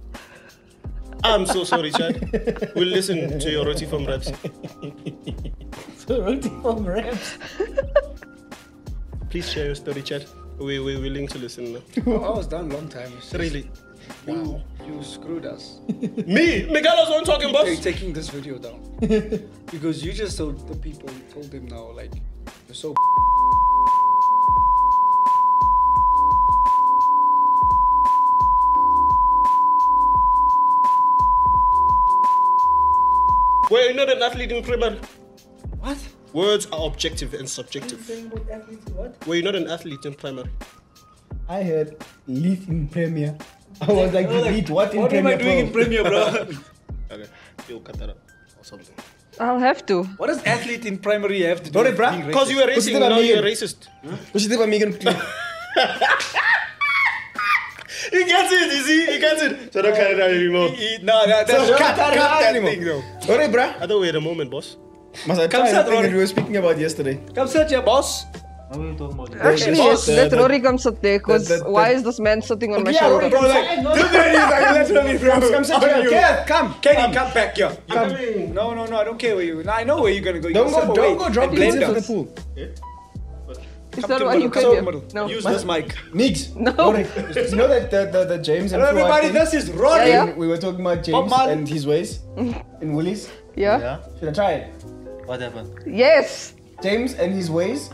Speaker 3: I'm so sorry, Chad. We'll listen to your roti
Speaker 1: (laughs)
Speaker 3: from raps.
Speaker 8: So roti from Rems.
Speaker 3: Please share your story, Chad. We we willing to listen now.
Speaker 7: Oh, I was done long time.
Speaker 3: Really?
Speaker 7: Wow. You screwed us.
Speaker 3: Me? Miguel's on talking,
Speaker 7: Are you
Speaker 3: boss.
Speaker 7: taking this video (laughs) down? because you just told the people, told them now, like, you're so.
Speaker 3: Were you not an athlete in primary?
Speaker 7: What?
Speaker 3: Words are objective and subjective. Were you not an athlete in primary?
Speaker 1: I heard lead in Premier. I was like, lead what in
Speaker 7: What am I
Speaker 1: Premier?
Speaker 7: doing in
Speaker 1: Pro?
Speaker 7: Premier, bro?
Speaker 3: Okay, you'll cut that up or something.
Speaker 4: I'll have to.
Speaker 7: (laughs) what does athlete in primary have to do?
Speaker 1: Sorry,
Speaker 7: with
Speaker 1: bruh.
Speaker 7: being
Speaker 3: Because you were racing,
Speaker 1: did I
Speaker 3: now
Speaker 1: mean?
Speaker 3: you're a racist.
Speaker 1: What you think about Megan?
Speaker 7: (laughs)
Speaker 3: He gets it, you see? He gets it. So don't cut it out anymore.
Speaker 7: He- No, that, that's
Speaker 1: So
Speaker 7: cut, (laughs)
Speaker 1: cut-
Speaker 7: cut,
Speaker 1: cut
Speaker 7: that
Speaker 1: anymore.
Speaker 7: thing though.
Speaker 1: Sorry, bruh.
Speaker 3: I thought we had a moment, boss.
Speaker 1: Must I
Speaker 7: Come
Speaker 1: try
Speaker 7: sit,
Speaker 1: the thing that
Speaker 7: Rory.
Speaker 1: we were speaking about
Speaker 7: (laughs)
Speaker 1: yesterday?
Speaker 7: Come sit here, boss.
Speaker 4: Actually, yes, let Rory come sit there, because why is this man sitting on my
Speaker 7: Yeah,
Speaker 4: shoulder?
Speaker 7: bro, (laughs) like, this man is like literally from.
Speaker 1: Come, come sit
Speaker 7: Okay,
Speaker 1: here.
Speaker 7: yeah, come, Kenny, Um, come, back here. You- No, no, no, I don't care where you. I know where you're gonna go. You
Speaker 1: Don't
Speaker 7: can
Speaker 1: go,
Speaker 7: step away
Speaker 1: don't go drop
Speaker 7: and
Speaker 1: kids
Speaker 7: blend
Speaker 1: into the
Speaker 7: us.
Speaker 1: pool.
Speaker 4: Is
Speaker 7: Come
Speaker 4: that
Speaker 7: to
Speaker 4: why
Speaker 7: the
Speaker 4: you
Speaker 7: middle, come
Speaker 4: came
Speaker 7: to
Speaker 4: here?
Speaker 7: the middle.
Speaker 4: No.
Speaker 7: Use this (laughs) mic.
Speaker 1: Niggs.
Speaker 4: No.
Speaker 1: Rory, you know that the, the, the James and
Speaker 7: Hello,
Speaker 1: Flo, I
Speaker 7: everybody.
Speaker 1: think?
Speaker 7: This is Rory.
Speaker 4: Yeah,
Speaker 1: We were talking about James
Speaker 7: Marley.
Speaker 1: and his ways in Woolies.
Speaker 4: Yeah?
Speaker 1: Should I try it?
Speaker 2: What happened?
Speaker 4: Yes!
Speaker 1: James and his ways,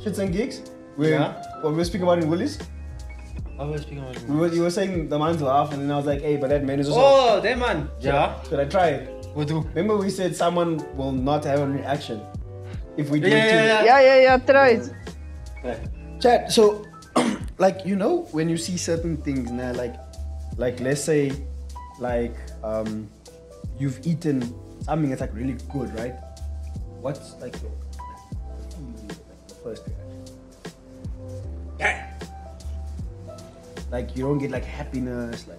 Speaker 1: shits and gigs. We,
Speaker 7: Yeah.
Speaker 1: What we were speaking about in Woolies.
Speaker 2: I was speaking about
Speaker 1: We were, you were saying the man's laugh, and then I was like, hey, but that man is also.
Speaker 7: Oh, there, man. Yeah.
Speaker 1: Should I try it?
Speaker 2: What do?
Speaker 1: Remember, we said someone will not have a reaction if we do
Speaker 7: Yeah,
Speaker 1: it too.
Speaker 7: yeah, yeah.
Speaker 4: Yeah, yeah, yeah, try it.
Speaker 1: Chad, so (clears throat) like you know when you see certain things now, like like let's say like um you've eaten something that's like really good, right? What's like your like, the first reaction? Like you don't get like happiness, like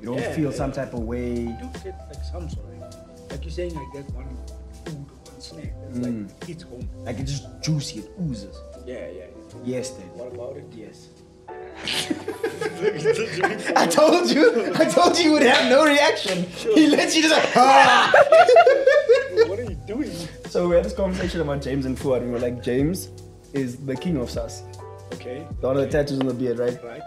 Speaker 1: you don't
Speaker 7: Yeah,
Speaker 1: feel
Speaker 7: yeah.
Speaker 1: some type of way.
Speaker 7: do get like some sort of like you're saying I get one food, one snack. It's like it's home.
Speaker 1: Like it's just juicy, it oozes.
Speaker 7: Mm. Yeah, yeah.
Speaker 1: Yes, then.
Speaker 7: What about it? Yes.
Speaker 1: I told you, I told you you would have no reaction. He lets you just like. "Ah."
Speaker 7: (laughs) What are you doing?
Speaker 1: So we had this conversation about James and Fuad, and we were like, James is the king of sus.
Speaker 7: Okay.
Speaker 1: The one with the tattoos on the beard, right?
Speaker 7: Right.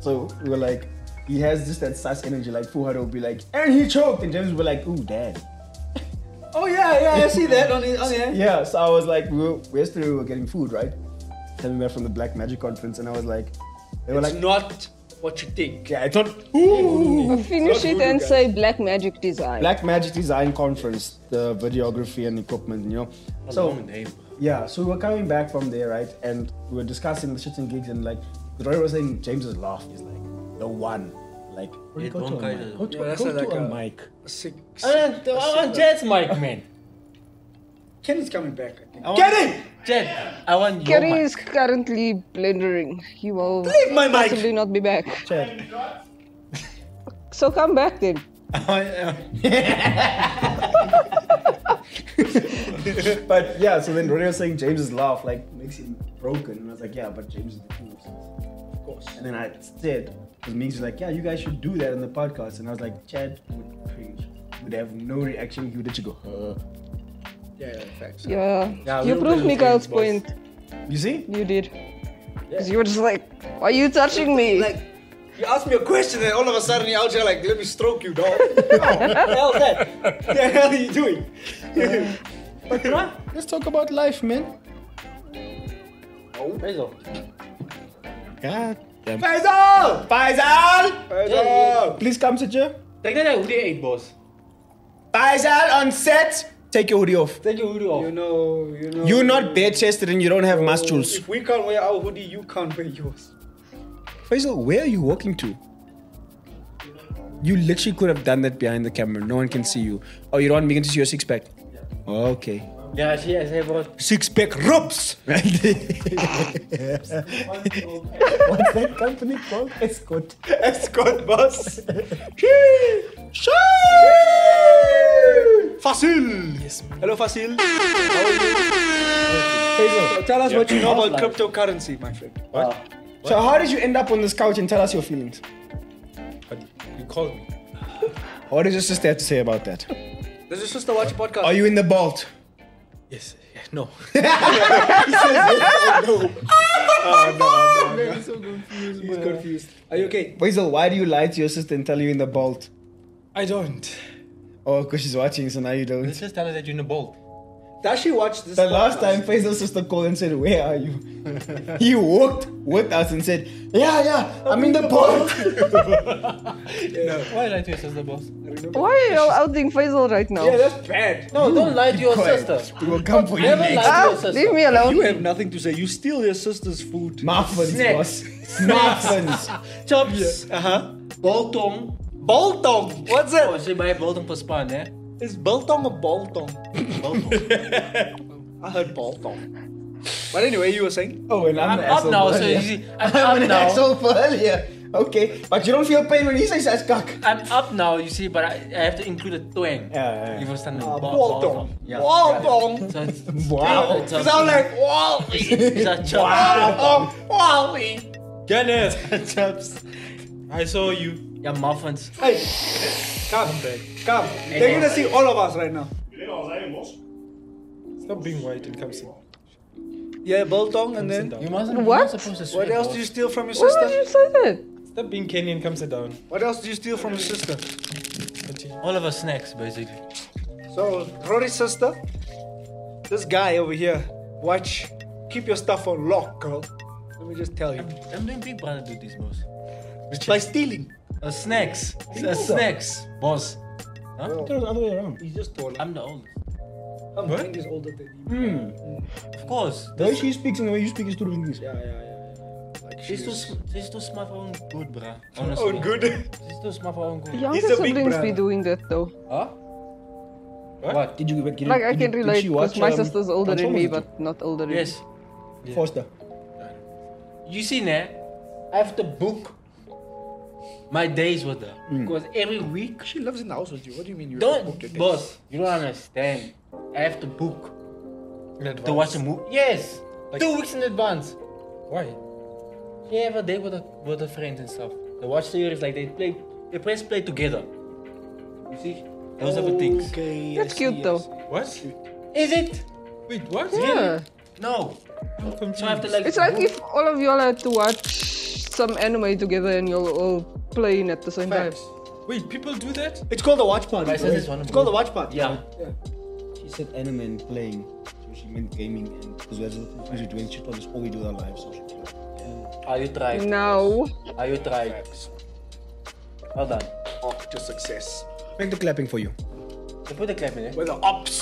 Speaker 1: So we were like, he has just that sus energy. Like Fuad will be like, and he choked, and James will be like, ooh, dad.
Speaker 7: (laughs) Oh yeah, yeah. I see that on oh, the on the.
Speaker 1: Yeah. So I was like, we were, yesterday we were getting food, right? Coming back from the Black Magic conference, and I was like, they were
Speaker 7: It's
Speaker 1: like,
Speaker 7: not what you think.
Speaker 1: yeah, I thought, ooh.
Speaker 4: Finish it and say black magic design.
Speaker 1: Black Magic Design Conference, the videography and equipment, you know. So yeah, so we were coming back from there, right? And we were discussing the shits and gigs, and like Roy was saying, James's laugh is like the one, like
Speaker 2: Yeah,
Speaker 1: go to
Speaker 2: don't
Speaker 1: a
Speaker 2: guide
Speaker 1: mic.
Speaker 2: us.
Speaker 1: Go to,
Speaker 7: Yeah, that's
Speaker 1: go
Speaker 7: not
Speaker 1: to
Speaker 7: like
Speaker 1: a
Speaker 7: a-
Speaker 1: mic.
Speaker 7: Sick.
Speaker 5: I want Jed's
Speaker 7: (laughs)
Speaker 5: mic, man.
Speaker 7: Kenny's coming back. I think.
Speaker 5: Get it! Jed, I want your
Speaker 4: Kerry
Speaker 5: mic.
Speaker 4: is currently blendering. He will
Speaker 7: Leave my mic.
Speaker 4: possibly not be back.
Speaker 1: Chad,
Speaker 4: So come back then.
Speaker 1: (laughs) but yeah, so then Roy was saying James's laugh like makes him broken, and I was like, yeah, but James is the king of sense.
Speaker 7: Of course.
Speaker 1: And then I said, because Mings was like, yeah, you guys should do that in the podcast, and I was like, Chad would cringe, would have no reaction, he would just go, huh.
Speaker 7: Yeah, yeah, facts.
Speaker 4: Yeah.
Speaker 5: Yeah,
Speaker 4: you
Speaker 5: we'll
Speaker 4: proved
Speaker 5: blend
Speaker 4: Mikhail's
Speaker 5: things, boss.
Speaker 4: point.
Speaker 1: you see?
Speaker 4: You did. Because you were just like, why are you touching me?
Speaker 7: Like, you ask me a question and all of a sudden you're out here like, let me stroke you, dog. What the hell's that? What the hell are you doing?
Speaker 1: Let's talk about life, man.
Speaker 7: Oh.
Speaker 5: Faisal.
Speaker 1: God damn.
Speaker 7: Faisal!
Speaker 1: Faisal!
Speaker 7: Faisal!
Speaker 1: Please come sit here.
Speaker 5: Take that hoodie eight, boss.
Speaker 1: Faisal on set. Take your hoodie off.
Speaker 5: Take your hoodie
Speaker 7: You
Speaker 5: off.
Speaker 7: know, you know. Oh,
Speaker 1: You're not bare chested and you don't have muscles.
Speaker 7: If we can't wear our hoodie, you can't wear yours.
Speaker 1: Faisal, where are you walking to? You literally could have done that behind the camera. No one can see you. Oh, you don't want me to see your six pack? Okay.
Speaker 5: Yeah, she has her bro.
Speaker 1: Six pack (laughs) rips! Right? What's that company called? Escort. (laughs)
Speaker 7: Escort bus. Fasil. Yes, man. Hello, Fasil. How are you?
Speaker 1: Faisal.
Speaker 7: Tell us what you know about cryptocurrency, my friend.
Speaker 1: So, how did you end up on this couch and tell us your feelings?
Speaker 5: You called me.
Speaker 1: What does your sister have to say about that?
Speaker 7: Does your sister watch a podcast?
Speaker 1: Are you in the vault?
Speaker 5: Yes. yeah,
Speaker 1: (laughs)
Speaker 5: No.
Speaker 1: Oh
Speaker 5: Oh,
Speaker 7: He's confused? Are you okay?
Speaker 1: Faisal, why do you lie to your sister and tell you in the vault?
Speaker 5: I don't.
Speaker 1: Oh, because she's watching, so now you don't.
Speaker 5: Let's just tell her that you're in a bowl.
Speaker 7: Does she watch this?
Speaker 1: The last
Speaker 7: podcast?
Speaker 1: time Faisal's sister called and said, Where are you? he walked with us and said, Yeah, yeah, I'm in the vault.
Speaker 5: Why lie to your sister, boss?
Speaker 4: Why are you outing Faisal right now?
Speaker 7: Yeah, that's bad.
Speaker 5: No, don't lie to your sister.
Speaker 1: We will come for you
Speaker 5: Never
Speaker 1: next.
Speaker 5: lie to
Speaker 4: ah,
Speaker 5: your sister.
Speaker 4: leave me alone.
Speaker 7: You have nothing to say. You steal your sister's food.
Speaker 1: Muffins, boss. Muffins.
Speaker 5: Chops.
Speaker 7: Uh huh.
Speaker 5: Boltong.
Speaker 7: Boltong. What's it?
Speaker 5: Oh, she buy boltong for span, eh?
Speaker 7: Is biltong a boltong? (laughs) I heard boltong. But anyway, you were saying?
Speaker 1: oh, and I'm,
Speaker 5: I'm
Speaker 1: the
Speaker 5: up
Speaker 1: asshole
Speaker 5: now,
Speaker 1: for
Speaker 5: so
Speaker 1: earlier.
Speaker 5: you see, I'm
Speaker 1: I'm
Speaker 5: up
Speaker 1: an
Speaker 5: now.
Speaker 1: asshole for earlier. Okay, but you don't feel pain when he says that's cock.
Speaker 5: I'm up now, you see, but I, I have to include a twang. Yeah, yeah. If we're standing
Speaker 7: Ah,
Speaker 5: bo-
Speaker 7: ball
Speaker 5: ball
Speaker 7: tong.
Speaker 5: tong. Yeah.
Speaker 7: Ball tong.
Speaker 5: So it's,
Speaker 7: Wow.
Speaker 5: it's a-
Speaker 7: Because I'm like, Wally.
Speaker 5: it's a chop.
Speaker 7: Wow. Wally.
Speaker 5: (laughs) Dennis! Chops. I saw you. Yeah, muffins.
Speaker 7: Hey, come, come. They're gonna see all of us right now.
Speaker 11: Stop being white and come see.
Speaker 7: Yeah, Boltong and then.
Speaker 11: You mustn't.
Speaker 4: you're not What?
Speaker 11: supposed to
Speaker 7: What else do you steal from your
Speaker 4: Why would
Speaker 7: sister?
Speaker 4: you say that?
Speaker 11: Stop being Kenyan. Come sit down.
Speaker 7: What else do you steal from your sister?
Speaker 5: All of our snacks, basically.
Speaker 7: So, Rory's sister, this guy over here, watch, keep your stuff on lock, girl. Let me just tell you.
Speaker 5: I'm doing Big Brother do this, boss.
Speaker 7: By stealing.
Speaker 5: Uh, snacks. Uh,
Speaker 7: Big
Speaker 5: snacks, boss. Huh?
Speaker 11: It was the other way around.
Speaker 7: He's just taller.
Speaker 5: I'm the oldest.
Speaker 7: I'm mind is older than you.
Speaker 11: Hmm.
Speaker 5: Of course.
Speaker 11: The way she speaks and the way you speak is true English.
Speaker 7: Yeah, yeah, yeah. yeah. Like
Speaker 5: She's too,
Speaker 7: she's-
Speaker 5: sm- she's too smart for her own good, bruh.
Speaker 7: Oh,
Speaker 5: Honestly.
Speaker 7: good.
Speaker 5: She's too smart for her own good.
Speaker 4: Younger
Speaker 7: a big
Speaker 4: siblings be
Speaker 7: brother.
Speaker 4: doing that though.
Speaker 5: Huh? What?
Speaker 11: Did you? Did you
Speaker 4: Like I
Speaker 11: did
Speaker 4: can
Speaker 11: you- did
Speaker 4: relate
Speaker 11: she
Speaker 4: because
Speaker 11: watch,
Speaker 4: my
Speaker 11: um,
Speaker 4: sister's older than me,
Speaker 11: Transformers?
Speaker 4: but not older than
Speaker 5: Yes.
Speaker 11: Foster.
Speaker 5: You see, ne? I have to book my days with her.
Speaker 11: Mm.
Speaker 5: Because every week,
Speaker 7: She lives in the house with you. What do you mean you booked your
Speaker 5: don't.
Speaker 7: dates?
Speaker 5: Boss, you don't understand. I have to book
Speaker 11: In advance.
Speaker 5: to watch a movie. Yes!
Speaker 11: Like-
Speaker 5: Two weeks in advance.
Speaker 11: Why?
Speaker 5: She have a date with her, with her friends and stuff. They watch series, like they play, they press play together. You see? Those are the things.
Speaker 7: Okay.
Speaker 4: That's cute though.
Speaker 11: What?
Speaker 5: Is it?
Speaker 11: Wait, what?
Speaker 4: Yeah.
Speaker 5: No.
Speaker 11: I'm confused.
Speaker 5: So I have to like.
Speaker 4: It's like if all of y'all had to watch some anime together and you'll all play in at the same time.
Speaker 11: Wait, people do that?
Speaker 7: It's called the watch party.
Speaker 5: My sister's one of
Speaker 7: It's called the
Speaker 5: them.
Speaker 7: watch party.
Speaker 5: Yeah.
Speaker 1: She said anime and playing. So she meant gaming and because that's what we're doing. She told us all we do in our lives. So she
Speaker 5: Are you
Speaker 7: Mm.
Speaker 5: trying?
Speaker 4: No.
Speaker 5: Are you trying? Well done.
Speaker 3: Off to success.
Speaker 1: Make the clapping for you.
Speaker 5: They put the clap in it.
Speaker 3: With the ups.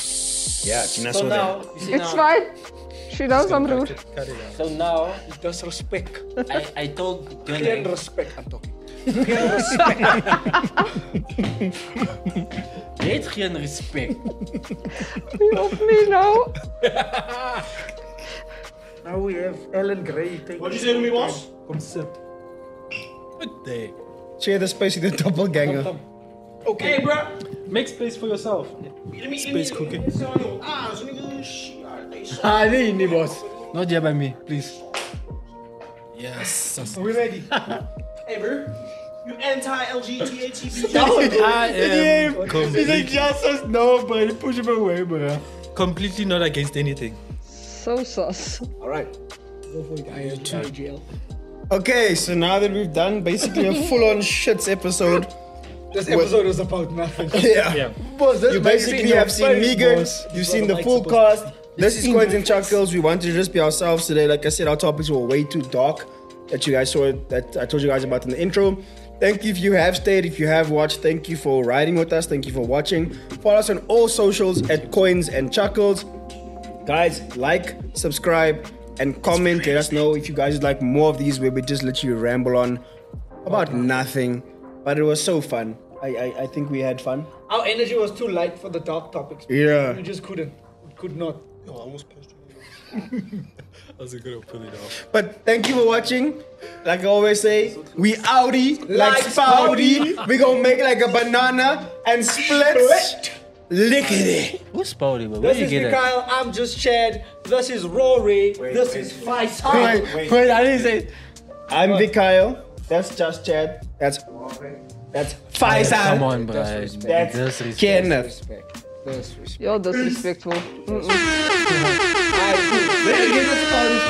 Speaker 1: Yeah, China
Speaker 5: So now, you see
Speaker 4: It's
Speaker 5: now,
Speaker 4: fine. She knows I'm rude.
Speaker 11: Cut it out.
Speaker 5: so now,
Speaker 3: (laughs)
Speaker 7: Disrespect.
Speaker 5: I, I told
Speaker 7: Clear
Speaker 5: Dylan,
Speaker 7: respect, I'm talking.
Speaker 5: je hebt geen respect.
Speaker 4: You help me now.
Speaker 7: Now we have Ellen Gray taking.
Speaker 3: What'd you say to me, boss?
Speaker 11: Come sit. What the?
Speaker 1: Share the space with the doppelganger.
Speaker 3: Okay, bro.
Speaker 11: Make space for yourself. Space cooking.
Speaker 5: Ah, nee, nee, boss. Not jab at me, please.
Speaker 11: Yes.
Speaker 7: Are we ready?
Speaker 3: Hey, bro. You anti-LGBTQ.
Speaker 11: I am completely,
Speaker 5: just as nobody push him away, bro.
Speaker 11: completely not against anything.
Speaker 4: So sus.
Speaker 1: Okay, so now that we've done (laughs) basically a full-on shits episode,
Speaker 7: This episode was about nothing.
Speaker 1: yeah,
Speaker 7: Boss, this
Speaker 1: you
Speaker 7: might be
Speaker 1: basically
Speaker 7: your
Speaker 1: have seen
Speaker 7: face,
Speaker 1: Megan,
Speaker 7: boss.
Speaker 1: you've
Speaker 7: This
Speaker 1: seen
Speaker 7: was
Speaker 1: the
Speaker 7: like
Speaker 1: full
Speaker 7: supposed-
Speaker 1: cast. This is Coins and Chuckles. We wanted to just be ourselves today. Like I said, our topics were way too dark that you guys saw that I told you guys about in the intro. Thank you if you have stayed, if you have watched. Thank you for riding with us. Thank you for watching. Follow us on all socials at Coins and Chuckles. Guys, like, subscribe, and comment. Let us know if you guys would like more of these where we just literally ramble on about nothing. But it was so fun. I, I, I think we had fun.
Speaker 7: Our energy was too light for the dark topics.
Speaker 1: Yeah.
Speaker 7: We just couldn't. We could not.
Speaker 11: I was gonna pull it off.
Speaker 1: But thank you for watching. Like I always say, we outie like
Speaker 7: Like
Speaker 1: spouty. We gonna make like a banana and split.
Speaker 7: Split.
Speaker 1: Lick it.
Speaker 5: Who's Spouty, bro? Where
Speaker 7: This
Speaker 5: you
Speaker 7: is
Speaker 5: get it?
Speaker 7: Mikhail, I'm just Chad. This is Rory. this is Faisal.
Speaker 5: Wait, I didn't say
Speaker 1: I'm Vikayo. That's just Chad. That's that's
Speaker 5: Come
Speaker 1: Faisal.
Speaker 5: on, bro.
Speaker 1: That's
Speaker 5: That's respect.
Speaker 1: Kenneth.
Speaker 4: You're disrespectful. Mm-mm.
Speaker 5: Where you get this Spouty from?